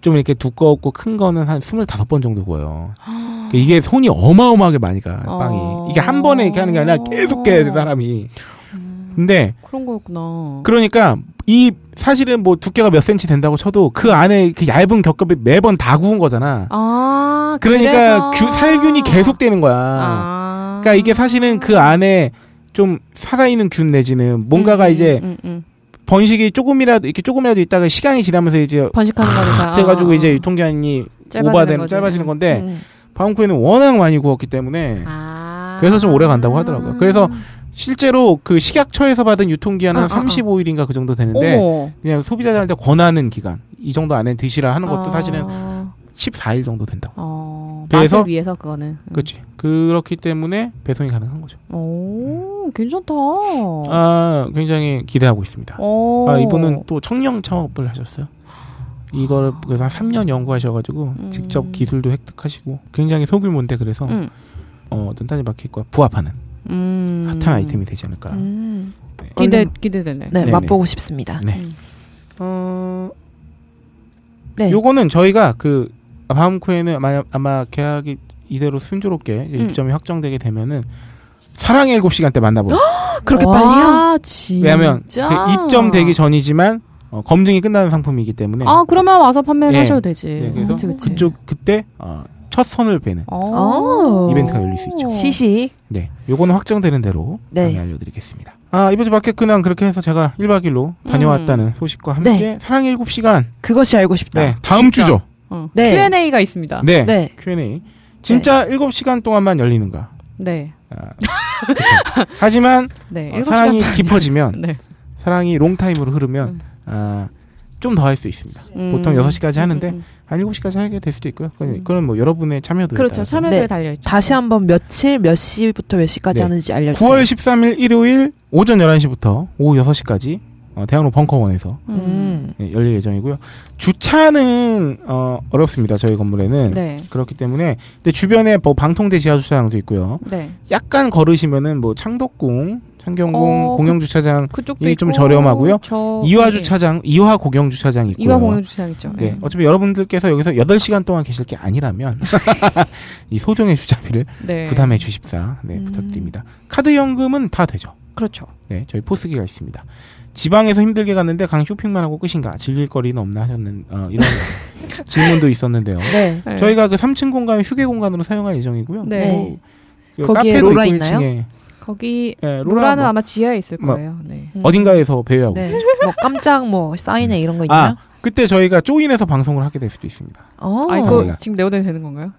Speaker 1: 좀 이렇게 두껍고 큰 거는 한 스물다섯 번 정도 구워요. 그러니까 이게 손이 어마어마하게 많이 가,
Speaker 3: 아. 어.
Speaker 1: 빵이. 이게 한 번에 이렇게 하는 게 아니라 계속 해야 돼, 사람이.
Speaker 3: 음.
Speaker 1: 근데
Speaker 3: 그런 거였구나.
Speaker 1: 그러니까 이 사실은 뭐 두께가 몇 센치 된다고 쳐도 그 안에 그 얇은 겹겹이 매번 다 구운 거잖아.
Speaker 3: 아,
Speaker 1: 그러니까
Speaker 3: 그래서-
Speaker 1: 균- 살균이 계속 되는 거야.
Speaker 3: 아.
Speaker 1: 그러니까 이게 사실은 그 안에 좀 살아있는 균 내지는 뭔가가
Speaker 3: 음,
Speaker 1: 이제
Speaker 3: 음, 음, 음.
Speaker 1: 번식이 조금이라도 이렇게 조금이라도 있다가 시간이 지나면서 이제
Speaker 3: 번식하는 거니까.
Speaker 1: 돼가지고
Speaker 3: 아,
Speaker 1: 이제 유통기한이
Speaker 3: 짧아지는
Speaker 1: 오바되는
Speaker 3: 거지.
Speaker 1: 짧아지는 건데
Speaker 2: 음.
Speaker 1: 방구에는 워낙 많이 구웠기 때문에
Speaker 3: 아. 음.
Speaker 1: 그래서 좀 오래 간다고 하더라고요. 그래서 실제로 그 식약처에서 받은 유통기한은
Speaker 3: 아, 아, 아.
Speaker 1: 35일인가 그 정도 되는데
Speaker 3: 어머.
Speaker 1: 그냥 소비자들한테 권하는 기간 이 정도 안에 드시라 하는 것도
Speaker 3: 아,
Speaker 1: 사실은 14일 정도 된다고.
Speaker 3: 어,
Speaker 1: 그래서-
Speaker 3: 맛을 위해서 그거는. 음.
Speaker 1: 그렇지. 그렇기 때문에 배송이 가능한 거죠.
Speaker 3: 오, 괜찮다. 어.
Speaker 1: 아 굉장히 기대하고 있습니다.
Speaker 3: 오.
Speaker 1: 아 이분은 또 청년 창업을 하셨어요. 이걸 그래서 한 3년 연구하셔가지고
Speaker 3: 아. 음.
Speaker 1: 직접 기술도 획득하시고 굉장히 소규모인데 그래서
Speaker 3: 음.
Speaker 1: 어, 어떤 딴지 마켓과 부합하는
Speaker 3: 음.
Speaker 1: 핫한 아이템이 되지 않을까.
Speaker 2: 음.
Speaker 3: 기대
Speaker 2: 얼른-
Speaker 3: 기대되네.
Speaker 2: 네,
Speaker 1: 네네.
Speaker 2: 맛보고 싶습니다.
Speaker 1: 네.
Speaker 3: 음.
Speaker 1: 어,
Speaker 2: 네.
Speaker 1: 요거는 저희가 그 다음 코에는 아마, 아마 계약이 이대로 순조롭게 이제
Speaker 3: 음.
Speaker 1: 입점이 확정되게 되면은 사랑의 일곱 시간 때 만나보죠.
Speaker 2: 그렇게
Speaker 3: 와,
Speaker 2: 빨리요?
Speaker 3: 진짜.
Speaker 1: 왜냐하면 그 입점되기 전이지만 어, 검증이 끝나는 상품이기 때문에
Speaker 3: 아, 그러면 와서 판매를
Speaker 1: 예.
Speaker 3: 하셔도 되지.
Speaker 1: 네, 그래서
Speaker 3: 그치, 그치.
Speaker 1: 그쪽 그때 어, 첫 선을 빼는
Speaker 2: 어.
Speaker 1: 이벤트가 열릴 수 있죠.
Speaker 2: 시시.
Speaker 1: 네, 요거는 확정되는 대로
Speaker 2: 네.
Speaker 1: 안내 알려드리겠습니다. 아 이번 주 마켓 근황 그렇게 해서 제가 1박 2일로
Speaker 3: 음.
Speaker 1: 다녀왔다는 소식과 함께
Speaker 2: 네.
Speaker 1: 사랑의 일곱 시간
Speaker 2: 그것이 알고 싶다.
Speaker 1: 네 다음
Speaker 3: 아, 진짜.
Speaker 1: 주죠.
Speaker 3: 어.
Speaker 2: 네.
Speaker 3: Q&A가 있습니다.
Speaker 1: 네,
Speaker 2: 네.
Speaker 1: Q&A 진짜 일곱 시간 동안만 열리는가?
Speaker 3: 네.
Speaker 1: 아, 그쵸. 하지만
Speaker 3: 네.
Speaker 1: 어,
Speaker 3: 일곱
Speaker 1: 사랑이
Speaker 3: 시간
Speaker 1: 깊어지면
Speaker 3: 네.
Speaker 1: 사랑이 롱타임으로 흐르면
Speaker 3: 음.
Speaker 1: 아, 좀 더 할 수 있습니다.
Speaker 3: 음.
Speaker 1: 보통 6시까지 하는데
Speaker 3: 음, 음, 음.
Speaker 1: 한 7시까지 하게 될 수도 있고요. 그건,
Speaker 3: 음.
Speaker 1: 그건 뭐 여러분의 참여도에
Speaker 3: 그렇죠.
Speaker 1: 따라서.
Speaker 3: 참여도에
Speaker 2: 네.
Speaker 3: 달려 있죠.
Speaker 2: 다시 한번 며칠 몇 시부터 몇 시까지
Speaker 1: 네.
Speaker 2: 하는지 알려주세요.
Speaker 1: 9월 13일 일요일 오전 11시부터 오후 6시까지 어, 대학로 벙커원에서
Speaker 3: 음.
Speaker 1: 예, 열릴 예정이고요. 주차는 어, 어렵습니다. 저희
Speaker 2: 음.
Speaker 1: 건물에는.
Speaker 3: 네.
Speaker 1: 그렇기 때문에 근데 주변에 뭐 방통대 지하 주차장도 있고요.
Speaker 3: 네.
Speaker 1: 약간 걸으시면은 뭐 창덕궁, 창경궁,
Speaker 3: 어,
Speaker 1: 공영 주차장
Speaker 3: 그쪽도
Speaker 1: 이게
Speaker 3: 있고
Speaker 1: 좀 저렴하고요.
Speaker 3: 저-
Speaker 1: 이화
Speaker 3: 네.
Speaker 1: 주차장, 이화 공영 주차장 있고요.
Speaker 3: 이화 공영 주차장 있죠.
Speaker 1: 네,
Speaker 3: 네.
Speaker 1: 어차피 여러분들께서 여기서 8시간 동안 계실 게 아니라면 이 소정의 주차비를
Speaker 3: 네.
Speaker 1: 부담해 주십사. 네,
Speaker 2: 음.
Speaker 1: 부탁드립니다. 카드 현금은 다 되죠.
Speaker 3: 그렇죠.
Speaker 1: 네, 저희 포스기가 있습니다. 지방에서 힘들게 갔는데 강 쇼핑만 하고 끝인가? 즐길 거리는 없나 하셨는 어, 이런 질문도 있었는데요.
Speaker 2: 네.
Speaker 3: 네.
Speaker 1: 저희가 그 3층 공간을 휴게 공간으로 사용할 예정이고요.
Speaker 3: 네.
Speaker 1: 뭐, 그
Speaker 2: 거기에
Speaker 1: 카페도
Speaker 2: 로라
Speaker 1: 있고
Speaker 2: 있나요?
Speaker 1: 1층에.
Speaker 3: 거기
Speaker 1: 예, 로라
Speaker 3: 로라는
Speaker 1: 뭐
Speaker 3: 아마 지하에 있을
Speaker 1: 뭐-
Speaker 3: 거예요. 네.
Speaker 1: 어딘가에서 배회하고.
Speaker 2: 네. 뭐 깜짝 뭐 사인회 이런 거
Speaker 1: 아,
Speaker 2: 있나요?
Speaker 1: 그때 저희가 쪼인에서 방송을 하게 될 수도 있습니다.
Speaker 2: 어.
Speaker 3: 아
Speaker 1: 그거-
Speaker 3: 이거
Speaker 1: 몰라.
Speaker 3: 지금 내보내도 되는 건가요?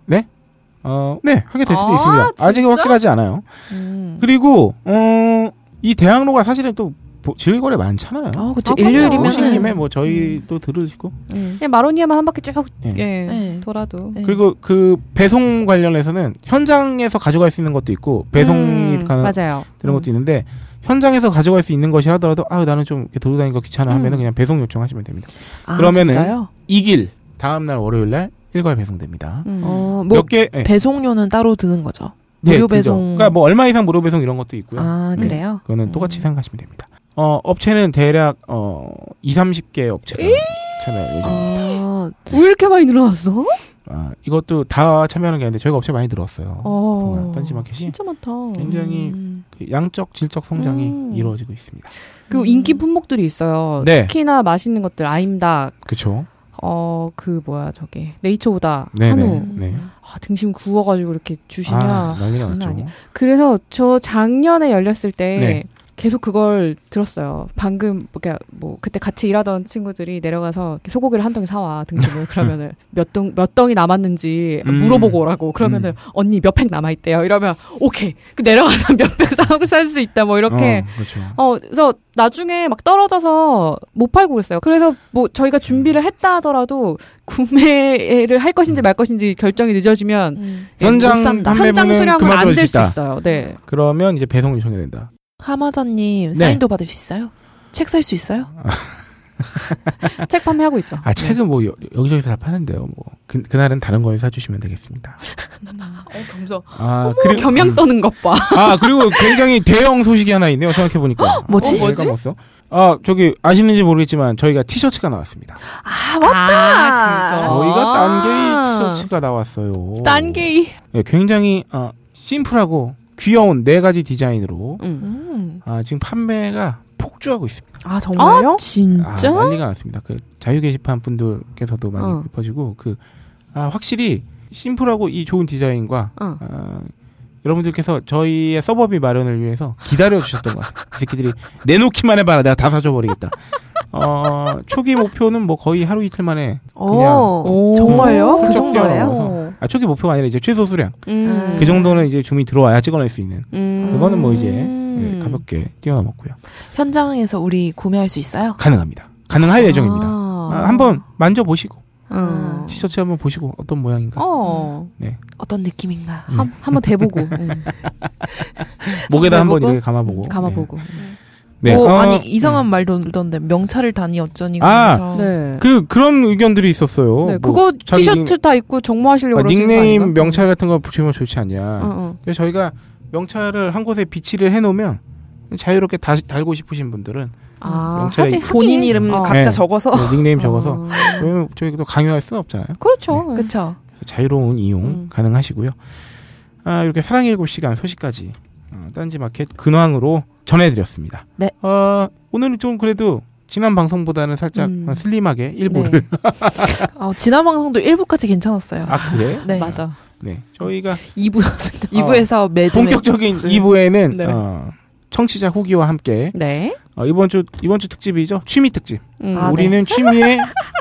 Speaker 1: 어, 네, 하게 될 수도
Speaker 3: 아,
Speaker 1: 있습니다. 아직
Speaker 3: 진짜?
Speaker 1: 확실하지 않아요.
Speaker 2: 음.
Speaker 1: 그리고, 어, 이 대학로가 사실은 또 보- 즐길거리 많잖아요.
Speaker 2: 어, 그쵸. 네.
Speaker 3: 아, 그럼요.
Speaker 1: 오신 김에
Speaker 2: 일요일이면.
Speaker 1: 뭐 저희 도 들으시고.
Speaker 3: 그냥 마로니아만 한 바퀴 쭉
Speaker 1: 예.
Speaker 3: 예.
Speaker 2: 네.
Speaker 3: 돌아도
Speaker 1: 그리고 그 배송 관련해서는 현장에서 가져갈 수 있는 것도 있고, 배송이
Speaker 3: 음,
Speaker 1: 가는
Speaker 3: 맞아요.
Speaker 1: 그런 것도 있는데, 현장에서 가져갈 수 있는 것이 하더라도, 아 나는 좀 이렇게 돌고 다니는 거 귀찮아 하면은
Speaker 3: 음.
Speaker 1: 그냥 배송 요청하시면 됩니다.
Speaker 2: 아,
Speaker 1: 그러면은-
Speaker 2: 진짜요?
Speaker 1: 이 길, 다음날 월요일날 일괄 배송됩니다.
Speaker 3: 음.
Speaker 2: 어, 뭐
Speaker 1: 몇 개, 예.
Speaker 2: 배송료는 따로 드는 거죠.
Speaker 1: 네,
Speaker 2: 무료
Speaker 1: 그죠.
Speaker 2: 배송.
Speaker 1: 그러니까 뭐 얼마 이상 무료 배송 이런 것도 있고요.
Speaker 2: 아,
Speaker 1: 음.
Speaker 2: 그래요?
Speaker 1: 그거는
Speaker 2: 음.
Speaker 1: 똑같이 생각하시면 됩니다. 어, 업체는 대략 어, 2, 30개 업체가 참여할
Speaker 3: 아.
Speaker 1: 예정입니다.
Speaker 2: 어,
Speaker 3: 왜 이렇게 많이 늘어났어?
Speaker 1: 아, 이것도 다 참여하는 게 아닌데 저희가 업체 많이 늘었어요.
Speaker 3: 어.
Speaker 1: 그동안 딴지마켓이
Speaker 3: 진짜 많다.
Speaker 1: 굉장히
Speaker 2: 음.
Speaker 1: 그 양적 질적 성장이
Speaker 3: 음.
Speaker 1: 이루어지고 있습니다.
Speaker 3: 그리고 인기 품목들이 있어요.
Speaker 1: 네.
Speaker 3: 특히나 맛있는 것들 아임닭,
Speaker 1: 그렇죠.
Speaker 3: 어 그 뭐야 저게 네이처보다
Speaker 1: 네, 네,
Speaker 3: 한우
Speaker 1: 네.
Speaker 3: 아, 등심 구워가지고 이렇게 주시면
Speaker 1: 아, 난리
Speaker 3: 장난
Speaker 1: 났죠.
Speaker 3: 아니야. 그래서 저 작년에 열렸을 때
Speaker 1: 네.
Speaker 3: 계속 그걸 들었어요. 방금 그러니까 뭐 그때 같이 일하던 친구들이 내려가서 이렇게 소고기를 한 덩이 사와 등심을 그러면은 몇 덩 몇 덩이 남았는지
Speaker 1: 음.
Speaker 3: 물어보고 오라고 그러면은 언니 몇 팩 남아 있대요. 이러면 오케이 그 내려가서 몇 팩 사고 살 수 있다 뭐 이렇게.
Speaker 1: 어, 그렇죠.
Speaker 3: 어, 그래서 나중에 막 떨어져서 못 팔고 그랬어요. 그래서 뭐 저희가 준비를 했다 하더라도 구매를 할 것인지 말 것인지 결정이 늦어지면
Speaker 2: 음. 못
Speaker 1: 현장
Speaker 2: 산다.
Speaker 3: 예, 현장
Speaker 1: 판매분은
Speaker 3: 수량은 안 될
Speaker 1: 그만둘
Speaker 3: 수
Speaker 1: 수 있다.
Speaker 3: 있어요. 네.
Speaker 1: 그러면 이제 배송 요청이 된다.
Speaker 2: 하마자님
Speaker 1: 네.
Speaker 2: 사인도 받을 수 있어요? 책 살 수 있어요?
Speaker 3: 책 판매하고 있죠.
Speaker 1: 아 책은 뭐 여, 기저기서다 파는데요. 뭐 그, 그날은 다른 거에 사주시면 되겠습니다.
Speaker 3: 겸서.
Speaker 1: 아
Speaker 3: 겸양 떠는 것 봐.
Speaker 1: 아 그리고 굉장히 대형 소식이 하나 있네요. 생각해 보니까.
Speaker 2: 뭐지?
Speaker 3: 어, 뭐지?
Speaker 1: 어 아, 저기 아시는지 모르겠지만 저희가 티셔츠가 나왔습니다.
Speaker 2: 아, 맞다.
Speaker 3: 아, 그거.
Speaker 1: 저희가
Speaker 3: 아.
Speaker 1: 딴게이 티셔츠가 나왔어요.
Speaker 3: 딴게이.
Speaker 1: 예, 굉장히 아, 심플하고 귀여운 네 가지 디자인으로
Speaker 3: 음.
Speaker 2: 음.
Speaker 1: 아, 지금 판매가 폭주하고 있습니다.
Speaker 2: 아,
Speaker 3: 아
Speaker 2: 정말요?
Speaker 1: 아,
Speaker 3: 진짜?
Speaker 1: 난리가 났습니다. 그 자유 게시판 분들께서도 많이
Speaker 3: 어.
Speaker 1: 예뻐지고 그 아, 확실히 심플하고 이 좋은 디자인과
Speaker 3: 어.
Speaker 1: 아, 여러분들께서 저희의 서버비 마련을 위해서 기다려 주셨던 것 같아요. 이 새끼들이 내놓기만 해봐라, 내가 다 사줘버리겠다. 어, 초기 목표는 뭐 거의 하루 이틀 만에.
Speaker 2: 오,
Speaker 3: 아, 오.
Speaker 2: 정말요? 그
Speaker 1: 훌쩍
Speaker 2: 정도예요? 아.
Speaker 1: 뛰어넘어서. 아, 초기 목표가 아니라 이제 최소 수량.
Speaker 3: 음.
Speaker 1: 그 정도는 이제 주민이 들어와야 찍어낼 수 있는.
Speaker 3: 음.
Speaker 1: 그거는 뭐 이제 예, 가볍게 뛰어넘었고요.
Speaker 2: 현장에서 우리 구매할 수 있어요?
Speaker 1: 가능합니다. 가능할 예정입니다.
Speaker 3: 아.
Speaker 1: 아, 한번 만져보시고,
Speaker 3: 어.
Speaker 1: 티셔츠 한번 보시고, 어떤 모양인가.
Speaker 3: 어.
Speaker 2: 어떤 느낌인가?
Speaker 3: 한 한번 대보고 음.
Speaker 1: 네, 목에다 한번
Speaker 2: 해보고?
Speaker 1: 이렇게 감아보고.
Speaker 3: 감아보고.
Speaker 1: 네.
Speaker 2: 오,
Speaker 1: 어,
Speaker 2: 아니 이상한 말도 들던데 명찰을 다니 어쩌니
Speaker 1: 아,
Speaker 2: 그래서
Speaker 3: 네.
Speaker 1: 그 그런 의견들이 있었어요.
Speaker 3: 네,
Speaker 1: 뭐
Speaker 3: 그거
Speaker 1: 자기
Speaker 3: 티셔츠 다 입고
Speaker 1: 닉-
Speaker 3: 정모하시려고
Speaker 1: 아,
Speaker 3: 그러시는 거 아닌가?
Speaker 1: 닉네임 명찰 같은 거 붙이면 좋지
Speaker 3: 어,
Speaker 1: 않냐.
Speaker 3: 어.
Speaker 1: 그래서 저희가 명찰을 한 곳에 비치를 해놓으면 자유롭게 다, 달고 싶으신 분들은
Speaker 3: 아,
Speaker 1: 명찰에
Speaker 3: 하긴-
Speaker 1: 이-
Speaker 2: 본인
Speaker 3: 하긴-
Speaker 2: 이름
Speaker 3: 어.
Speaker 2: 각자
Speaker 1: 네.
Speaker 2: 적어서
Speaker 1: 네, 닉네임 적어서 네.
Speaker 3: 어.
Speaker 1: 왜냐면 저희가 또 강요할 수는 없잖아요.
Speaker 3: 그렇죠. 예.
Speaker 2: 그쵸?
Speaker 1: 그래서 자유로운 이용
Speaker 3: 음.
Speaker 1: 가능하시고요. 아, 이렇게 사랑의 일곱 시간 소식까지 어, 딴지마켓 근황으로 전해드렸습니다.
Speaker 2: 네.
Speaker 1: 어, 오늘은 좀 그래도 지난 방송보다는 살짝
Speaker 3: 음.
Speaker 1: 어, 슬림하게 일부를
Speaker 3: 네.
Speaker 2: 어, 지난 방송도 1부까지 괜찮았어요.
Speaker 1: 아 그래?
Speaker 2: 네.
Speaker 3: 맞아.
Speaker 1: 네. 저희가
Speaker 3: 2부.
Speaker 2: 2부에서 매듭
Speaker 1: 어. 본격적인
Speaker 2: 네.
Speaker 1: 2부에는 어,
Speaker 3: 네.
Speaker 1: 청취자 후기와 함께
Speaker 3: 네.
Speaker 1: 어, 이번 주 이번 주 특집이죠 취미 특집.
Speaker 3: 음.
Speaker 2: 아, 네.
Speaker 1: 우리는 취미에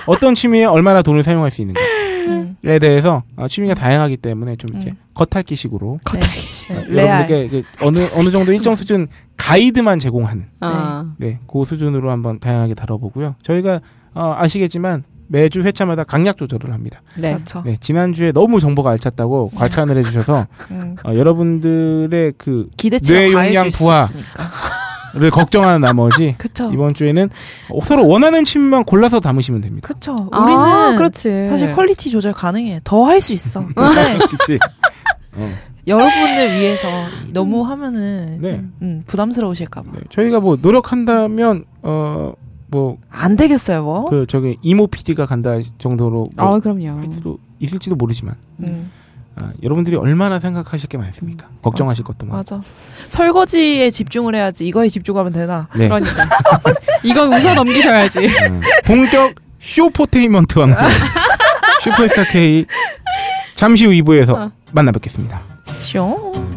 Speaker 1: 어떤 취미에 얼마나 돈을 사용할 수 있는가에
Speaker 2: 음,
Speaker 1: 대해서 어, 취미가 다양하기 때문에 좀 이렇게
Speaker 2: 음.
Speaker 1: 겉핥기식으로
Speaker 2: 겉하기. 네.
Speaker 1: 어,
Speaker 2: 레알.
Speaker 1: 여러분에게 이제 어느 어느 정도 일정 수준 가이드만 제공하는
Speaker 3: 아.
Speaker 1: 네, 그 수준으로 한번 다양하게 다뤄보고요. 저희가 어, 아시겠지만 매주 회차마다 강약 조절을 합니다.
Speaker 3: 네.
Speaker 2: 그렇죠.
Speaker 1: 네, 지난주에 너무 정보가 알찼다고 과찬을 해주셔서
Speaker 2: 음.
Speaker 1: 어, 여러분들의 그를 뇌
Speaker 2: 기대치가
Speaker 1: 용량
Speaker 2: 과해질 수
Speaker 1: 부하.
Speaker 2: 있으니까.
Speaker 1: 걱정하는 나머지
Speaker 2: 그쵸?
Speaker 1: 이번 주에는 서로 원하는 취미만 골라서 담으시면 됩니다.
Speaker 2: 그쵸?
Speaker 3: 아,
Speaker 2: 우리는
Speaker 3: 그렇지.
Speaker 2: 네.
Speaker 3: 네.
Speaker 2: 사실 퀄리티 조절 가능해. 더 할 수 있어. 근데
Speaker 1: 그치? 어,
Speaker 2: 여러분을 위해서 너무 하면은
Speaker 1: 네.
Speaker 2: 음, 부담스러우실까봐.
Speaker 1: 네, 저희가 뭐 노력한다면 어, 어뭐
Speaker 2: 안 되겠어요, 뭐.
Speaker 1: 그 저기 이모 PD가 간다 정도로 뭐
Speaker 3: 아, 그럼요.
Speaker 1: 할 수도 있을지도 모르지만
Speaker 2: 음,
Speaker 1: 아, 여러분들이 얼마나 생각하실 게 많습니까? 걱정하실 것도 많고.
Speaker 2: 맞아. 설거지에 집중을 해야지 이거에 집중하면 되나?
Speaker 1: 네.
Speaker 3: 그러니까. 이건 웃어 넘기셔야지.
Speaker 1: 음. 본격 쇼포테이먼트 방송 슈퍼스타 K 잠시 후 2부에서 만나 뵙겠습니다.
Speaker 2: 쇼.